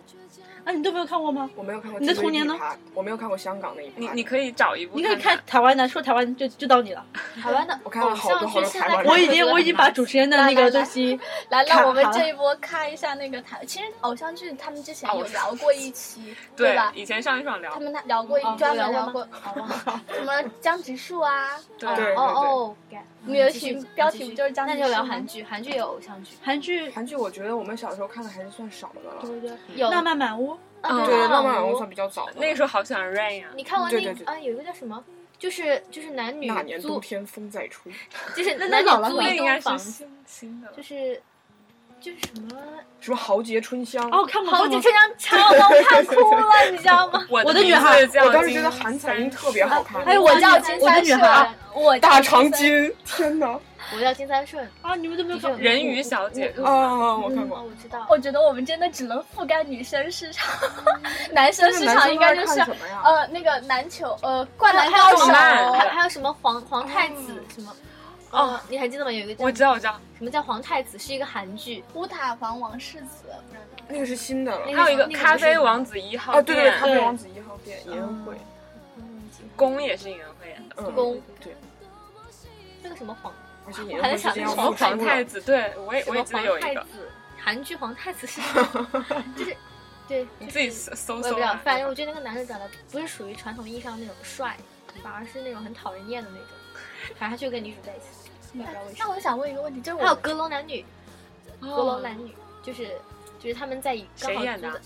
[SPEAKER 5] 啊，你都没有看过吗？
[SPEAKER 4] 我没有看过。
[SPEAKER 5] 你的童年呢？
[SPEAKER 4] 我没有看过香港那一趴。
[SPEAKER 6] 你你可以找一部，
[SPEAKER 5] 你可以看，台湾的，说台湾就就到你了。
[SPEAKER 7] 台湾的
[SPEAKER 4] 我看了
[SPEAKER 7] 偶
[SPEAKER 4] 好多好
[SPEAKER 7] 像剧
[SPEAKER 4] 多
[SPEAKER 7] 现
[SPEAKER 4] 台
[SPEAKER 7] 在
[SPEAKER 4] 湾的
[SPEAKER 5] 我已经我已经把主持人的那
[SPEAKER 2] 来来
[SPEAKER 5] 个
[SPEAKER 2] 来
[SPEAKER 5] 东西，
[SPEAKER 2] 来，
[SPEAKER 5] 看
[SPEAKER 2] 那我们
[SPEAKER 5] 好了
[SPEAKER 2] 这一波看一下那个台，其实偶像剧他们之前有聊过一期，
[SPEAKER 6] 对
[SPEAKER 2] 吧？
[SPEAKER 6] 以前上一上聊
[SPEAKER 2] 他，们那聊过一
[SPEAKER 7] 哦
[SPEAKER 2] 专门
[SPEAKER 7] 有聊
[SPEAKER 2] 聊过哦
[SPEAKER 7] 好忘了
[SPEAKER 2] 什么江直树啊，
[SPEAKER 6] 对
[SPEAKER 4] 对
[SPEAKER 7] 哦哦，改
[SPEAKER 2] 我们有
[SPEAKER 7] 继续
[SPEAKER 2] 题标题
[SPEAKER 7] 继续
[SPEAKER 2] 不就是江
[SPEAKER 7] 那
[SPEAKER 2] 直
[SPEAKER 7] 就
[SPEAKER 2] 树
[SPEAKER 7] 聊
[SPEAKER 2] 吗
[SPEAKER 7] 韩剧，韩剧也有偶像剧，
[SPEAKER 5] 韩剧
[SPEAKER 4] 韩剧，我觉得我们小时候看的还是算少的了。
[SPEAKER 5] 对对啊对，
[SPEAKER 7] 有
[SPEAKER 5] 浪漫满屋，
[SPEAKER 6] 嗯
[SPEAKER 4] 对，
[SPEAKER 7] 啊对
[SPEAKER 4] 《浪漫满屋》算比较早的了。
[SPEAKER 6] 那个时候好喜欢 Rain 啊，
[SPEAKER 7] 你看过
[SPEAKER 4] 对对对
[SPEAKER 7] 那啊有一个叫什么？就是就是男女
[SPEAKER 4] 那年
[SPEAKER 7] 租
[SPEAKER 4] 冬，天风再吹，
[SPEAKER 7] 就是
[SPEAKER 5] 那
[SPEAKER 7] 男
[SPEAKER 5] 老
[SPEAKER 7] 女
[SPEAKER 5] 了
[SPEAKER 7] 租
[SPEAKER 5] 吧
[SPEAKER 6] 那
[SPEAKER 7] 一
[SPEAKER 6] 应该
[SPEAKER 7] 栋
[SPEAKER 6] 是
[SPEAKER 7] 房子，
[SPEAKER 6] 新新的了
[SPEAKER 7] 就。是就是什么？
[SPEAKER 4] 什么豪杰春香。
[SPEAKER 5] 哦，看过
[SPEAKER 7] 好
[SPEAKER 5] 看
[SPEAKER 7] 几
[SPEAKER 5] 过
[SPEAKER 7] 这。张长我都看哭了，你知道 吗？
[SPEAKER 6] 我
[SPEAKER 5] 我的
[SPEAKER 6] 名
[SPEAKER 5] 女
[SPEAKER 6] 字
[SPEAKER 5] 孩
[SPEAKER 6] 叫
[SPEAKER 4] 我当时觉得
[SPEAKER 6] 金
[SPEAKER 4] 韩彩英特别好看。
[SPEAKER 5] 还有
[SPEAKER 2] 我
[SPEAKER 5] 的
[SPEAKER 2] 叫
[SPEAKER 5] 女
[SPEAKER 2] 金
[SPEAKER 5] 我的
[SPEAKER 2] 三
[SPEAKER 5] 女
[SPEAKER 2] 顺
[SPEAKER 5] 孩，
[SPEAKER 7] 啊
[SPEAKER 2] 我叫
[SPEAKER 4] 大长
[SPEAKER 2] 金三
[SPEAKER 4] 今，天哪！
[SPEAKER 7] 我叫金三顺，
[SPEAKER 5] 啊，你们都没有看过。
[SPEAKER 6] 人鱼小姐，
[SPEAKER 4] 啊，我看
[SPEAKER 7] 哦，
[SPEAKER 4] 过。
[SPEAKER 7] 我知道，
[SPEAKER 2] 我觉得我们真的只能覆盖女生市场，男生市
[SPEAKER 4] 男
[SPEAKER 2] 场
[SPEAKER 4] 生
[SPEAKER 2] 应该
[SPEAKER 4] 都
[SPEAKER 2] 就
[SPEAKER 4] 在
[SPEAKER 2] 是
[SPEAKER 4] 看什么呀？
[SPEAKER 2] 呃那个篮球呃灌篮
[SPEAKER 7] 还
[SPEAKER 2] 高
[SPEAKER 7] 有什
[SPEAKER 2] 手
[SPEAKER 7] 么，
[SPEAKER 6] 哦
[SPEAKER 7] 还还有什么皇皇太子什么？哦，你还记得吗？有一个
[SPEAKER 6] 我
[SPEAKER 7] 叫
[SPEAKER 6] 知道我知道，
[SPEAKER 7] 什么叫皇太子，是一个韩剧，
[SPEAKER 2] 乌塔房王世子，不知道
[SPEAKER 4] 那个是新的了。
[SPEAKER 7] 那
[SPEAKER 6] 还有一个嗯
[SPEAKER 7] 那个
[SPEAKER 6] 咖
[SPEAKER 7] 不是
[SPEAKER 6] 啡王子一号
[SPEAKER 4] 啊，对对，
[SPEAKER 6] 店
[SPEAKER 4] 《咖啡王子一号店》银会，
[SPEAKER 6] 宫也是尹恩惠演的，
[SPEAKER 4] 嗯，
[SPEAKER 7] 宫
[SPEAKER 4] 对，
[SPEAKER 7] 这个什么皇
[SPEAKER 4] 而且银
[SPEAKER 7] 我还在
[SPEAKER 4] 会是
[SPEAKER 7] 想
[SPEAKER 4] 这
[SPEAKER 7] 那
[SPEAKER 4] 样
[SPEAKER 7] 什
[SPEAKER 6] 什
[SPEAKER 7] 么
[SPEAKER 6] 么
[SPEAKER 4] 复出
[SPEAKER 6] 皇太
[SPEAKER 4] 了。
[SPEAKER 6] 子，对我也
[SPEAKER 7] 什
[SPEAKER 6] 我
[SPEAKER 7] 么
[SPEAKER 6] 也记得有
[SPEAKER 7] 皇
[SPEAKER 6] 一
[SPEAKER 7] 太
[SPEAKER 6] 个，
[SPEAKER 7] 子，韩剧皇太子是什么？就是对，
[SPEAKER 6] 你自己搜
[SPEAKER 7] 嗯我也不
[SPEAKER 6] 搜
[SPEAKER 7] 知道
[SPEAKER 6] 啊，，
[SPEAKER 7] 反正我觉得那个男的长得不是属于传统意义上那种帅，反而是那种很讨人厌的那种，反正他就跟女主在一起，也不知道为什
[SPEAKER 2] 那
[SPEAKER 7] 么。
[SPEAKER 2] 我想问一个问题，就是
[SPEAKER 7] 还有
[SPEAKER 2] 我
[SPEAKER 7] 阁楼男女，阁楼男女就是就是他们在一刚
[SPEAKER 6] 谁
[SPEAKER 7] 好
[SPEAKER 6] 演
[SPEAKER 7] 租
[SPEAKER 6] 的
[SPEAKER 7] 的，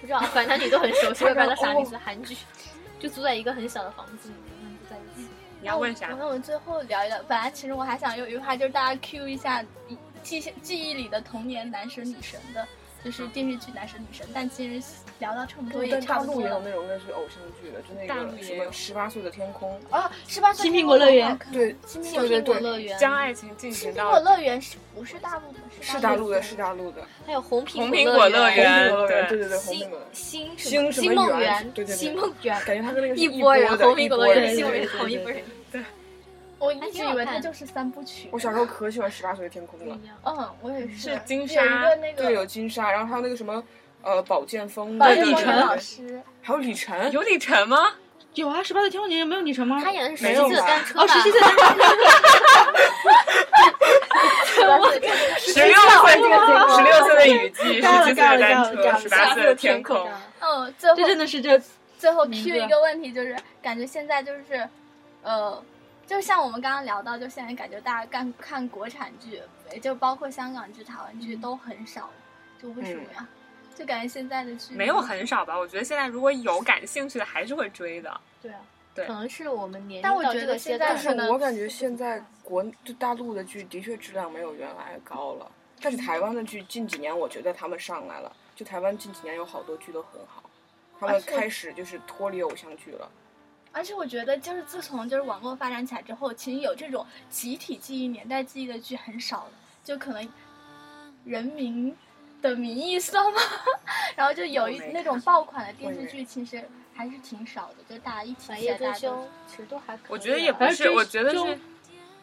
[SPEAKER 7] 不知道，反正男女都很熟悉，我也不知道叫啥名字，
[SPEAKER 4] 哦
[SPEAKER 7] 韩剧，就租在一个很小的房子里面，他们就在一起。
[SPEAKER 6] 你要问啥
[SPEAKER 2] 那？我们最后聊一聊，本来其实我还想有一趴，就是大家 Q 一下记记忆里的童年男神女神的，就是电视剧男神女神，但其实聊到差不多
[SPEAKER 4] 对，
[SPEAKER 2] 也
[SPEAKER 4] 但
[SPEAKER 2] 差
[SPEAKER 4] 大
[SPEAKER 2] 不
[SPEAKER 4] 陆
[SPEAKER 2] 多
[SPEAKER 4] 也有
[SPEAKER 2] 了
[SPEAKER 4] 那种类似于偶像剧的，就那
[SPEAKER 6] 大陆
[SPEAKER 4] 个
[SPEAKER 6] 也
[SPEAKER 4] 什
[SPEAKER 6] 有
[SPEAKER 4] 么十八岁的天空，
[SPEAKER 2] 啊，十八岁
[SPEAKER 5] 新苹果乐园
[SPEAKER 2] 好看
[SPEAKER 4] 对，
[SPEAKER 2] 新
[SPEAKER 4] 对
[SPEAKER 2] 苹
[SPEAKER 4] 对
[SPEAKER 7] 苹果
[SPEAKER 4] 对，
[SPEAKER 7] 乐园，
[SPEAKER 6] 将爱情进
[SPEAKER 2] 新
[SPEAKER 6] 行
[SPEAKER 2] 苹果
[SPEAKER 6] 到
[SPEAKER 2] 乐园是不是大陆的？
[SPEAKER 4] 是大陆的，是大陆的，
[SPEAKER 7] 还有红苹
[SPEAKER 6] 红苹果乐
[SPEAKER 4] 红
[SPEAKER 6] 园
[SPEAKER 4] 苹果乐园，对
[SPEAKER 6] 对
[SPEAKER 4] 对对，红苹
[SPEAKER 7] 新
[SPEAKER 4] 果乐园，
[SPEAKER 7] 新
[SPEAKER 4] 新什么
[SPEAKER 7] 新梦
[SPEAKER 4] 园
[SPEAKER 7] 园
[SPEAKER 4] 对对，对
[SPEAKER 7] 新梦园，
[SPEAKER 4] 感觉它跟那个是
[SPEAKER 7] 一
[SPEAKER 4] 波
[SPEAKER 7] 波人，
[SPEAKER 4] 的，
[SPEAKER 7] 红
[SPEAKER 4] 一
[SPEAKER 7] 苹果
[SPEAKER 4] 波
[SPEAKER 7] 乐园，
[SPEAKER 4] 人
[SPEAKER 7] 新
[SPEAKER 4] 对
[SPEAKER 7] 梦
[SPEAKER 4] 对，
[SPEAKER 7] 园
[SPEAKER 4] 对
[SPEAKER 7] 同一
[SPEAKER 4] 对
[SPEAKER 7] 波人。
[SPEAKER 2] 我
[SPEAKER 7] 还
[SPEAKER 2] 一直
[SPEAKER 7] 挺
[SPEAKER 2] 以
[SPEAKER 7] 好
[SPEAKER 2] 为它
[SPEAKER 7] 看
[SPEAKER 2] 就是三部曲。
[SPEAKER 4] 我小时候可喜欢《十八岁的天空》了，
[SPEAKER 2] 嗯，我也是
[SPEAKER 6] 是金
[SPEAKER 2] 有一个
[SPEAKER 6] 莎，
[SPEAKER 2] 那个
[SPEAKER 4] 对，有金莎，然后还有那个什么，呃，宝剑锋，
[SPEAKER 2] 保
[SPEAKER 4] 对
[SPEAKER 2] 健
[SPEAKER 4] 对
[SPEAKER 2] 风
[SPEAKER 4] 对
[SPEAKER 2] 的
[SPEAKER 4] 对
[SPEAKER 2] 老
[SPEAKER 4] 对
[SPEAKER 2] 师，
[SPEAKER 4] 还有李晨，
[SPEAKER 6] 有李晨吗？
[SPEAKER 8] 有啊，十八岁天空姐姐没有女神吗？
[SPEAKER 7] 他演的是
[SPEAKER 4] 没
[SPEAKER 7] 十
[SPEAKER 4] 有
[SPEAKER 7] 七岁的
[SPEAKER 4] 吧
[SPEAKER 7] 单车吧？
[SPEAKER 8] 哦，十七岁的
[SPEAKER 6] 十六岁，十六岁的雨季，十
[SPEAKER 8] 尬了
[SPEAKER 6] 七岁的
[SPEAKER 8] 尬了
[SPEAKER 6] 单
[SPEAKER 8] 尬
[SPEAKER 6] 车，
[SPEAKER 8] 了
[SPEAKER 6] 十八岁的天空，
[SPEAKER 2] 嗯，最后
[SPEAKER 8] 这真的是这
[SPEAKER 2] 最后
[SPEAKER 8] 名
[SPEAKER 2] Q
[SPEAKER 8] 字
[SPEAKER 2] 一个问题，就是感觉现在就是，呃，就像我们刚刚聊到，就现在感觉大家看看国产剧，也就包括香港剧、台湾
[SPEAKER 6] 嗯
[SPEAKER 2] 剧都很少，就为什么呀？就感觉现在的剧
[SPEAKER 6] 没有，很少吧？我觉得现在如果有感兴趣的，还是会追的。
[SPEAKER 7] 对啊，
[SPEAKER 6] 对
[SPEAKER 7] 可能是我们年龄
[SPEAKER 2] 但我
[SPEAKER 7] 到
[SPEAKER 2] 觉
[SPEAKER 7] 这
[SPEAKER 2] 得
[SPEAKER 7] 个阶
[SPEAKER 2] 现
[SPEAKER 7] 段
[SPEAKER 2] 在
[SPEAKER 4] 但是
[SPEAKER 2] 可能
[SPEAKER 4] 我感觉现在国就大陆的剧的确质量没有原来高了，但是台湾的剧近几年我觉得他们上来了，就台湾近几年有好多剧都很好，他
[SPEAKER 2] 而
[SPEAKER 4] 们
[SPEAKER 2] 且
[SPEAKER 4] 开始就是脱离偶像剧了。
[SPEAKER 2] 而且我觉得就是自从就是网络发展起来之后，其实有这种集体记忆、年代记忆的剧很少了，就可能《人民的名义》算吗？ 然后就有一
[SPEAKER 6] 我没
[SPEAKER 2] 那种爆款的电
[SPEAKER 4] 我
[SPEAKER 2] 视
[SPEAKER 4] 以为
[SPEAKER 2] 剧，其实还是挺少的，就大家一起
[SPEAKER 7] 百
[SPEAKER 2] 起来
[SPEAKER 7] 夜
[SPEAKER 2] 大
[SPEAKER 7] 追
[SPEAKER 2] 家都
[SPEAKER 7] 凶其实都还可以啊。
[SPEAKER 6] 我觉得也不
[SPEAKER 8] 而
[SPEAKER 6] 是，
[SPEAKER 8] 追
[SPEAKER 6] 我觉得
[SPEAKER 8] 就是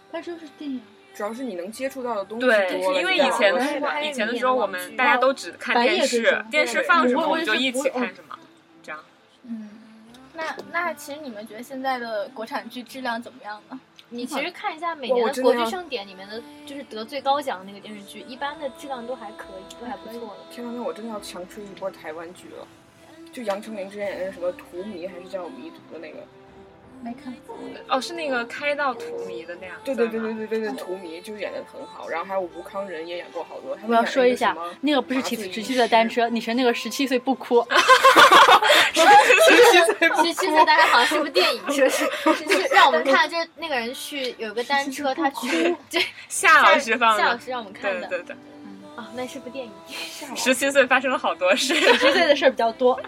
[SPEAKER 8] 他就是电影，
[SPEAKER 4] 主要是你能接触到的东西多
[SPEAKER 6] 对，
[SPEAKER 4] 了，
[SPEAKER 6] 因为
[SPEAKER 4] 你知
[SPEAKER 6] 以
[SPEAKER 4] 道
[SPEAKER 6] 前
[SPEAKER 4] 吗
[SPEAKER 6] 是的，
[SPEAKER 7] 还有
[SPEAKER 6] 以前的
[SPEAKER 7] 一
[SPEAKER 6] 时候
[SPEAKER 7] 点
[SPEAKER 6] 我
[SPEAKER 7] 网
[SPEAKER 6] 们
[SPEAKER 7] 剧
[SPEAKER 6] 大家都只看
[SPEAKER 8] 白夜
[SPEAKER 6] 电
[SPEAKER 8] 追
[SPEAKER 6] 视
[SPEAKER 8] 踪，
[SPEAKER 6] 电视
[SPEAKER 4] 对
[SPEAKER 6] 放什
[SPEAKER 8] 我
[SPEAKER 6] 么我
[SPEAKER 8] 我
[SPEAKER 6] 们
[SPEAKER 8] 也
[SPEAKER 6] 就是一
[SPEAKER 8] 不
[SPEAKER 6] 起
[SPEAKER 8] 我
[SPEAKER 6] 看什么，这样。
[SPEAKER 2] 嗯，那那其实你们觉得现在的国产剧质量怎么样呢？
[SPEAKER 7] 你其实看一下每
[SPEAKER 4] 哇
[SPEAKER 7] 年
[SPEAKER 4] 我
[SPEAKER 7] 的
[SPEAKER 4] 真
[SPEAKER 7] 国
[SPEAKER 4] 的
[SPEAKER 7] 剧
[SPEAKER 4] 要
[SPEAKER 7] 盛典里面的，就是得最高奖的那个电视剧，一般的质量都还可以，都还不错的。
[SPEAKER 4] 天呐，那我真的要强吹一波台湾剧了。就杨丞琳之前演的什么《荼蘼》还是叫《迷途》的那个，
[SPEAKER 2] 没看，
[SPEAKER 6] 哦，是那个开到荼蘼的那样，
[SPEAKER 4] 对对对
[SPEAKER 6] 算
[SPEAKER 4] 对
[SPEAKER 6] 吗，
[SPEAKER 4] 对对对，《荼蘼》就是演的很好，然后还有吴康仁也演过好多。他
[SPEAKER 8] 我
[SPEAKER 4] 们
[SPEAKER 8] 要
[SPEAKER 4] 演了
[SPEAKER 8] 说一
[SPEAKER 4] 一个
[SPEAKER 8] 下
[SPEAKER 4] 什么，
[SPEAKER 8] 那个不是
[SPEAKER 4] 麻
[SPEAKER 8] 十
[SPEAKER 4] 醉
[SPEAKER 8] 十
[SPEAKER 4] 医
[SPEAKER 8] 七岁的
[SPEAKER 4] 师
[SPEAKER 8] 单车，你是那个十七岁不 哭，
[SPEAKER 7] 十七岁大家好像是部电影，是不是？就是让我们看，就是那个人去有个单车，他去对
[SPEAKER 6] 夏老师放
[SPEAKER 7] 夏老
[SPEAKER 6] 的，
[SPEAKER 7] 师让我们看
[SPEAKER 6] 对
[SPEAKER 7] 的
[SPEAKER 6] 对对，
[SPEAKER 7] 啊，那是部电影。
[SPEAKER 6] 十七岁发生了好多事，
[SPEAKER 8] 十七岁的事儿比较多。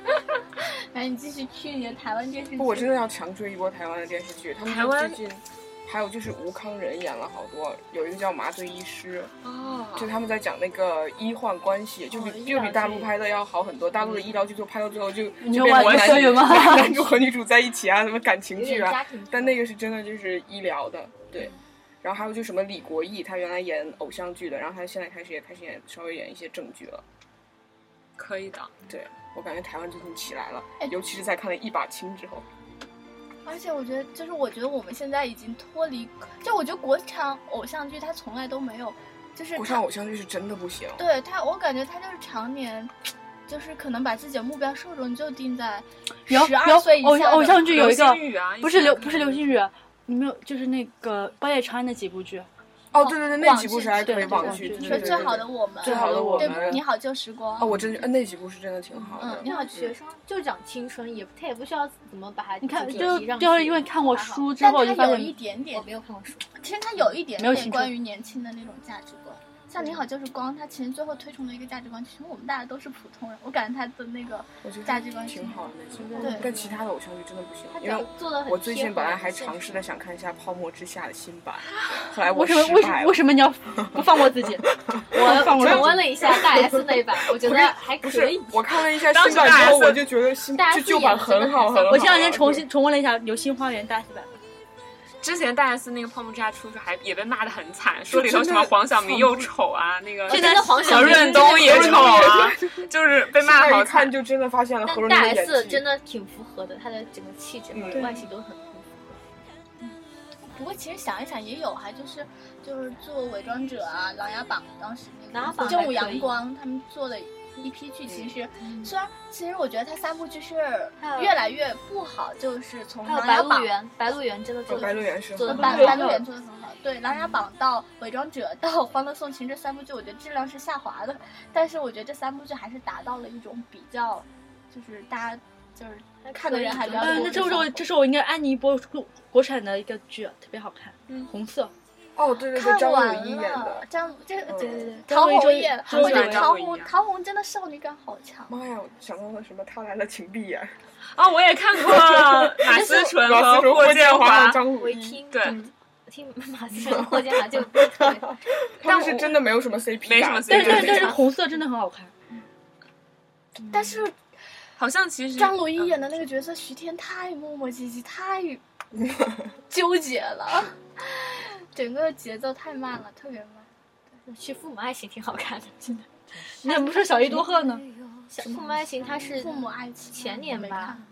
[SPEAKER 2] 来哎你继续 Q 你的台湾电视剧。
[SPEAKER 4] 不，我真的要强追一波台湾的电视剧。他们
[SPEAKER 6] 台
[SPEAKER 4] 说
[SPEAKER 6] 湾
[SPEAKER 4] 最近还有就是吴康仁演了好多，有一个叫《麻醉医师》，
[SPEAKER 6] 哦
[SPEAKER 4] 就他们在讲那个医患关系，就比、
[SPEAKER 7] 哦医
[SPEAKER 4] 就
[SPEAKER 7] 疗
[SPEAKER 4] 比大陆
[SPEAKER 7] 剧嗯
[SPEAKER 4] 拍的要好很多。大陆的医疗剧就拍到最后就
[SPEAKER 8] 你又
[SPEAKER 4] 就变
[SPEAKER 8] 玩
[SPEAKER 4] 成
[SPEAKER 8] 科学
[SPEAKER 4] 男
[SPEAKER 8] 吗
[SPEAKER 4] 男主和女主在一起啊，什么感情
[SPEAKER 7] 有
[SPEAKER 4] 剧
[SPEAKER 7] 点
[SPEAKER 4] 啊
[SPEAKER 7] 家。庭剧，
[SPEAKER 4] 但那个是真的就是医疗的，对。然后还有就什么李国毅，他原来演偶像剧的，然后他现在开始也开始演稍微演一些正剧了。
[SPEAKER 6] 可以的，
[SPEAKER 4] 对我感觉台湾最近起来了
[SPEAKER 2] 哎，
[SPEAKER 4] 尤其是在看了一把青之后。
[SPEAKER 2] 而且我觉得，就是我觉得我们现在已经脱离，就我觉得国产偶像剧它从来都没有，就是
[SPEAKER 4] 国
[SPEAKER 2] 它
[SPEAKER 4] 产偶像剧是真的不行。
[SPEAKER 2] 对它，我感觉它就是常年，就是可能把自己的目标受众就定在
[SPEAKER 8] 有
[SPEAKER 2] 十二岁以
[SPEAKER 8] 有偶
[SPEAKER 2] 下
[SPEAKER 8] 像偶
[SPEAKER 2] 的
[SPEAKER 8] 像剧有一
[SPEAKER 6] 流
[SPEAKER 8] 个
[SPEAKER 6] 星雨啊
[SPEAKER 8] 不是
[SPEAKER 6] 以前
[SPEAKER 8] 流
[SPEAKER 6] 看
[SPEAKER 8] 不是流星雨，你没有就是那个《八夜长安》那几部剧，
[SPEAKER 4] 哦，对对对，那
[SPEAKER 2] 网
[SPEAKER 4] 几部
[SPEAKER 2] 剧
[SPEAKER 4] 是还可
[SPEAKER 8] 对
[SPEAKER 4] 以
[SPEAKER 8] 对
[SPEAKER 4] 网
[SPEAKER 8] 网
[SPEAKER 4] 剧，
[SPEAKER 8] 剧
[SPEAKER 4] 对
[SPEAKER 2] 你
[SPEAKER 4] 对
[SPEAKER 2] 说
[SPEAKER 4] 对
[SPEAKER 2] 最
[SPEAKER 4] 对
[SPEAKER 2] 好
[SPEAKER 4] 对
[SPEAKER 2] 的我们，
[SPEAKER 4] 最好的我
[SPEAKER 2] 对
[SPEAKER 4] 们
[SPEAKER 2] 你好旧时光
[SPEAKER 4] 哦，，我真呃那几部是真的挺好
[SPEAKER 2] 嗯
[SPEAKER 4] 的，，
[SPEAKER 2] 你好
[SPEAKER 7] 学生就讲青春，也他也不需要怎么把它
[SPEAKER 8] 你看
[SPEAKER 7] 主题
[SPEAKER 8] 就
[SPEAKER 7] 让
[SPEAKER 8] 就是
[SPEAKER 7] 去
[SPEAKER 8] 因为看过
[SPEAKER 7] 还好
[SPEAKER 8] 书之
[SPEAKER 2] 但
[SPEAKER 8] 后就发
[SPEAKER 2] 它有
[SPEAKER 8] 现
[SPEAKER 2] 一点点
[SPEAKER 7] 我没有看过书，
[SPEAKER 2] 其实它有一点
[SPEAKER 8] 没有
[SPEAKER 2] 点
[SPEAKER 8] 青春
[SPEAKER 2] 关于年轻的那种价值观。像《你好就是光》，它其实最后推崇的一个价值观，其实我们大家都是普通人。我感觉它的那个
[SPEAKER 4] 我觉得
[SPEAKER 2] 价值观
[SPEAKER 4] 挺好的那几部
[SPEAKER 2] 对，
[SPEAKER 4] 但其他的偶像剧真的不行
[SPEAKER 7] 他，
[SPEAKER 4] 因
[SPEAKER 7] 讲
[SPEAKER 4] 为
[SPEAKER 7] 做的很
[SPEAKER 4] 我最
[SPEAKER 7] 贴
[SPEAKER 4] 近
[SPEAKER 7] 合
[SPEAKER 4] 本来
[SPEAKER 7] 人
[SPEAKER 4] 还
[SPEAKER 7] 现
[SPEAKER 4] 尝
[SPEAKER 7] 实
[SPEAKER 4] 试着想看一下《泡沫之夏》的新版，后来
[SPEAKER 8] 为
[SPEAKER 4] 我
[SPEAKER 8] 什
[SPEAKER 4] 失
[SPEAKER 8] 么为什
[SPEAKER 4] 败
[SPEAKER 8] 么
[SPEAKER 4] 了
[SPEAKER 8] 为。什么你要不放过自 己？
[SPEAKER 7] 我
[SPEAKER 8] 放过
[SPEAKER 7] 重
[SPEAKER 8] 自
[SPEAKER 7] 温
[SPEAKER 8] 己
[SPEAKER 7] 了一下大 S 那一版，我觉得还
[SPEAKER 4] 不
[SPEAKER 7] 可
[SPEAKER 4] 是
[SPEAKER 7] 以。，
[SPEAKER 4] 我看了一下
[SPEAKER 6] 当
[SPEAKER 4] 新
[SPEAKER 6] 时
[SPEAKER 4] 版
[SPEAKER 6] 大
[SPEAKER 4] 之后，
[SPEAKER 6] 家
[SPEAKER 4] 我
[SPEAKER 6] 是
[SPEAKER 4] 就觉得新
[SPEAKER 7] 大家
[SPEAKER 4] 就是旧版
[SPEAKER 7] 演得真的
[SPEAKER 4] 很好，
[SPEAKER 7] 很
[SPEAKER 4] 很好。
[SPEAKER 8] 我前两天重
[SPEAKER 4] 对
[SPEAKER 8] 新重温了一下《流星花园》大戏版，
[SPEAKER 6] 之前大 S 那个泡沫之夏出去还也被骂的很惨，说里头
[SPEAKER 4] 真
[SPEAKER 6] 什
[SPEAKER 4] 的
[SPEAKER 6] 么黄晓明又丑啊，那个
[SPEAKER 7] 现在黄晓
[SPEAKER 6] 何
[SPEAKER 7] 明
[SPEAKER 6] 润东也丑啊， 就是被
[SPEAKER 4] 现
[SPEAKER 6] 骂的
[SPEAKER 4] 在
[SPEAKER 6] 好
[SPEAKER 4] 一看
[SPEAKER 6] 惨。
[SPEAKER 4] 就真的发现了何
[SPEAKER 7] 但
[SPEAKER 4] 润
[SPEAKER 7] 大
[SPEAKER 4] 东的
[SPEAKER 7] S
[SPEAKER 4] 演技
[SPEAKER 7] 真。的挺符合的，她的整个气质和
[SPEAKER 4] 嗯
[SPEAKER 7] 外形都很符合。
[SPEAKER 2] 不过其实想一想也有哈，啊就是就是做《伪装者》啊，《琅琊榜》当时那个
[SPEAKER 7] 琅琊榜
[SPEAKER 2] 正
[SPEAKER 7] 还
[SPEAKER 2] 午
[SPEAKER 7] 可
[SPEAKER 2] 阳
[SPEAKER 7] 以
[SPEAKER 2] 光他们做的一批剧，其实、
[SPEAKER 7] 嗯
[SPEAKER 2] 虽然其实我觉得它三部剧是
[SPEAKER 7] 还有
[SPEAKER 2] 越来越不好，就是从《
[SPEAKER 7] 还有
[SPEAKER 2] 琅
[SPEAKER 7] 白
[SPEAKER 2] 琊榜
[SPEAKER 7] 鹿》原，白鹿原真的做
[SPEAKER 4] 哦
[SPEAKER 7] 的
[SPEAKER 4] 白鹿原是
[SPEAKER 7] 做 的
[SPEAKER 4] 很
[SPEAKER 2] 白
[SPEAKER 4] 好
[SPEAKER 7] 很
[SPEAKER 2] 白
[SPEAKER 7] 好
[SPEAKER 2] 鹿原做的很好，对《琅琊榜》到《伪装者》 到《欢乐颂情》这三部剧，我觉得质量是下滑的，但是我觉得这三部剧还是达到了一种比较，就是大家就是看的人还比较
[SPEAKER 8] 哎
[SPEAKER 2] 多。
[SPEAKER 8] 嗯那这时候这时候我应该安妮一波国国产的一个剧，特别好看，红色。
[SPEAKER 4] 哦，对对对，
[SPEAKER 2] 看
[SPEAKER 4] 张
[SPEAKER 2] 完
[SPEAKER 4] 鲁一演
[SPEAKER 2] 了
[SPEAKER 4] 的，，
[SPEAKER 2] 张这个对对对，
[SPEAKER 5] 张
[SPEAKER 2] 陶
[SPEAKER 5] 鲁一
[SPEAKER 2] 虹
[SPEAKER 5] 真
[SPEAKER 2] 演，
[SPEAKER 5] 真
[SPEAKER 2] 我觉得
[SPEAKER 6] 演
[SPEAKER 2] 陶
[SPEAKER 6] 张鲁一
[SPEAKER 2] 虹
[SPEAKER 6] 啊
[SPEAKER 2] 陶虹真的少女感好强。
[SPEAKER 4] 妈呀，我想到了什么？他来了，请闭眼。
[SPEAKER 6] 啊，我也看过马思纯
[SPEAKER 4] 老
[SPEAKER 6] 和
[SPEAKER 4] 四
[SPEAKER 6] 霍建
[SPEAKER 4] 华
[SPEAKER 6] 华
[SPEAKER 4] 和，张鲁
[SPEAKER 7] 我一
[SPEAKER 4] 一，
[SPEAKER 7] 听
[SPEAKER 6] 对
[SPEAKER 7] 嗯听马思 纯、霍建华就不特别
[SPEAKER 4] 他们是真的没有什么 CP
[SPEAKER 6] 没什
[SPEAKER 4] 感
[SPEAKER 6] 么
[SPEAKER 5] 但
[SPEAKER 6] CP
[SPEAKER 5] 是但是
[SPEAKER 6] 感
[SPEAKER 5] 但是红色真的很好看，
[SPEAKER 8] 哎
[SPEAKER 7] 嗯
[SPEAKER 2] 但是
[SPEAKER 6] 好像其实
[SPEAKER 2] 张鲁一演的那个角色徐天太磨磨唧唧，太纠结了， 整个节奏太慢了，特别慢。
[SPEAKER 7] 去父母爱情挺好看的，真的。
[SPEAKER 5] 你怎么不说小伊多赫呢？
[SPEAKER 7] 小父母爱情它是
[SPEAKER 2] 父母爱情
[SPEAKER 7] 前年
[SPEAKER 2] 没
[SPEAKER 7] 吧
[SPEAKER 2] 看，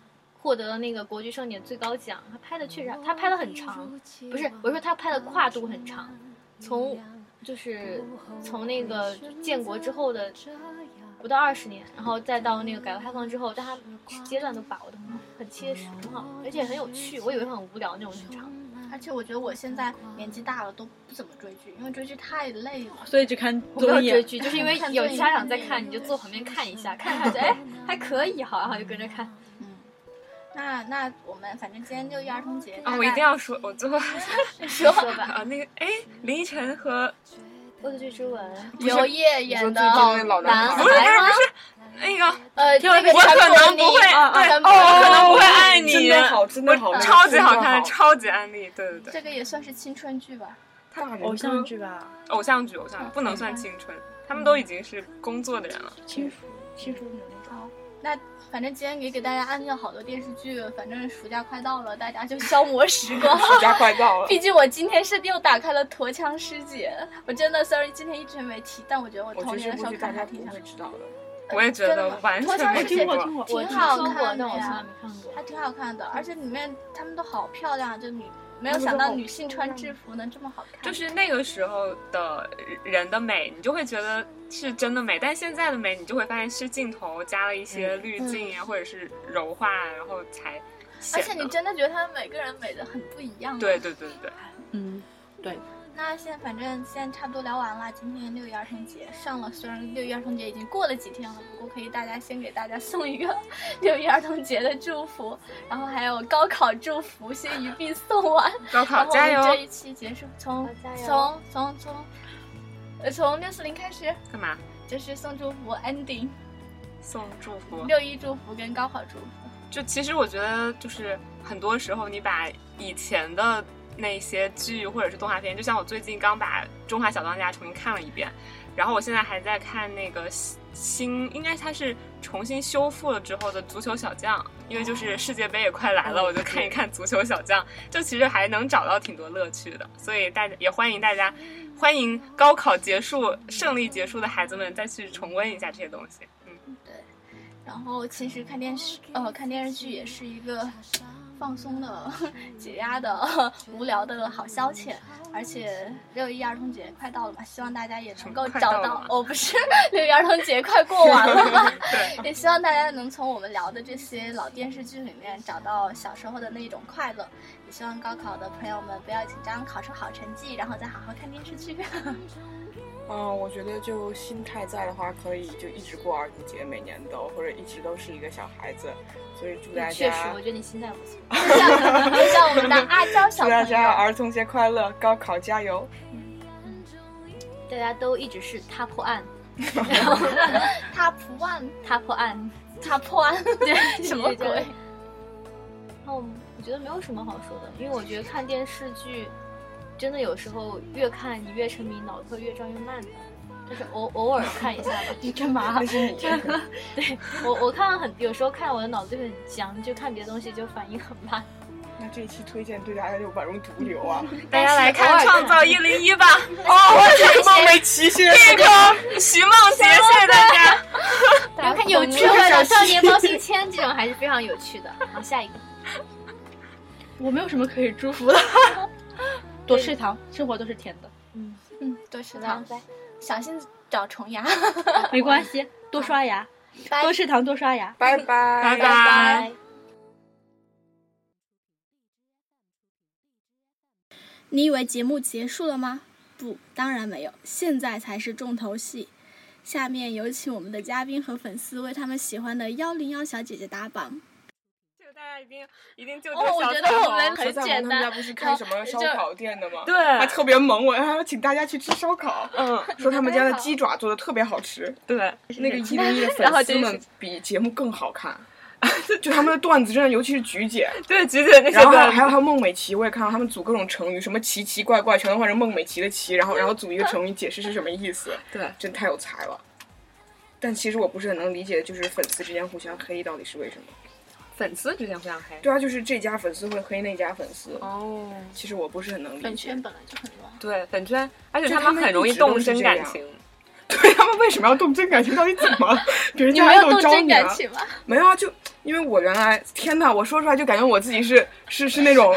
[SPEAKER 7] 获得了那个国剧盛典最高奖，他拍的确实，他拍的很长，不是，我是说他拍的跨度很长，从就是从那个建国之后的不到二十年，然后再到那个改革开放之后，但他阶段都把握的很好，
[SPEAKER 2] 嗯
[SPEAKER 7] 很切实，很好，而且很有趣。我以为很无聊那种很长，
[SPEAKER 2] 而且我觉得我现在年纪大了都不怎么追剧，因为追剧太累了。
[SPEAKER 5] 所以只看
[SPEAKER 7] 我没有
[SPEAKER 5] 综
[SPEAKER 7] 追
[SPEAKER 5] 艺。啊
[SPEAKER 7] 剧，就是因为有家长在看，你就坐旁边看一下，看看着哎还可以，好，然后就跟着看。
[SPEAKER 2] 那那我们反正今天六一儿童节，
[SPEAKER 6] 啊，
[SPEAKER 2] 大
[SPEAKER 6] 我一
[SPEAKER 2] 概
[SPEAKER 6] 定要说，我最后
[SPEAKER 7] 说吧，
[SPEAKER 6] 啊那个哎，林依晨和
[SPEAKER 7] 《恶作剧之吻》
[SPEAKER 2] 刘烨
[SPEAKER 4] 你说
[SPEAKER 2] 演
[SPEAKER 4] 最
[SPEAKER 2] 的
[SPEAKER 4] 近那老男
[SPEAKER 7] 男
[SPEAKER 4] 孩
[SPEAKER 6] 不是不
[SPEAKER 4] 儿，
[SPEAKER 7] 孩
[SPEAKER 6] 是不
[SPEAKER 7] 吗
[SPEAKER 6] 是那个，
[SPEAKER 2] 呃，
[SPEAKER 5] 听完
[SPEAKER 2] 那个
[SPEAKER 6] 我可
[SPEAKER 2] 陈
[SPEAKER 6] 能不
[SPEAKER 2] 柏
[SPEAKER 6] 会，
[SPEAKER 2] 霖啊
[SPEAKER 6] 对，
[SPEAKER 2] 陈
[SPEAKER 6] 哦，
[SPEAKER 2] 柏
[SPEAKER 6] 我可
[SPEAKER 2] 霖
[SPEAKER 6] 能不会爱你，
[SPEAKER 4] 真的好，真的好，
[SPEAKER 6] 我
[SPEAKER 4] 那个
[SPEAKER 6] 超级
[SPEAKER 4] 真的
[SPEAKER 6] 好
[SPEAKER 4] 好
[SPEAKER 6] 看，超级安利，对对对，
[SPEAKER 2] 这个也算是青春剧吧。
[SPEAKER 4] 大人
[SPEAKER 5] 偶像
[SPEAKER 4] 歌
[SPEAKER 5] 剧吧，
[SPEAKER 6] 偶像剧，偶像剧不能算青春，他们都已经是工作的人了。
[SPEAKER 5] 轻熟轻熟女那种。
[SPEAKER 2] 那反正今天也给大家安利了好多电视剧，反正暑假快到了，大家就消磨时光。
[SPEAKER 4] 暑假快到 了，
[SPEAKER 2] 毕竟我今天是又打开了《驼枪师姐》，我真的 sorry 今天一直没提，但我觉得我
[SPEAKER 4] 我
[SPEAKER 2] 童
[SPEAKER 4] 觉得
[SPEAKER 2] 年的
[SPEAKER 4] 这
[SPEAKER 2] 时
[SPEAKER 4] 部
[SPEAKER 2] 候
[SPEAKER 4] 剧大
[SPEAKER 2] 看
[SPEAKER 4] 家
[SPEAKER 2] 还
[SPEAKER 4] 不
[SPEAKER 2] 挺想
[SPEAKER 4] 会，知道的。
[SPEAKER 6] 我也觉
[SPEAKER 2] 真的
[SPEAKER 6] 得
[SPEAKER 2] 吗
[SPEAKER 6] 完
[SPEAKER 2] 脱
[SPEAKER 6] 全
[SPEAKER 2] 销
[SPEAKER 6] 没
[SPEAKER 2] 是
[SPEAKER 6] 听
[SPEAKER 2] 谁
[SPEAKER 5] 我
[SPEAKER 6] 过
[SPEAKER 5] 听。过，
[SPEAKER 7] 我
[SPEAKER 2] 挺
[SPEAKER 7] 听
[SPEAKER 2] 好
[SPEAKER 7] 说过
[SPEAKER 2] 看，
[SPEAKER 7] 但我
[SPEAKER 2] 的
[SPEAKER 7] 从
[SPEAKER 2] 呀
[SPEAKER 7] 来没看过。
[SPEAKER 2] 还挺好看的，而且里面她们都好漂亮，啊就女没有想到女性穿制服能这么好看，
[SPEAKER 6] 就是那个时候的人的美，你就会觉得是真的美；但现在的美，你就会发现是镜头加了一些滤镜啊，或者是柔化，然后才
[SPEAKER 2] 而
[SPEAKER 6] 显
[SPEAKER 2] 且
[SPEAKER 6] 得
[SPEAKER 2] 你。真的觉得她们每个人美的很不一样、啊
[SPEAKER 6] 对。对对对，
[SPEAKER 5] 嗯，
[SPEAKER 2] 那现在反正现在差不多聊完了，今天六一儿童节上了，虽然六一儿童节已经过了几天了，不过可以大家先给大家送一个 六一儿童节的祝福，然后还有高考祝福，先一并送完。
[SPEAKER 6] 高考
[SPEAKER 2] 然后我
[SPEAKER 6] 加
[SPEAKER 2] 们这
[SPEAKER 6] 油！
[SPEAKER 2] 一期结束，从
[SPEAKER 7] 好加油
[SPEAKER 2] 从从从，呃，从六四零开始，
[SPEAKER 6] 干嘛？
[SPEAKER 2] 就是送祝福 ending，
[SPEAKER 6] 送祝福。
[SPEAKER 2] 六一祝福跟高考祝福，
[SPEAKER 6] 就其实我觉得，就是很多时候你把以前的那些剧或者是动画片，就像我最近刚把《中华小当家》重新看了一遍，然后我现在还在看那个新新，应该它是重新修复了之后的《足球小将》，因为就是世界杯也快来
[SPEAKER 7] 哦
[SPEAKER 6] 了，我就看一看《足球小将》，就其实还能找到挺多乐趣的，所以大家也欢迎大家。欢迎高考结束、胜利结束的孩子们再去重温一下这些东西。嗯，
[SPEAKER 2] 然后其实看电视，呃，看电视剧也是一个放松的、解压的、无聊的好消遣。而且六一儿童节快到了嘛，希望大家也能够
[SPEAKER 6] 快
[SPEAKER 2] 找
[SPEAKER 6] 到了
[SPEAKER 2] 到
[SPEAKER 6] 吗，
[SPEAKER 2] 哦，不是六一儿童节快过完 了，
[SPEAKER 6] 对，
[SPEAKER 2] 也希望大家能从我们聊的这些老电视剧里面找到小时候的那种快乐。也希望高考的朋友们不要紧张，考出好成绩，然后再好好看电视 剧。
[SPEAKER 4] 嗯，我觉得就心态在的话，可以就一直过儿童节，每年都或者一直都是一个小孩子。所以祝大
[SPEAKER 7] 确实，
[SPEAKER 4] 家
[SPEAKER 7] 我觉得你心态不错。
[SPEAKER 2] 就像就像我们的阿娇小
[SPEAKER 4] 祝大
[SPEAKER 2] 朋
[SPEAKER 4] 家
[SPEAKER 2] 友，
[SPEAKER 4] 儿童节快乐，高考加 油！
[SPEAKER 7] 大家都一直是踏破案，
[SPEAKER 2] 她不忘
[SPEAKER 7] 踏破案，
[SPEAKER 2] 她破案，
[SPEAKER 7] 对
[SPEAKER 2] 什么鬼？？
[SPEAKER 7] 那我我觉得没有什么好说的，因为我觉得看电视剧，真的有时候越看你越沉迷，脑子会越转越慢的。但是偶偶尔看一下吧，
[SPEAKER 5] 你干嘛
[SPEAKER 4] 那？ 是你，
[SPEAKER 7] 我我看了很，有时候看我的脑子就很僵，就看别的东西就反应很慢。
[SPEAKER 4] 那这一期推荐对大家就宛如毒瘤 啊！
[SPEAKER 6] 大家来
[SPEAKER 7] 偶
[SPEAKER 6] 看
[SPEAKER 7] 尔
[SPEAKER 6] 《创造一零一》吧。
[SPEAKER 4] 哦，我这个梦寐奇心，
[SPEAKER 6] 这个徐梦洁，谢谢大家。
[SPEAKER 7] 大家看有智慧的少年包青天这种还是非常有趣的。好，下一个，
[SPEAKER 5] 我没有什么可以祝福的， 多吃糖，生活都是 甜的，
[SPEAKER 2] 嗯，多
[SPEAKER 4] 啊
[SPEAKER 2] 吃
[SPEAKER 7] 拜
[SPEAKER 2] 糖，
[SPEAKER 7] 拜。
[SPEAKER 2] 小心找虫牙。
[SPEAKER 5] 没关系，多刷牙，
[SPEAKER 2] 拜
[SPEAKER 5] 多吃糖，多刷牙。
[SPEAKER 4] 拜拜，
[SPEAKER 6] 拜拜。
[SPEAKER 2] 你以为节目结束了吗？不，当然没有，现在才是重头戏。下面有请我们的嘉宾和粉丝为他们喜欢的幺零幺小姐姐打榜。
[SPEAKER 6] 谢谢大家一定一定救救
[SPEAKER 1] 哦，我
[SPEAKER 6] 小
[SPEAKER 1] 觉
[SPEAKER 6] 彩
[SPEAKER 1] 得我
[SPEAKER 6] 虹
[SPEAKER 1] 们
[SPEAKER 4] 小
[SPEAKER 1] 很
[SPEAKER 4] 彩
[SPEAKER 1] 简
[SPEAKER 4] 虹他们家
[SPEAKER 1] 单。
[SPEAKER 4] 不是开什么烧烤店的吗？
[SPEAKER 6] 对
[SPEAKER 4] 还特别萌，我还要请大家去吃烧烤，
[SPEAKER 6] 嗯，
[SPEAKER 4] 说他们家的鸡爪做的特别好吃。
[SPEAKER 6] 对，
[SPEAKER 4] 那个一零一的
[SPEAKER 6] 然后
[SPEAKER 4] 粉
[SPEAKER 6] 就
[SPEAKER 4] 丝
[SPEAKER 6] 是
[SPEAKER 4] 们比节目更 好看，就他们的段子真的，尤其是菊姐，
[SPEAKER 6] 对菊姐那些
[SPEAKER 4] 然后还有
[SPEAKER 6] 段
[SPEAKER 4] 还有
[SPEAKER 6] 子，
[SPEAKER 4] 还有孟美岐，我也看到他们组各种成语，什么奇奇怪怪，全都换成孟美岐的奇，然后然后组一个成语解释是什么意思，
[SPEAKER 6] 对，
[SPEAKER 4] 真太有才了。但其实我不是很能理解，就是粉丝之间互相黑到底是为什么？
[SPEAKER 6] 粉丝之间互相黑。
[SPEAKER 4] 对啊，就是这家粉丝会黑那家粉丝，
[SPEAKER 6] 哦，
[SPEAKER 4] 其实我不是很能理解。
[SPEAKER 8] 本圈本来就很乱，
[SPEAKER 6] 对粉圈，而且
[SPEAKER 4] 就
[SPEAKER 6] 他
[SPEAKER 4] 他
[SPEAKER 6] 们
[SPEAKER 4] 们
[SPEAKER 6] 很容易
[SPEAKER 4] 一直都
[SPEAKER 6] 动
[SPEAKER 4] 是
[SPEAKER 6] 真
[SPEAKER 4] 这
[SPEAKER 6] 感
[SPEAKER 4] 样
[SPEAKER 6] 情。
[SPEAKER 4] 对 他们为什么要动真感情？到底怎 么了？别人
[SPEAKER 5] 你
[SPEAKER 4] 家
[SPEAKER 5] 没
[SPEAKER 4] 还
[SPEAKER 5] 有
[SPEAKER 4] 有
[SPEAKER 5] 动
[SPEAKER 4] 招
[SPEAKER 5] 真
[SPEAKER 4] 你
[SPEAKER 5] 感
[SPEAKER 4] 啊？
[SPEAKER 5] 情吗？
[SPEAKER 4] 没有啊，就因为我原来天呐，我说出来就感觉我自己是是 是那种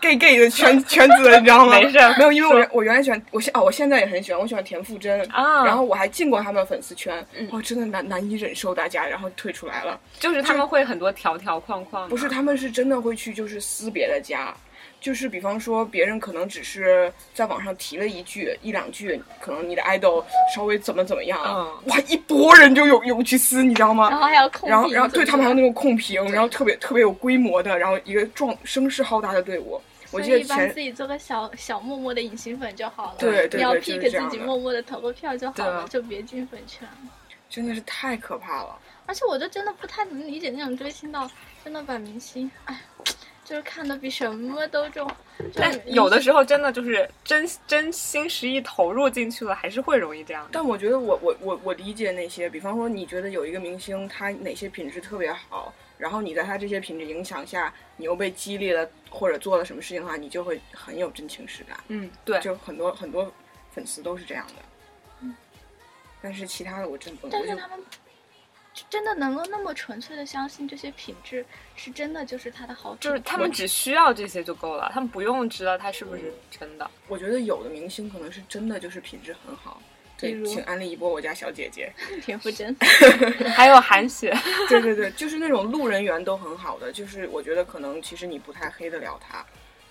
[SPEAKER 4] gay gay 的圈圈子的，你知道吗？
[SPEAKER 6] 没事
[SPEAKER 4] 没有，因为我原我原来喜欢，我现哦，我现在也很喜欢，我喜欢田馥甄
[SPEAKER 6] 啊
[SPEAKER 4] 然后我还进过他们粉丝圈，
[SPEAKER 5] 嗯
[SPEAKER 4] 哦，真的难难以忍受大家，然后退出来了。
[SPEAKER 6] 就是他们会很多条条框框，
[SPEAKER 4] 不是，他们是真的会去就是撕别的家，就是比方说别人可能只是在网上提了一句一两句，可能你的 idol 稍微怎么怎么样，
[SPEAKER 6] 嗯
[SPEAKER 4] 哇，一波人就有有去撕，你知道吗？
[SPEAKER 5] 然后还要控制。
[SPEAKER 4] 然后，然后对他们还有那种控评，然后特别特别有规模的，然后一个壮声势浩大的队伍。我
[SPEAKER 5] 所
[SPEAKER 4] 记得
[SPEAKER 5] 以一般自
[SPEAKER 4] 前
[SPEAKER 5] 己做个小小默默的隐形粉就好了。
[SPEAKER 4] 对对对
[SPEAKER 5] 你要
[SPEAKER 4] 就是
[SPEAKER 5] pick
[SPEAKER 4] 这样
[SPEAKER 5] 自己
[SPEAKER 4] 的
[SPEAKER 5] 默默的投个票就好
[SPEAKER 6] 对啊
[SPEAKER 5] 了，就别进粉圈。
[SPEAKER 4] 真的是太可怕了，
[SPEAKER 5] 而且我就真的不太能理解那种追星到真的把明星，哎，就是看的比什么都重。
[SPEAKER 4] 哎
[SPEAKER 6] 但有的时候真的就是真真心实意投入进去了，还是会容易这样的。
[SPEAKER 4] 但我觉得我我我我理解那些，比方说你觉得有一个明星他哪些品质特别好，然后你在他这些品质影响下，你又被激励了或者做了什么事情的话，你就会很有真情实感。
[SPEAKER 6] 嗯，对，
[SPEAKER 4] 就很多很多粉丝都是这样的。但是其他的我真不能。
[SPEAKER 5] 嗯但
[SPEAKER 4] 我
[SPEAKER 5] 是
[SPEAKER 4] 就
[SPEAKER 5] 他们就真的能够那么纯粹的相信这些品质是真的，就是他的好品质，
[SPEAKER 6] 就是他们只需要这些就够了，他们不用知道他是不是真的。
[SPEAKER 4] 我觉得有的明星可能是真的就是品质很好。对，
[SPEAKER 5] 比如
[SPEAKER 4] 请安利一波我家小姐姐。
[SPEAKER 5] 田馥甄。
[SPEAKER 6] 还有韩雪，
[SPEAKER 4] 对对对，就是那种路人缘都很好的，就是我觉得可能其实你不太黑得了他。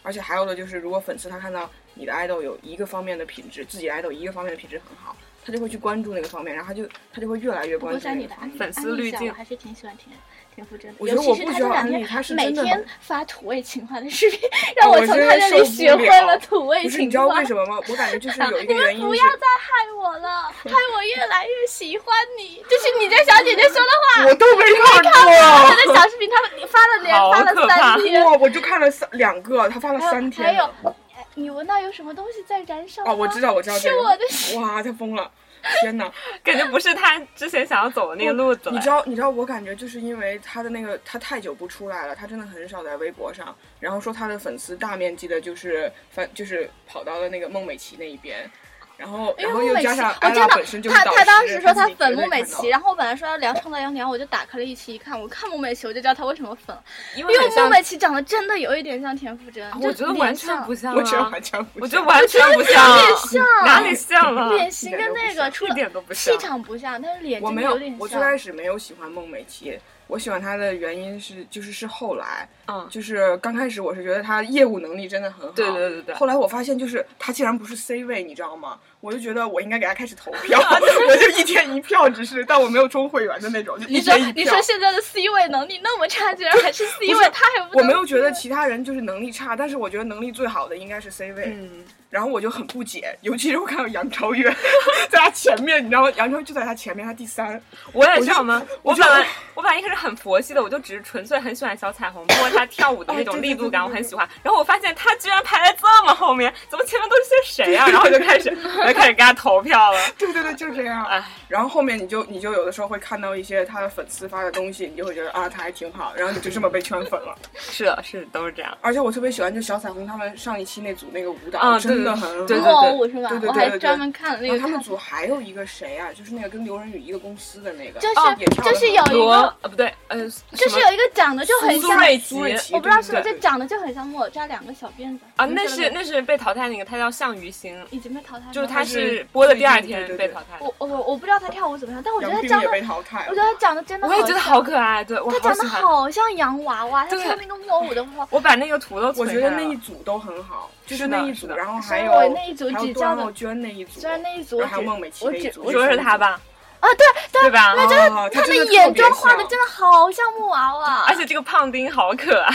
[SPEAKER 4] 而且还有的就是，如果粉丝他看到你的爱豆有一个方面的品质，自己的爱豆一个方面的品质很好，他就会去关注那个方面，然后他就他就会越来越
[SPEAKER 5] 不
[SPEAKER 4] 关
[SPEAKER 5] 过
[SPEAKER 4] 注
[SPEAKER 5] 在
[SPEAKER 4] 那
[SPEAKER 5] 你
[SPEAKER 4] 个
[SPEAKER 5] 的
[SPEAKER 4] 方
[SPEAKER 5] 安
[SPEAKER 4] 面。
[SPEAKER 5] 利
[SPEAKER 6] 粉丝滤
[SPEAKER 5] 安利
[SPEAKER 6] 镜
[SPEAKER 5] 下我还是挺喜欢田田馥甄的，
[SPEAKER 4] 我觉
[SPEAKER 5] 尤
[SPEAKER 4] 得
[SPEAKER 5] 其
[SPEAKER 4] 我
[SPEAKER 5] 是
[SPEAKER 4] 不
[SPEAKER 5] 他
[SPEAKER 4] 需
[SPEAKER 5] 这
[SPEAKER 4] 要
[SPEAKER 5] 两
[SPEAKER 4] 安利，
[SPEAKER 5] 天
[SPEAKER 4] 他是
[SPEAKER 5] 每
[SPEAKER 4] 真的
[SPEAKER 5] 天发土味情话的视频，让
[SPEAKER 4] 哦我
[SPEAKER 5] 从他
[SPEAKER 4] 真的
[SPEAKER 5] 那
[SPEAKER 4] 受
[SPEAKER 5] 里
[SPEAKER 4] 不
[SPEAKER 5] 学会
[SPEAKER 4] 了
[SPEAKER 5] 了土味
[SPEAKER 4] 不是你
[SPEAKER 5] 情
[SPEAKER 4] 知道
[SPEAKER 5] 话
[SPEAKER 4] 为。什么吗？我感觉就是有一个
[SPEAKER 5] 你
[SPEAKER 4] 原
[SPEAKER 5] 们
[SPEAKER 4] 因
[SPEAKER 5] 不
[SPEAKER 4] 是
[SPEAKER 5] 要，再害我了，害我越来越喜欢你。这是你家小姐姐说的话。
[SPEAKER 4] 我都没看过。
[SPEAKER 5] 这小视频他们发了连
[SPEAKER 6] 好
[SPEAKER 5] 发
[SPEAKER 6] 可
[SPEAKER 5] 了
[SPEAKER 6] 怕
[SPEAKER 5] 三天，
[SPEAKER 4] 哇，我就看了三两个，他发了三天。
[SPEAKER 5] 还有，哎你闻到有什么东西在燃烧吗？
[SPEAKER 4] 哦，我知道，我知道这个。
[SPEAKER 5] 是我的
[SPEAKER 4] 哇，他疯了！天哪，
[SPEAKER 6] 感觉不是他之前想要走的那个路子。
[SPEAKER 4] 你知道，你知道，我感觉就是因为他的那个，他太久不出来了，他真的很少在微博上。然后说他的粉丝大面积的，就是反，就是跑到了那个孟美岐那一边。然后，
[SPEAKER 5] 因
[SPEAKER 4] 然
[SPEAKER 5] 为
[SPEAKER 4] 后
[SPEAKER 5] 哎孟
[SPEAKER 4] 又
[SPEAKER 5] 美岐，
[SPEAKER 4] 加上
[SPEAKER 5] 我
[SPEAKER 4] 安
[SPEAKER 5] 真
[SPEAKER 4] 娜
[SPEAKER 5] 的
[SPEAKER 4] 本身，就是
[SPEAKER 5] 他
[SPEAKER 4] 导
[SPEAKER 5] 他当时说他
[SPEAKER 4] 自己
[SPEAKER 5] 粉
[SPEAKER 4] 绝对
[SPEAKER 5] 孟美
[SPEAKER 4] 看到
[SPEAKER 5] 岐，啊然后我本来说要聊创造幺零幺，我就打开了一期一看，我看孟美岐，我就知道他为什么粉了，
[SPEAKER 6] 因
[SPEAKER 5] 因为
[SPEAKER 6] 很像
[SPEAKER 5] 孟美岐长得真的有一点像田馥甄，
[SPEAKER 4] 啊
[SPEAKER 6] 我觉得完全不
[SPEAKER 5] 像，
[SPEAKER 6] 像
[SPEAKER 4] 我觉得
[SPEAKER 6] 啊，
[SPEAKER 4] 完全不像，
[SPEAKER 6] 我觉得完全不像，啊哪
[SPEAKER 5] 啊
[SPEAKER 6] 里像了？
[SPEAKER 5] 脸型跟那个除
[SPEAKER 6] 一
[SPEAKER 5] 了
[SPEAKER 6] 点都不像
[SPEAKER 5] 气。场不像，但是脸
[SPEAKER 4] 我
[SPEAKER 5] 真
[SPEAKER 4] 没
[SPEAKER 5] 的
[SPEAKER 4] 有
[SPEAKER 5] 点，
[SPEAKER 4] 我最
[SPEAKER 5] 像
[SPEAKER 4] 开。始没有喜欢孟美岐，我喜欢她的原因是，就是是后来，
[SPEAKER 6] 嗯
[SPEAKER 4] 就是刚开始我是觉得她业务能力真的很好，
[SPEAKER 6] 对对对对
[SPEAKER 4] 后来我发现，就是她竟然不是 C 位，你知道吗？我就觉得我应该给她开始投票，
[SPEAKER 5] 啊
[SPEAKER 4] 我就一天一票，只是但我没有充会员的那种，就一
[SPEAKER 5] 你说
[SPEAKER 4] 天一
[SPEAKER 5] 你
[SPEAKER 4] 票
[SPEAKER 5] 说。现在的 C 位能力那么差，居然还是 C
[SPEAKER 4] 不
[SPEAKER 5] 位
[SPEAKER 4] 是，
[SPEAKER 5] 他还不
[SPEAKER 4] 我
[SPEAKER 5] 能
[SPEAKER 4] 没有觉得其他人就是能力差，但是我觉得能力最好的应该是 C 位。
[SPEAKER 6] 嗯，
[SPEAKER 4] 然后我就很不解，尤其是我看到杨超越 在他前面，你知道吗？杨超越就在他前面，他第三。
[SPEAKER 6] 我也是好吗？
[SPEAKER 4] 我
[SPEAKER 6] 我
[SPEAKER 4] 就
[SPEAKER 6] 本来我本来一开始很佛系的，我就只是纯粹很喜欢小彩虹，包括她跳舞的那种力度感，我很喜欢。然后我发现她居然排在这么后面，怎么前面都是些谁 啊？然后我就开始我就开始给她投票了。
[SPEAKER 4] 对对对，就是这样。
[SPEAKER 6] 哎
[SPEAKER 4] 然后后面你就你就有的时候会看到一些他的粉丝发的东西，你就会觉得啊，他还挺好，然后你就这么被圈粉了。
[SPEAKER 6] 是的，是的都是这样。
[SPEAKER 4] 而且我特别喜欢就小彩虹他们上一期那组那个舞蹈，
[SPEAKER 6] 啊对
[SPEAKER 4] 真的很好。
[SPEAKER 6] 对对
[SPEAKER 5] 木偶舞是吧
[SPEAKER 4] 对对？对
[SPEAKER 5] 我
[SPEAKER 4] 对
[SPEAKER 5] 还
[SPEAKER 4] 对
[SPEAKER 5] 专门看了那
[SPEAKER 4] 然后
[SPEAKER 5] 个
[SPEAKER 4] 他们
[SPEAKER 5] 看
[SPEAKER 4] 组还有一个谁啊？就是那个跟刘仁宇一个公司的那个，
[SPEAKER 5] 就是
[SPEAKER 4] 啊也跳得
[SPEAKER 5] 就是
[SPEAKER 4] 很
[SPEAKER 5] 有
[SPEAKER 7] 哦
[SPEAKER 4] 好
[SPEAKER 5] 一
[SPEAKER 6] 罗
[SPEAKER 5] 个，
[SPEAKER 6] 呃不对，呃，
[SPEAKER 5] 就
[SPEAKER 6] 就是
[SPEAKER 5] 有一个长得就很
[SPEAKER 6] 苏
[SPEAKER 5] 像，
[SPEAKER 6] 瑞
[SPEAKER 4] 苏瑞
[SPEAKER 6] 琪哦
[SPEAKER 4] 琪，
[SPEAKER 5] 我不知道是
[SPEAKER 4] 对
[SPEAKER 5] 不是
[SPEAKER 4] 对
[SPEAKER 5] 就长得就很像木偶，扎两个小辫子
[SPEAKER 6] 啊，
[SPEAKER 5] 你
[SPEAKER 6] 那
[SPEAKER 5] 知道
[SPEAKER 6] 是
[SPEAKER 5] 吗
[SPEAKER 6] 那是被淘汰那个，他叫项羽星，
[SPEAKER 5] 已经被
[SPEAKER 2] 啊
[SPEAKER 5] 淘汰了，
[SPEAKER 6] 就是他
[SPEAKER 4] 是
[SPEAKER 6] 是播的第二
[SPEAKER 4] 对
[SPEAKER 6] 天
[SPEAKER 4] 对对
[SPEAKER 6] 被淘汰。
[SPEAKER 5] 我我我我不知道他跳舞怎么样，但我觉
[SPEAKER 4] 杨
[SPEAKER 5] 得他
[SPEAKER 4] 冰
[SPEAKER 5] 长
[SPEAKER 4] 也
[SPEAKER 5] 得，
[SPEAKER 4] 被淘汰
[SPEAKER 5] 我
[SPEAKER 4] 了
[SPEAKER 5] 觉。得他长得真的，
[SPEAKER 6] 我也觉得好。可爱，对我好
[SPEAKER 5] 他长
[SPEAKER 6] 喜
[SPEAKER 5] 得
[SPEAKER 6] 欢。
[SPEAKER 5] 好像洋娃娃，他
[SPEAKER 6] 对
[SPEAKER 5] 跳那个木偶舞的时候，
[SPEAKER 6] 我把那个图都
[SPEAKER 4] 我
[SPEAKER 6] 存
[SPEAKER 4] 觉得
[SPEAKER 6] 下来
[SPEAKER 4] 那一
[SPEAKER 6] 了
[SPEAKER 4] 组都很好，就是
[SPEAKER 6] 是的
[SPEAKER 4] 那一
[SPEAKER 6] 是
[SPEAKER 4] 组，
[SPEAKER 6] 的
[SPEAKER 4] 然后
[SPEAKER 5] 虽
[SPEAKER 4] 还
[SPEAKER 5] 然
[SPEAKER 4] 有
[SPEAKER 5] 我那一组
[SPEAKER 4] 还有
[SPEAKER 5] 只
[SPEAKER 4] 段
[SPEAKER 5] 叫
[SPEAKER 4] 奥
[SPEAKER 5] 的，
[SPEAKER 4] 娟那一组，
[SPEAKER 5] 虽然那一组
[SPEAKER 4] 然
[SPEAKER 5] 我
[SPEAKER 4] 后还有孟美
[SPEAKER 5] 只
[SPEAKER 4] 岐
[SPEAKER 5] 我
[SPEAKER 4] 那一
[SPEAKER 5] 只
[SPEAKER 4] 组，
[SPEAKER 5] 我
[SPEAKER 6] 你说
[SPEAKER 5] 只
[SPEAKER 6] 是他吧？
[SPEAKER 9] 啊，对对
[SPEAKER 6] 对吧？
[SPEAKER 9] 那真的，
[SPEAKER 4] 哦他
[SPEAKER 9] 他
[SPEAKER 4] 真的
[SPEAKER 9] 们
[SPEAKER 4] 特
[SPEAKER 9] 眼
[SPEAKER 4] 别
[SPEAKER 9] 妆画的
[SPEAKER 4] 像
[SPEAKER 9] 真的好像木娃娃，
[SPEAKER 6] 而且这个胖丁好可爱，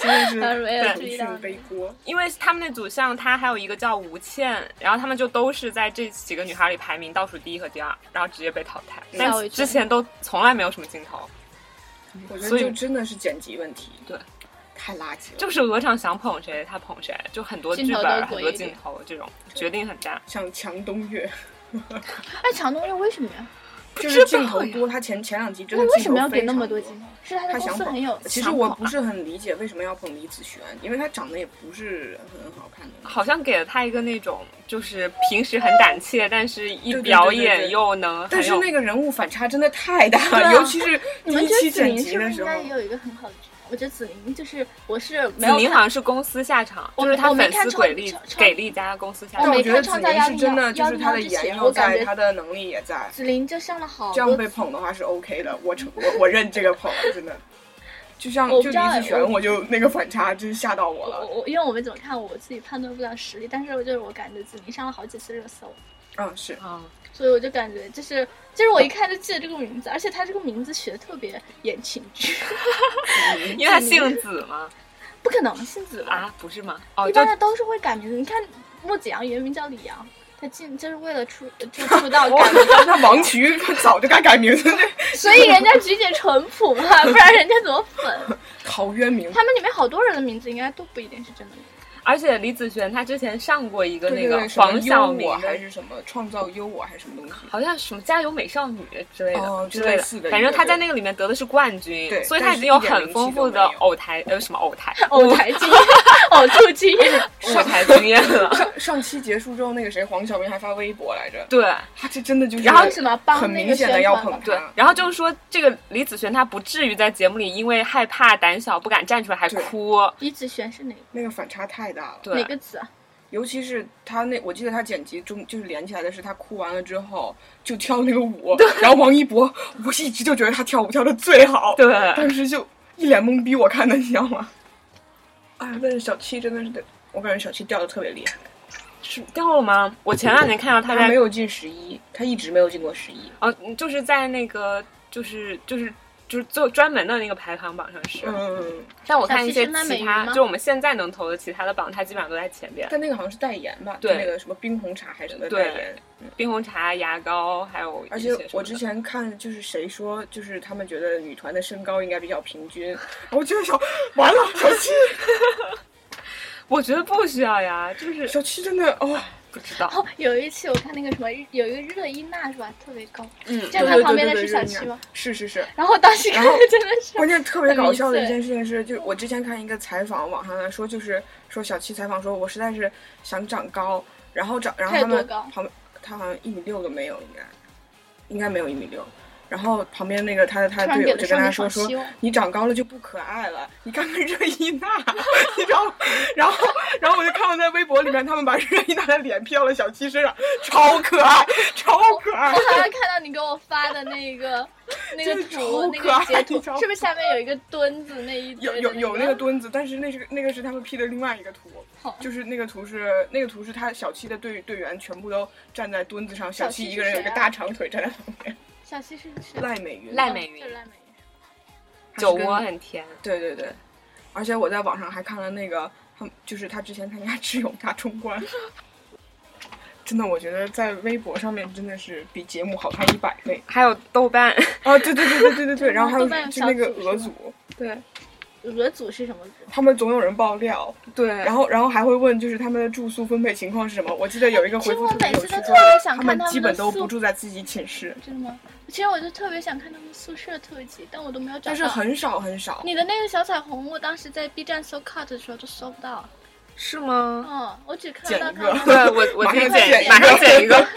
[SPEAKER 4] 真的 是
[SPEAKER 9] 没有
[SPEAKER 5] 啊
[SPEAKER 4] 感
[SPEAKER 9] 注意到
[SPEAKER 4] 性背锅。
[SPEAKER 6] 因为他们那组像他还有一个叫吴倩，然后他们就都是在这几个女孩里排名倒数第一和第二，然后直接被淘汰。但
[SPEAKER 10] 吓我一跳
[SPEAKER 6] 之前都从来没有什么镜头，
[SPEAKER 4] 我觉得
[SPEAKER 6] 所以
[SPEAKER 4] 就真的是剪辑问题，
[SPEAKER 6] 对，
[SPEAKER 4] 太垃圾了。
[SPEAKER 6] 就是鹅厂想捧谁他捧谁，就很多
[SPEAKER 10] 镜
[SPEAKER 6] 剧
[SPEAKER 10] 头都
[SPEAKER 6] 本
[SPEAKER 10] 诡
[SPEAKER 6] 很
[SPEAKER 10] 异
[SPEAKER 6] 多
[SPEAKER 10] 一
[SPEAKER 6] 镜
[SPEAKER 10] 点
[SPEAKER 6] 头这种决定很大。
[SPEAKER 4] 像强东岳，
[SPEAKER 2] 哎，强东岳为什么呀？
[SPEAKER 4] 就是镜头多，他前前两集真的
[SPEAKER 2] 为为什么要
[SPEAKER 4] 镜头非
[SPEAKER 2] 哎给那么多
[SPEAKER 4] 常
[SPEAKER 2] 镜头？是他的
[SPEAKER 4] 他
[SPEAKER 2] 公
[SPEAKER 4] 想
[SPEAKER 2] 司
[SPEAKER 4] 捧
[SPEAKER 2] 很有，
[SPEAKER 4] 其实我不是很理解为什么要捧李子璇，因为她长得也不是很好看的那种。
[SPEAKER 6] 好像给了他一个那种，就是平时很胆怯，但是一
[SPEAKER 4] 对对
[SPEAKER 6] 表
[SPEAKER 4] 对对
[SPEAKER 6] 演
[SPEAKER 4] 对
[SPEAKER 6] 又能
[SPEAKER 4] 但
[SPEAKER 6] 很
[SPEAKER 4] 是
[SPEAKER 6] 有
[SPEAKER 4] 那个人物反差真的太大了，尤其是第
[SPEAKER 2] 啊 你们
[SPEAKER 4] 一
[SPEAKER 2] 觉得
[SPEAKER 4] 期
[SPEAKER 2] 紫
[SPEAKER 4] 剪
[SPEAKER 2] 菱
[SPEAKER 4] 辑
[SPEAKER 2] 是不
[SPEAKER 4] 的
[SPEAKER 2] 是
[SPEAKER 4] 时
[SPEAKER 2] 应
[SPEAKER 4] 候
[SPEAKER 2] 该，也有一个很好的职业？我觉得紫菱就是我是没
[SPEAKER 6] 紫
[SPEAKER 2] 有
[SPEAKER 6] 菱好
[SPEAKER 2] 看，
[SPEAKER 6] 像是公司下场，
[SPEAKER 2] 我
[SPEAKER 6] 就是他
[SPEAKER 2] 我没
[SPEAKER 6] 粉
[SPEAKER 2] 看
[SPEAKER 6] 丝
[SPEAKER 2] 超
[SPEAKER 6] 给力
[SPEAKER 2] 超超
[SPEAKER 6] 给力加公司下
[SPEAKER 2] 我
[SPEAKER 4] 但
[SPEAKER 6] 场
[SPEAKER 2] 没。
[SPEAKER 4] 觉得
[SPEAKER 2] 看
[SPEAKER 4] 紫
[SPEAKER 2] 创造啊
[SPEAKER 4] 菱
[SPEAKER 2] 幺
[SPEAKER 4] 是
[SPEAKER 2] 零幺
[SPEAKER 4] 真的，就
[SPEAKER 2] 幺
[SPEAKER 4] 是
[SPEAKER 2] 零
[SPEAKER 4] 她
[SPEAKER 2] 幺
[SPEAKER 4] 的
[SPEAKER 2] 之
[SPEAKER 4] 颜
[SPEAKER 2] 前
[SPEAKER 4] 又
[SPEAKER 2] 我感
[SPEAKER 4] 在，
[SPEAKER 2] 觉
[SPEAKER 4] 她的能力也在，
[SPEAKER 2] 紫菱就上了好
[SPEAKER 4] 这样
[SPEAKER 2] 多
[SPEAKER 4] 被捧的话是 OK 的，我承我我认这个捧，真的。就像
[SPEAKER 2] 我
[SPEAKER 4] 就
[SPEAKER 2] 不
[SPEAKER 4] 李
[SPEAKER 2] 知道哎
[SPEAKER 4] 子
[SPEAKER 2] 我
[SPEAKER 4] 璇，我就那个反差真吓到我
[SPEAKER 2] 我
[SPEAKER 4] 了。
[SPEAKER 2] 我因为我没怎么看，我自己判断不了实力，但是我就是我感觉紫菱上了好几次热搜，
[SPEAKER 4] 嗯，是
[SPEAKER 6] 嗯，
[SPEAKER 2] 所以我就感觉就是就是我一看就记得这个名字，而且他这个名字取得特别言情剧，
[SPEAKER 6] 因为
[SPEAKER 4] 嗯
[SPEAKER 6] 他姓紫嘛，
[SPEAKER 2] 不可能姓子吧？
[SPEAKER 6] 啊，不是吗？哦，
[SPEAKER 2] 一
[SPEAKER 6] 就
[SPEAKER 2] 般的都是会改名字，你看莫子阳原名叫李阳，他进就是为了出就出道改 名，
[SPEAKER 4] 那王渠他早就该改名了，
[SPEAKER 2] 所以人家菊姐淳朴嘛，不然人家怎么粉？
[SPEAKER 4] 陶渊明。
[SPEAKER 2] 他们里面好多人的名字应该都不一定是真的名字，
[SPEAKER 6] 而且李子璇她之前上过一个那
[SPEAKER 4] 对对
[SPEAKER 6] 个
[SPEAKER 4] 对，什么
[SPEAKER 6] 黄
[SPEAKER 4] 优
[SPEAKER 6] 晓明
[SPEAKER 4] 我
[SPEAKER 6] 的
[SPEAKER 4] 还是什么创造优我还是什么东西？
[SPEAKER 6] 好像什么《加油美少女》之类的、
[SPEAKER 4] 哦
[SPEAKER 6] 之
[SPEAKER 4] 就
[SPEAKER 6] 类
[SPEAKER 4] 类似的
[SPEAKER 6] 反正
[SPEAKER 4] 对
[SPEAKER 6] 她在
[SPEAKER 4] 对
[SPEAKER 6] 那个里面得的是冠军，
[SPEAKER 4] 对
[SPEAKER 6] 所以
[SPEAKER 4] 但
[SPEAKER 6] 她
[SPEAKER 4] 是
[SPEAKER 6] 已经有
[SPEAKER 4] 一点
[SPEAKER 6] 很
[SPEAKER 4] 名气
[SPEAKER 6] 丰富
[SPEAKER 4] 都
[SPEAKER 6] 的
[SPEAKER 4] 没有
[SPEAKER 6] 偶台呃什么偶台
[SPEAKER 2] 偶台经验，偶住经 验，
[SPEAKER 6] 舞台经验了，
[SPEAKER 4] 上上期结束之后，那个谁黄晓明还发微博来着，
[SPEAKER 6] 对。
[SPEAKER 4] 他这真的就是
[SPEAKER 6] 然后
[SPEAKER 2] 为什么帮
[SPEAKER 4] 很
[SPEAKER 2] 那
[SPEAKER 4] 明
[SPEAKER 2] 个宣
[SPEAKER 4] 显
[SPEAKER 2] 传
[SPEAKER 4] 的要
[SPEAKER 2] 嘛
[SPEAKER 4] 捧
[SPEAKER 6] 对
[SPEAKER 4] 他，，
[SPEAKER 6] 然后就是说，这个李子璇她不至于在节目里因为害怕、胆小不敢站出来还
[SPEAKER 4] 对
[SPEAKER 6] 哭，
[SPEAKER 2] 李子璇是哪个
[SPEAKER 4] 那个反差太大了。
[SPEAKER 6] 对
[SPEAKER 2] 哪，个子啊？
[SPEAKER 4] 尤其是他那，我记得他剪辑中就是连起来的是他哭完了之后就跳那个舞，然后王一博，我一直就觉得他跳舞跳的最好，
[SPEAKER 6] 对
[SPEAKER 4] 当时就一脸懵逼，我看的你知道吗？哎，但是小七真的是得，我感觉小七掉的特别厉害，
[SPEAKER 6] 是掉了吗？ 我前两年看到她
[SPEAKER 4] 他
[SPEAKER 6] 在
[SPEAKER 4] 没有进十一，他一直没有进过十一。
[SPEAKER 6] 哦，就是在那个就是就是就是做专门的那个排行榜上是，
[SPEAKER 4] 嗯，
[SPEAKER 6] 但我看一些
[SPEAKER 2] 小七是那美
[SPEAKER 6] 其
[SPEAKER 2] 云
[SPEAKER 6] 他
[SPEAKER 2] 吗
[SPEAKER 6] 就我们现在能投的其他的榜，它基本上都在前边。
[SPEAKER 4] 但那个好像是代言吧，
[SPEAKER 6] 对
[SPEAKER 4] 就那个什么冰红茶还是什么代
[SPEAKER 6] 对
[SPEAKER 4] 言。
[SPEAKER 6] 冰红茶、牙膏，还有一
[SPEAKER 4] 而
[SPEAKER 6] 些
[SPEAKER 4] 且
[SPEAKER 6] 什么
[SPEAKER 4] 我之
[SPEAKER 6] 的
[SPEAKER 4] 前看就是谁说，就是他们觉得女团的身高应该比较平均，我就想，完了，小七，
[SPEAKER 6] 我觉得不需要呀，就是
[SPEAKER 4] 小七真的哦，
[SPEAKER 6] 不知道，
[SPEAKER 2] 哦，有一期我看那个什么，有一个热依娜是吧，特别高，
[SPEAKER 6] 嗯，
[SPEAKER 2] 站
[SPEAKER 4] 对
[SPEAKER 2] 她
[SPEAKER 4] 对
[SPEAKER 2] 旁
[SPEAKER 4] 对
[SPEAKER 2] 边的
[SPEAKER 4] 对
[SPEAKER 2] 是
[SPEAKER 4] 对
[SPEAKER 2] 小
[SPEAKER 4] 对
[SPEAKER 2] 七
[SPEAKER 4] 对
[SPEAKER 2] 吗？
[SPEAKER 4] 是是是。
[SPEAKER 2] 然后我当时看
[SPEAKER 4] 然后
[SPEAKER 2] 真的是，
[SPEAKER 4] 关键特别搞笑的一
[SPEAKER 2] 很哎
[SPEAKER 4] 件
[SPEAKER 2] 明
[SPEAKER 4] 事情是，就是我之前看一个采访，网上来说，就是说小七采访说，我实在是想长高，然后长，然后
[SPEAKER 2] 她有
[SPEAKER 4] 他
[SPEAKER 2] 多
[SPEAKER 4] 们
[SPEAKER 2] 高
[SPEAKER 4] 旁边他好像一米六都没有，应该应该没有一米六。然后旁边那个他的他
[SPEAKER 2] 突
[SPEAKER 4] 的
[SPEAKER 2] 然
[SPEAKER 4] 队
[SPEAKER 2] 给
[SPEAKER 4] 友
[SPEAKER 2] 了
[SPEAKER 4] 就
[SPEAKER 2] 少
[SPEAKER 4] 跟他
[SPEAKER 2] 女
[SPEAKER 4] 说
[SPEAKER 2] 好
[SPEAKER 4] 说
[SPEAKER 2] 希望，
[SPEAKER 4] 你长高了就不可爱了，你看看热依娜， 你知道吗？然后然后我就看到在微博里面，他们把热依娜的脸 P 到了小七身上，超可爱，超可爱
[SPEAKER 2] 我。好像看到你给我发的那 个哦那个
[SPEAKER 4] 真的
[SPEAKER 2] 图
[SPEAKER 4] 超
[SPEAKER 2] 那
[SPEAKER 4] 可爱
[SPEAKER 2] 个截图
[SPEAKER 4] 你知道，吗
[SPEAKER 2] 是不是下面有一个墩子那一
[SPEAKER 4] 有
[SPEAKER 2] 堆
[SPEAKER 4] 有
[SPEAKER 2] 的
[SPEAKER 4] 有那个墩子，但是那是那个是他们 P 的另外一个图
[SPEAKER 2] 好，
[SPEAKER 4] 就是那个图是那个图是他小七的队队员全部都站在墩子上，小
[SPEAKER 2] 七
[SPEAKER 4] 七一
[SPEAKER 2] 是
[SPEAKER 4] 个人有一
[SPEAKER 2] 谁
[SPEAKER 4] 个
[SPEAKER 2] 啊
[SPEAKER 4] 大长腿站在旁边。
[SPEAKER 2] 小西是谁？
[SPEAKER 4] 赖美云，
[SPEAKER 6] 赖美云
[SPEAKER 2] 就是赖美云。
[SPEAKER 6] 酒
[SPEAKER 4] 还是跟
[SPEAKER 6] 窝很甜，
[SPEAKER 4] 对对对，而且我在网上还看了那个他们，就是他之前参加智勇大冲关， 真的我觉得在微博上面真的是比节目好看一百倍
[SPEAKER 6] 还有豆瓣，
[SPEAKER 4] 啊！对对对对对 对对，然后还有
[SPEAKER 2] 豆瓣有
[SPEAKER 4] 就
[SPEAKER 2] 小
[SPEAKER 4] 那个
[SPEAKER 2] 组是
[SPEAKER 4] 俄
[SPEAKER 2] 吧
[SPEAKER 4] 组，
[SPEAKER 6] 对
[SPEAKER 2] 俄组是什么组？
[SPEAKER 4] 他们总有人爆料，
[SPEAKER 6] 对，
[SPEAKER 4] 然后，然后还会问，就是他们的住宿分配情况是什么？我记得有一个
[SPEAKER 2] 哎其
[SPEAKER 4] 回
[SPEAKER 2] 实
[SPEAKER 4] 复
[SPEAKER 2] 我
[SPEAKER 4] 特别
[SPEAKER 2] 每
[SPEAKER 4] 有
[SPEAKER 2] 次
[SPEAKER 4] 趣
[SPEAKER 2] 都，特
[SPEAKER 4] 说
[SPEAKER 2] 别想
[SPEAKER 4] 他
[SPEAKER 2] 看
[SPEAKER 4] 们
[SPEAKER 2] 他
[SPEAKER 4] 基
[SPEAKER 2] 们
[SPEAKER 4] 本
[SPEAKER 2] 的
[SPEAKER 4] 都
[SPEAKER 2] 宿
[SPEAKER 4] 不，住在自己寝室，
[SPEAKER 2] 真的吗？其实我就特别想看他们宿舍特辑，但我都没有找到。
[SPEAKER 4] 但是很少很少。
[SPEAKER 2] 你的那个小彩虹，我当时在 B 站搜 cut 的时候都搜不到。
[SPEAKER 6] 是吗？
[SPEAKER 2] 嗯，我只看
[SPEAKER 4] 剪
[SPEAKER 2] 到
[SPEAKER 4] 一
[SPEAKER 2] 他
[SPEAKER 4] 个
[SPEAKER 2] 们，
[SPEAKER 6] 对 我我
[SPEAKER 4] 马
[SPEAKER 6] 自己
[SPEAKER 4] 上
[SPEAKER 6] 剪
[SPEAKER 4] 剪
[SPEAKER 6] 一
[SPEAKER 4] 一
[SPEAKER 6] 个，马上剪一个，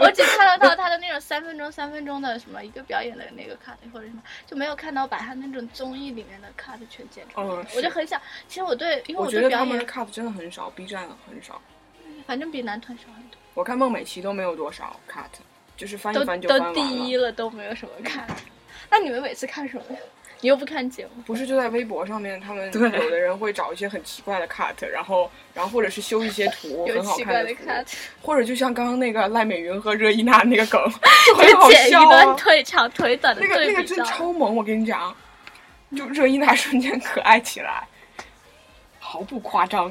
[SPEAKER 2] 我只看得到他的那种三分钟、三分钟的什么一个表演的那个 cut 或者什么，就没有看到把他那种综艺里面的 cut 全剪出来。
[SPEAKER 4] 嗯，
[SPEAKER 2] 我就是很想，其实我对，因为
[SPEAKER 4] 我觉
[SPEAKER 2] 对
[SPEAKER 4] 得
[SPEAKER 2] 表
[SPEAKER 4] 他们
[SPEAKER 2] 演
[SPEAKER 4] cut 真的很少，B 站很少。
[SPEAKER 2] 反正比男团少很多，
[SPEAKER 4] 我看孟美岐都没有多少 cut，就是翻一翻
[SPEAKER 2] 都
[SPEAKER 4] 就翻
[SPEAKER 2] 都
[SPEAKER 4] 完
[SPEAKER 2] 第一
[SPEAKER 4] 了。
[SPEAKER 2] 了，都没有什么看。那你们每次看什么呀？你又不看节目，
[SPEAKER 4] 不是就在微博上面，他们
[SPEAKER 6] 对
[SPEAKER 4] 有的人会找一些很奇怪的 cut，然后然后或者是修一些图
[SPEAKER 2] 有
[SPEAKER 4] 很好
[SPEAKER 2] 奇怪
[SPEAKER 4] 看
[SPEAKER 2] 的
[SPEAKER 4] 图，
[SPEAKER 2] 看，
[SPEAKER 4] 或者就像刚刚那个赖美云和热依娜 那个梗， 就很 好
[SPEAKER 2] 剪一
[SPEAKER 4] 笑啊
[SPEAKER 2] 段。腿长腿短的
[SPEAKER 4] 那个那
[SPEAKER 2] 对
[SPEAKER 4] 个
[SPEAKER 2] 比
[SPEAKER 4] 真
[SPEAKER 2] 照，
[SPEAKER 4] 超萌，我跟你讲，就热依娜瞬间可爱起来，毫不夸张。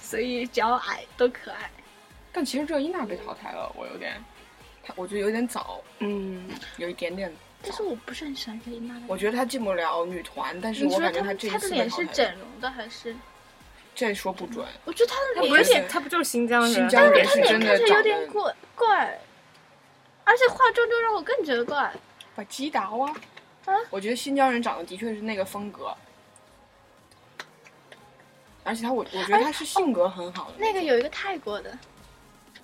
[SPEAKER 2] 所以只要矮都可爱。
[SPEAKER 4] 但其实热依娜被淘汰了，我有点，她我觉得有点早，
[SPEAKER 6] 嗯，
[SPEAKER 4] 有一点点。
[SPEAKER 2] 但是我不是很喜欢这一娜的。
[SPEAKER 4] 我觉得她进不了女团，但是
[SPEAKER 2] 你说
[SPEAKER 4] 我感觉
[SPEAKER 2] 她
[SPEAKER 4] 这一
[SPEAKER 2] 她的
[SPEAKER 4] 次被
[SPEAKER 2] 脸
[SPEAKER 4] 淘
[SPEAKER 2] 是嗯
[SPEAKER 4] 汰了
[SPEAKER 2] 整容的还是？
[SPEAKER 4] 这说不准。
[SPEAKER 2] 我觉得她的
[SPEAKER 6] 他
[SPEAKER 2] 脸
[SPEAKER 6] 不是
[SPEAKER 2] 有点
[SPEAKER 6] 新，他不就是新疆人？
[SPEAKER 4] 新疆人是
[SPEAKER 2] 看
[SPEAKER 4] 真
[SPEAKER 2] 着
[SPEAKER 4] 的
[SPEAKER 2] 看着有
[SPEAKER 4] 长
[SPEAKER 2] 点
[SPEAKER 4] 得
[SPEAKER 2] 怪怪，而且化妆就让我更觉得怪。
[SPEAKER 4] 把击打啊
[SPEAKER 2] 啊！
[SPEAKER 4] 我觉得新疆人长得的确是那个风格，而且他我我觉得他是性格很好的
[SPEAKER 2] 哎那个
[SPEAKER 4] 种
[SPEAKER 2] 有一个泰国的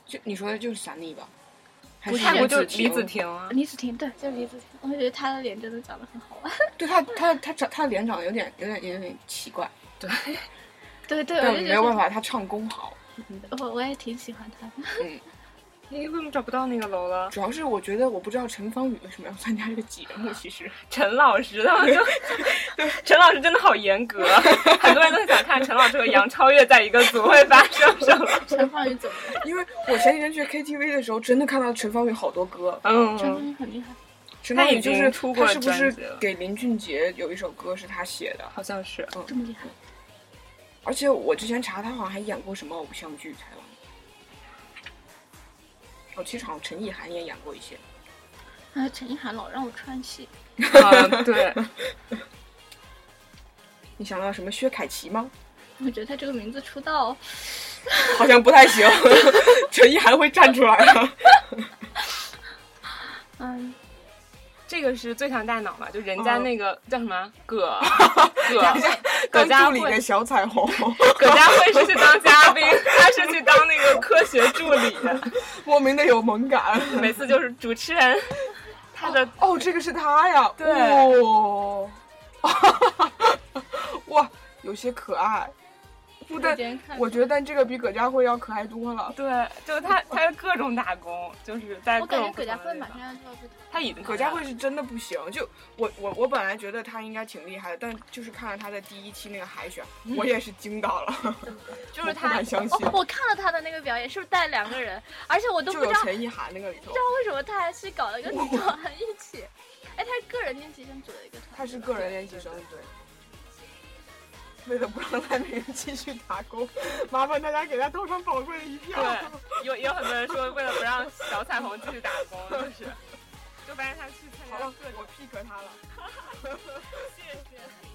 [SPEAKER 4] 就你说的就是散丽吧？还
[SPEAKER 6] 不
[SPEAKER 4] 是
[SPEAKER 6] 是泰国就
[SPEAKER 4] 哦李
[SPEAKER 6] 李
[SPEAKER 4] 子
[SPEAKER 6] 子
[SPEAKER 4] 婷？
[SPEAKER 6] 婷啊，
[SPEAKER 2] 李子婷，对，就是李子婷。我觉得她的脸真的长得很好玩。
[SPEAKER 4] 对他他他长他的脸长得有点有点有点奇怪，
[SPEAKER 2] 对对，
[SPEAKER 4] 但
[SPEAKER 2] 我
[SPEAKER 4] 我
[SPEAKER 2] 就
[SPEAKER 4] 没有办
[SPEAKER 2] 觉
[SPEAKER 4] 法，他唱功好。
[SPEAKER 2] 得我我也挺喜欢她的。
[SPEAKER 6] 哎，为什么找不到那个楼了？
[SPEAKER 4] 主要是我觉得我不知道陈芳宇为什么要参加这个节目，其实
[SPEAKER 6] 陈老师他们就， 陈老师真的好严格，啊很多人都想看陈老师和杨超越在一个组会发生什么。
[SPEAKER 2] 陈芳宇怎么了？
[SPEAKER 4] 因为我前几天去 KTV 的时候，真的看到陈芳宇好多歌。
[SPEAKER 2] 陈
[SPEAKER 6] 嗯，
[SPEAKER 2] 芳宇很厉害。
[SPEAKER 4] 陈芳宇
[SPEAKER 6] 已
[SPEAKER 4] 就
[SPEAKER 6] 经
[SPEAKER 4] 是
[SPEAKER 6] 出
[SPEAKER 4] 他
[SPEAKER 6] 过
[SPEAKER 4] 是不是
[SPEAKER 6] 专辑了
[SPEAKER 4] 给林俊杰有一首歌是他写的？
[SPEAKER 6] 好像 是，嗯，
[SPEAKER 2] 这么厉害，
[SPEAKER 4] 而且我之前查他好像还演过什么偶像剧，台湾。哦，其实好像陈意涵也演过一些。
[SPEAKER 2] 啊，陈意涵老让我穿戏，
[SPEAKER 6] 啊对，
[SPEAKER 4] 你想到什么薛凯琪吗？
[SPEAKER 2] 我觉得她这个名字出道，哦
[SPEAKER 4] 好像不太行， 陈意涵会站出来的。
[SPEAKER 2] 嗯，
[SPEAKER 6] 这个是最强大脑嘛，就人
[SPEAKER 4] 嗯
[SPEAKER 6] 家那个叫什 么葛葛葛
[SPEAKER 4] 刚
[SPEAKER 6] 佳
[SPEAKER 4] 助理
[SPEAKER 6] 慧
[SPEAKER 4] 的，小彩虹，
[SPEAKER 6] 葛佳慧是去当 嘉宾，她是去当那个科学助理的，
[SPEAKER 4] 莫名的有萌感。
[SPEAKER 6] 每次就是主持人，她的
[SPEAKER 4] 哦，这个是他呀，
[SPEAKER 6] 对
[SPEAKER 4] 哦、哇，有些可爱。不但
[SPEAKER 2] 有点可爱
[SPEAKER 4] 我觉得，但这个比葛佳慧要可爱多了。
[SPEAKER 6] 对，就是她她各种打工，就是在
[SPEAKER 2] 我
[SPEAKER 6] 各
[SPEAKER 2] 感觉
[SPEAKER 6] 种
[SPEAKER 2] 葛佳慧马
[SPEAKER 6] 上
[SPEAKER 2] 上要做不
[SPEAKER 6] 她已经
[SPEAKER 4] 葛佳慧是真的不行，就我我我本来觉得她应该挺厉害的，但就是看了她的第一期那个海选，我也是惊到了，
[SPEAKER 6] 就是
[SPEAKER 4] 不
[SPEAKER 6] 她
[SPEAKER 4] 敢相信
[SPEAKER 2] 哦，，我看了她的那个表演，是不是带两个人？而且我都
[SPEAKER 4] 就
[SPEAKER 2] 不知
[SPEAKER 4] 有
[SPEAKER 2] 道
[SPEAKER 4] 陈意涵那个里头
[SPEAKER 2] 不知，道为什么他还是搞了个女团一起。哎，他是个人练习生组的一个团，
[SPEAKER 4] 她是个人练习生，对。为了不让赖美人继续打工，麻烦大家给她投上宝贵的一票。
[SPEAKER 6] 对，有也有很多人说，为了不让小彩虹继续打工， 就是，就发现他去参
[SPEAKER 4] 好
[SPEAKER 6] 加
[SPEAKER 4] 了
[SPEAKER 6] 各，
[SPEAKER 4] 我
[SPEAKER 6] 种
[SPEAKER 4] pick 她了。
[SPEAKER 6] 谢谢。